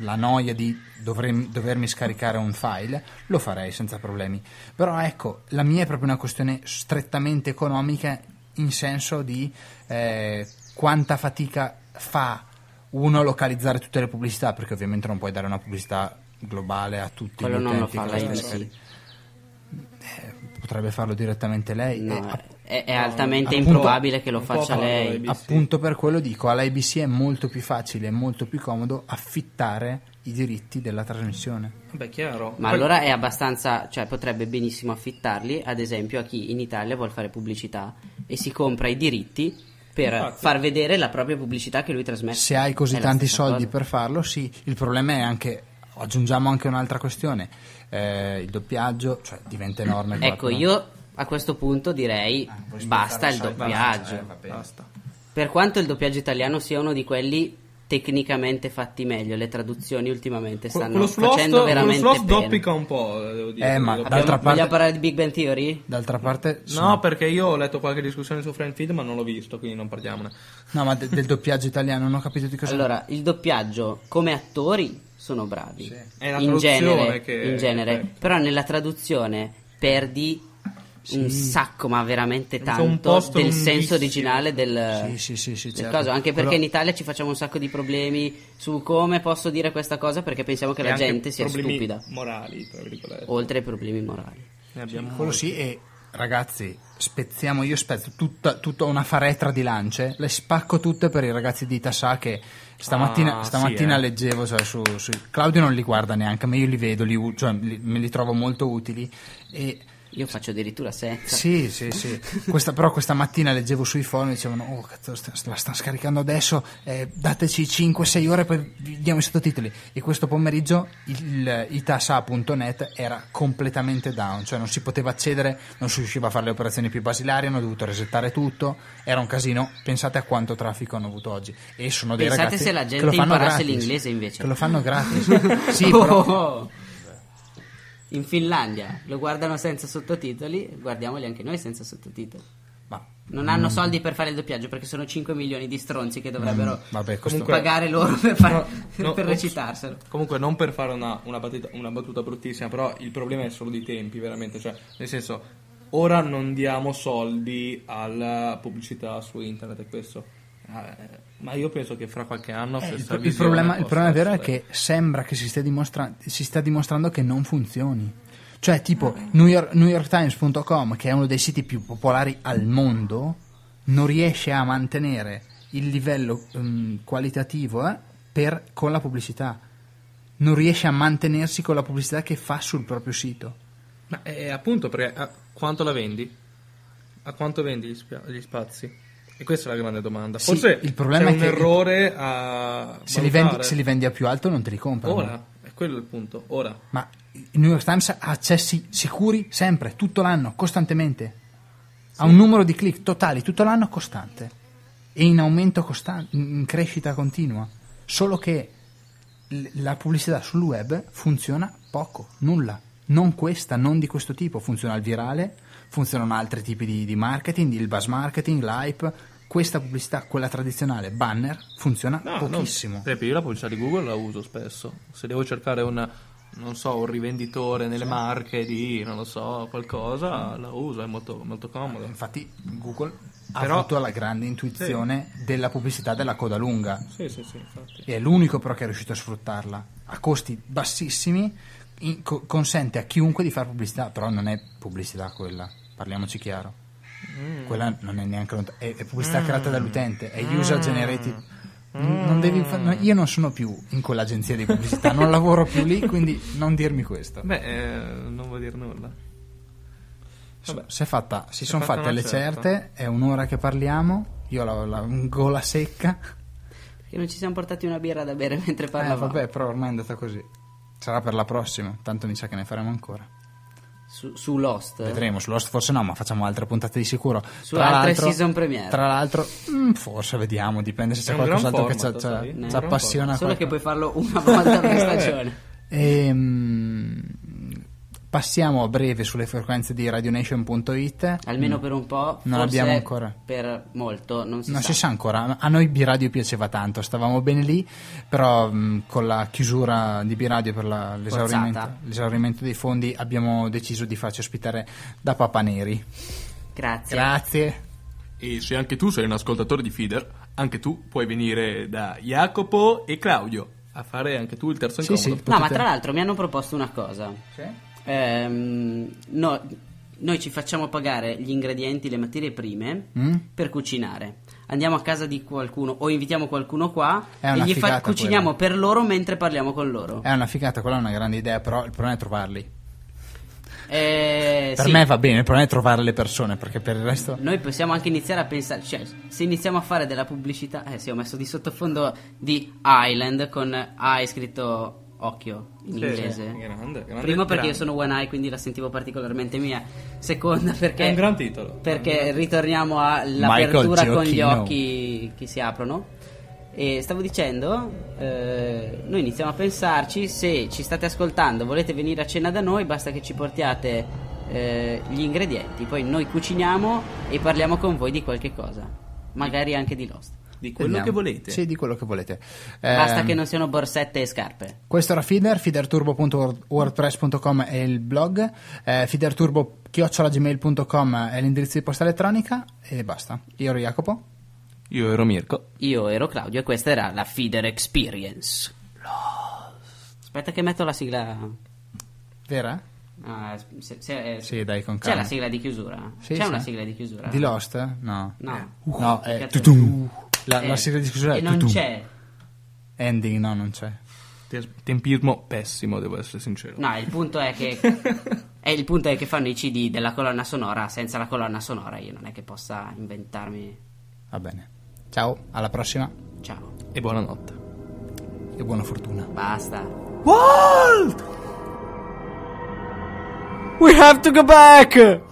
[SPEAKER 2] la noia di dovrem- dovermi scaricare un file, lo farei senza problemi. Però ecco, la mia è proprio una questione strettamente economica, in senso di eh, quanta fatica fa uno localizzare tutte le pubblicità perché ovviamente non puoi dare una pubblicità globale a tutti
[SPEAKER 1] Quello
[SPEAKER 2] gli
[SPEAKER 1] non lo
[SPEAKER 2] utenti
[SPEAKER 1] fa
[SPEAKER 2] che
[SPEAKER 1] la
[SPEAKER 2] stanno
[SPEAKER 1] NBC.
[SPEAKER 2] scaricando. potrebbe farlo direttamente lei e
[SPEAKER 1] No, eh,
[SPEAKER 2] app-
[SPEAKER 1] è, è altamente
[SPEAKER 2] Eh, appunto-
[SPEAKER 1] improbabile che lo
[SPEAKER 6] non può
[SPEAKER 1] faccia
[SPEAKER 6] farlo
[SPEAKER 1] lei.
[SPEAKER 6] ABC.
[SPEAKER 2] appunto per quello dico all'IBC è molto più facile è molto più comodo affittare i diritti della trasmissione
[SPEAKER 6] Beh, chiaro.
[SPEAKER 1] Ma
[SPEAKER 6] Poi-
[SPEAKER 1] allora è abbastanza, cioè potrebbe benissimo affittarli, ad esempio, a chi in Italia vuole fare pubblicità e si compra i diritti per
[SPEAKER 6] Infatti.
[SPEAKER 1] far vedere la propria pubblicità che lui trasmette.
[SPEAKER 2] se hai così
[SPEAKER 1] Eh, È la
[SPEAKER 2] tanti
[SPEAKER 1] stessa
[SPEAKER 2] soldi
[SPEAKER 1] cosa.
[SPEAKER 2] per farlo sì il problema è anche aggiungiamo anche un'altra questione eh, il doppiaggio cioè diventa enorme qua,
[SPEAKER 1] Ecco,
[SPEAKER 2] però.
[SPEAKER 1] io A questo punto direi
[SPEAKER 2] Ah,
[SPEAKER 1] basta il
[SPEAKER 2] eh,
[SPEAKER 1] doppiaggio.
[SPEAKER 6] Basta.
[SPEAKER 1] Per quanto il doppiaggio italiano sia uno di quelli tecnicamente fatti meglio, le traduzioni ultimamente
[SPEAKER 6] Que-
[SPEAKER 1] stanno
[SPEAKER 6] Quello
[SPEAKER 1] facendo
[SPEAKER 6] slot, quello
[SPEAKER 1] veramente
[SPEAKER 6] slot
[SPEAKER 1] bene.
[SPEAKER 6] doppica un po', eh, devo dire.
[SPEAKER 2] Eh, ma
[SPEAKER 6] Dobbiamo-
[SPEAKER 2] d'altra parte-
[SPEAKER 1] Vogliamo parlare di Big Bang Theory?
[SPEAKER 2] D'altra parte, sono-
[SPEAKER 6] No, perché io ho letto qualche discussione su Friend Feed, ma non l'ho visto, quindi non parliamone.
[SPEAKER 2] no, ma de- del doppiaggio italiano non ho capito di cosa.
[SPEAKER 1] Allora, il doppiaggio come attori sono bravi.
[SPEAKER 6] È la
[SPEAKER 1] In
[SPEAKER 6] traduzione
[SPEAKER 1] genere,
[SPEAKER 6] che-
[SPEAKER 1] in genere.
[SPEAKER 6] che-
[SPEAKER 1] però nella traduzione perdi un sacco, ma veramente
[SPEAKER 6] C'è un
[SPEAKER 1] tanto
[SPEAKER 6] posto
[SPEAKER 1] del
[SPEAKER 6] lunghissimo.
[SPEAKER 1] senso originale del,
[SPEAKER 2] Sì, sì, sì, sì,
[SPEAKER 1] del
[SPEAKER 2] certo.
[SPEAKER 1] coso. Anche perché
[SPEAKER 2] Quello-
[SPEAKER 1] in Italia ci facciamo un sacco di problemi su come posso dire questa cosa perché pensiamo che
[SPEAKER 6] E
[SPEAKER 1] la
[SPEAKER 6] anche
[SPEAKER 1] gente sia
[SPEAKER 6] problemi
[SPEAKER 1] stupida,
[SPEAKER 6] morali, tra virgolette.
[SPEAKER 1] oltre ai problemi morali.
[SPEAKER 6] Ne abbiamo
[SPEAKER 2] Quello sì, e ragazzi, spezziamo, io spezzo tutta, tutta una faretra di lance, le spacco tutte per i ragazzi di Tassà che stamattina,
[SPEAKER 6] Ah, sì,
[SPEAKER 2] stamattina
[SPEAKER 6] eh.
[SPEAKER 2] leggevo, cioè, su, su- Claudio non li guarda neanche, ma io li vedo, li u- cioè, li- me li trovo molto utili. E
[SPEAKER 1] Io faccio addirittura senza.
[SPEAKER 2] sì, sì, sì. Questa- però questa mattina leggevo sui forum e dicevano: Oh, cazzo, st- st- la stanno scaricando adesso, eh, dateci 5-6 ore e poi vi diamo i sottotitoli. E questo pomeriggio il, itasa.net era completamente down, cioè non si poteva accedere, non si riusciva a fare le operazioni più basilari, hanno dovuto resettare tutto. Era un casino. Pensate a quanto traffico hanno avuto oggi. E sono dei
[SPEAKER 1] Pensate
[SPEAKER 2] ragazzi
[SPEAKER 1] se la gente
[SPEAKER 2] che lo fanno
[SPEAKER 1] imparasse
[SPEAKER 2] gratis.
[SPEAKER 1] l'inglese invece.
[SPEAKER 2] Che lo fanno gratis. sì, però-
[SPEAKER 1] Oh! In Finlandia lo guardano senza sottotitoli, guardiamoli anche noi senza sottotitoli.
[SPEAKER 2] ma
[SPEAKER 1] Non
[SPEAKER 2] Mm.
[SPEAKER 1] hanno soldi per fare il doppiaggio perché sono 5 milioni di stronzi che dovrebbero
[SPEAKER 2] Mm, vabbè, questo-
[SPEAKER 1] pagare loro per, fare-
[SPEAKER 6] No, no,
[SPEAKER 1] per
[SPEAKER 6] ops.
[SPEAKER 1] recitarselo.
[SPEAKER 6] Comunque, non per fare una, una battuta, una battuta bruttissima, però il problema è solo di tempi, veramente. Cioè, nel senso, ora non diamo soldi alla pubblicità su internet, è questo. Eh, Ma io penso che fra qualche anno.
[SPEAKER 2] Eh, il,
[SPEAKER 6] questa
[SPEAKER 2] pro- il
[SPEAKER 6] visione
[SPEAKER 2] problema, il
[SPEAKER 6] possa
[SPEAKER 2] problema vero è
[SPEAKER 6] essere-
[SPEAKER 2] che sembra che si stia, dimostra- si stia dimostrando che non funzioni. Cioè, tipo, New York, NewYorkTimes.com, che è uno dei siti più popolari al mondo, non riesce a mantenere il livello ehm, qualitativo eh, per- con la pubblicità. Non riesce a mantenersi con la pubblicità che fa sul proprio sito.
[SPEAKER 6] Ma è appunto perché a quanto la vendi? A quanto vendi gli, spia- gli spazi? E questa è la grande domanda.
[SPEAKER 2] Sì,
[SPEAKER 6] Forse
[SPEAKER 2] il problema
[SPEAKER 6] c'è
[SPEAKER 2] è
[SPEAKER 6] un
[SPEAKER 2] che-
[SPEAKER 6] errore a.
[SPEAKER 2] Se li, vendi,
[SPEAKER 6] valutare.
[SPEAKER 2] se li vendi a più alto non te li comprano.
[SPEAKER 6] Ora, è quello il punto. Ora.
[SPEAKER 2] Ma il New York Times ha accessi sicuri sempre, tutto l'anno, costantemente. Ha un numero di click totali tutto l'anno costante e in aumento costante, in crescita continua. Solo che l- la pubblicità sul web funziona poco, nulla. Non questa, non di questo tipo. Funziona il virale, funzionano altri tipi di, di marketing, il buzz marketing, l'hype. Questa pubblicità, quella tradizionale, banner, funziona
[SPEAKER 6] non-
[SPEAKER 2] pochissimo.
[SPEAKER 6] per esempio, io la pubblicità di Google la uso spesso. Se devo cercare un, non so, un rivenditore nelle marche di, non lo so, qualcosa, la uso, è molto, molto comodo.
[SPEAKER 2] Infatti Google
[SPEAKER 6] Però-
[SPEAKER 2] ha avuto la grande intuizione della pubblicità della coda lunga
[SPEAKER 6] Sì, sì, sì, infatti.
[SPEAKER 2] e è l'unico però che è riuscito a sfruttarla a costi bassissimi in- co- consente a chiunque di fare pubblicità però non è pubblicità quella parliamoci chiaro
[SPEAKER 6] Mm.
[SPEAKER 2] quella non è neanche lont- è, è pubblicità creata dall'utente è
[SPEAKER 6] Mm.
[SPEAKER 2] user generated N- non devi fa- no, io non sono più in quell'agenzia di pubblicità non lavoro più lì quindi non dirmi questo
[SPEAKER 6] Beh, eh, non vuol dire nulla. vabbè.
[SPEAKER 2] Si è fatta- si
[SPEAKER 6] Si è
[SPEAKER 2] sono
[SPEAKER 6] fatta
[SPEAKER 2] fatte
[SPEAKER 6] una
[SPEAKER 2] le
[SPEAKER 6] certa.
[SPEAKER 2] certe, è un'ora che parliamo, io ho la, la- gola secca.
[SPEAKER 1] Perché non ci siamo portati una birra da bere mentre
[SPEAKER 2] Eh,
[SPEAKER 1] parlavamo.
[SPEAKER 2] vabbè, però ormai è andata così. Sarà per la prossima, tanto mi sa che ne faremo ancora.
[SPEAKER 6] Eh.
[SPEAKER 1] su, su Lost.
[SPEAKER 2] Vedremo, su Lost forse no, ma facciamo altre puntate di sicuro.
[SPEAKER 1] Su altre
[SPEAKER 2] l'altro-
[SPEAKER 1] season premiere.
[SPEAKER 2] Tra l'altro, mm, forse vediamo, dipende se
[SPEAKER 6] È
[SPEAKER 2] c'è
[SPEAKER 6] un gran
[SPEAKER 2] qualcos'altro che ci
[SPEAKER 6] format, sai?
[SPEAKER 1] Eh,
[SPEAKER 2] ci
[SPEAKER 1] gran
[SPEAKER 2] appassiona.
[SPEAKER 1] Solo che
[SPEAKER 2] qualcosa.
[SPEAKER 1] puoi farlo una volta
[SPEAKER 2] Eh.
[SPEAKER 1] per stagione.
[SPEAKER 2] Ehm, passiamo a breve sulle frequenze di radionation.it.
[SPEAKER 1] Almeno per un po'.
[SPEAKER 2] Mm. Non
[SPEAKER 1] forse
[SPEAKER 2] abbiamo ancora.
[SPEAKER 1] Per molto, non si
[SPEAKER 2] non
[SPEAKER 1] sa.
[SPEAKER 2] si sa ancora, a noi B-Radio piaceva tanto, stavamo bene lì, però mh, con la chiusura di B-Radio per la- l'esaurimento,
[SPEAKER 1] Forzata.
[SPEAKER 2] l'esaurimento dei fondi abbiamo deciso di farci ospitare da Papa Neri.
[SPEAKER 1] Grazie.
[SPEAKER 2] Grazie.
[SPEAKER 11] E se anche tu sei un ascoltatore di Feeder, anche tu puoi venire da Jacopo e Claudio.
[SPEAKER 6] A fare anche tu il terzo
[SPEAKER 2] Sì,
[SPEAKER 6] incomodo.
[SPEAKER 2] sì.
[SPEAKER 1] No, ma
[SPEAKER 2] potete-
[SPEAKER 1] tra l'altro mi hanno proposto una cosa. Ehm, no, noi ci facciamo pagare gli ingredienti, le materie prime
[SPEAKER 2] Mm?
[SPEAKER 1] per cucinare. Andiamo a casa di qualcuno o invitiamo qualcuno qua
[SPEAKER 2] È
[SPEAKER 1] e
[SPEAKER 2] una
[SPEAKER 1] gli
[SPEAKER 2] figata Eh,
[SPEAKER 1] cuciniamo per loro mentre parliamo con loro.
[SPEAKER 2] È una figata, quella è una grande idea, però il problema è trovarli.
[SPEAKER 1] Eh,
[SPEAKER 2] Per
[SPEAKER 1] sì,
[SPEAKER 2] me va bene, il problema è trovare le persone, perché per il resto...
[SPEAKER 1] Noi possiamo anche iniziare a pensare, cioè se iniziamo a fare della pubblicità, eh sì ho messo di sottofondo di Island con A è scritto occhio in
[SPEAKER 6] Sì,
[SPEAKER 1] inglese.
[SPEAKER 6] sì, grande, grande,
[SPEAKER 1] Primo perché
[SPEAKER 6] grande.
[SPEAKER 1] io sono One Eye, quindi la sentivo particolarmente mia. Seconda perché
[SPEAKER 6] È un gran titolo. È un
[SPEAKER 1] Perché
[SPEAKER 6] gran-
[SPEAKER 1] ritorniamo all'apertura
[SPEAKER 2] Michael
[SPEAKER 1] con gli
[SPEAKER 2] Giacchino.
[SPEAKER 1] occhi che si aprono. E stavo dicendo, eh, noi iniziamo a pensarci, se ci state ascoltando, volete venire a cena da noi, basta che ci portiate eh, gli ingredienti, poi noi cuciniamo e parliamo con voi di qualche cosa, magari anche di Lost.
[SPEAKER 6] Di quello
[SPEAKER 2] Vediamo.
[SPEAKER 6] che volete.
[SPEAKER 2] Sì, di quello che volete.
[SPEAKER 1] Basta
[SPEAKER 2] Ehm,
[SPEAKER 1] che non siano borsette e scarpe.
[SPEAKER 2] Questo era Feeder, feederturbo.wordpress.com è il blog, eh, feederturbo.gmail.com è l'indirizzo di posta elettronica e basta. Io ero Jacopo.
[SPEAKER 6] Io ero Mirko.
[SPEAKER 1] Io ero Claudio e questa era la Feeder Experience. Aspetta che metto la sigla.
[SPEAKER 2] Vera?
[SPEAKER 1] ah, se- se- eh,
[SPEAKER 2] Sì, dai, con
[SPEAKER 1] c'è
[SPEAKER 2] calma.
[SPEAKER 1] la sigla di chiusura?
[SPEAKER 2] Sì,
[SPEAKER 1] c'è
[SPEAKER 2] sì.
[SPEAKER 1] una sigla di chiusura?
[SPEAKER 2] Di Lost? No. Uh,
[SPEAKER 1] No.
[SPEAKER 2] No,
[SPEAKER 1] Che
[SPEAKER 2] è
[SPEAKER 1] cazzo-
[SPEAKER 2] tutum. La,
[SPEAKER 1] Eh,
[SPEAKER 2] la sigla di chiusura è
[SPEAKER 1] E non
[SPEAKER 2] tutum.
[SPEAKER 1] c'è.
[SPEAKER 2] Ending, no, non c'è.
[SPEAKER 6] Te- Tempismo pessimo, devo essere sincero.
[SPEAKER 1] No, il punto è che. è il punto è che fanno i CD della colonna sonora senza la colonna sonora. Io non è che possa inventarmi.
[SPEAKER 2] Va bene. Ciao, alla prossima
[SPEAKER 1] Ciao.
[SPEAKER 6] E buonanotte.
[SPEAKER 2] e buona fortuna.
[SPEAKER 1] Basta.
[SPEAKER 2] We have to go back!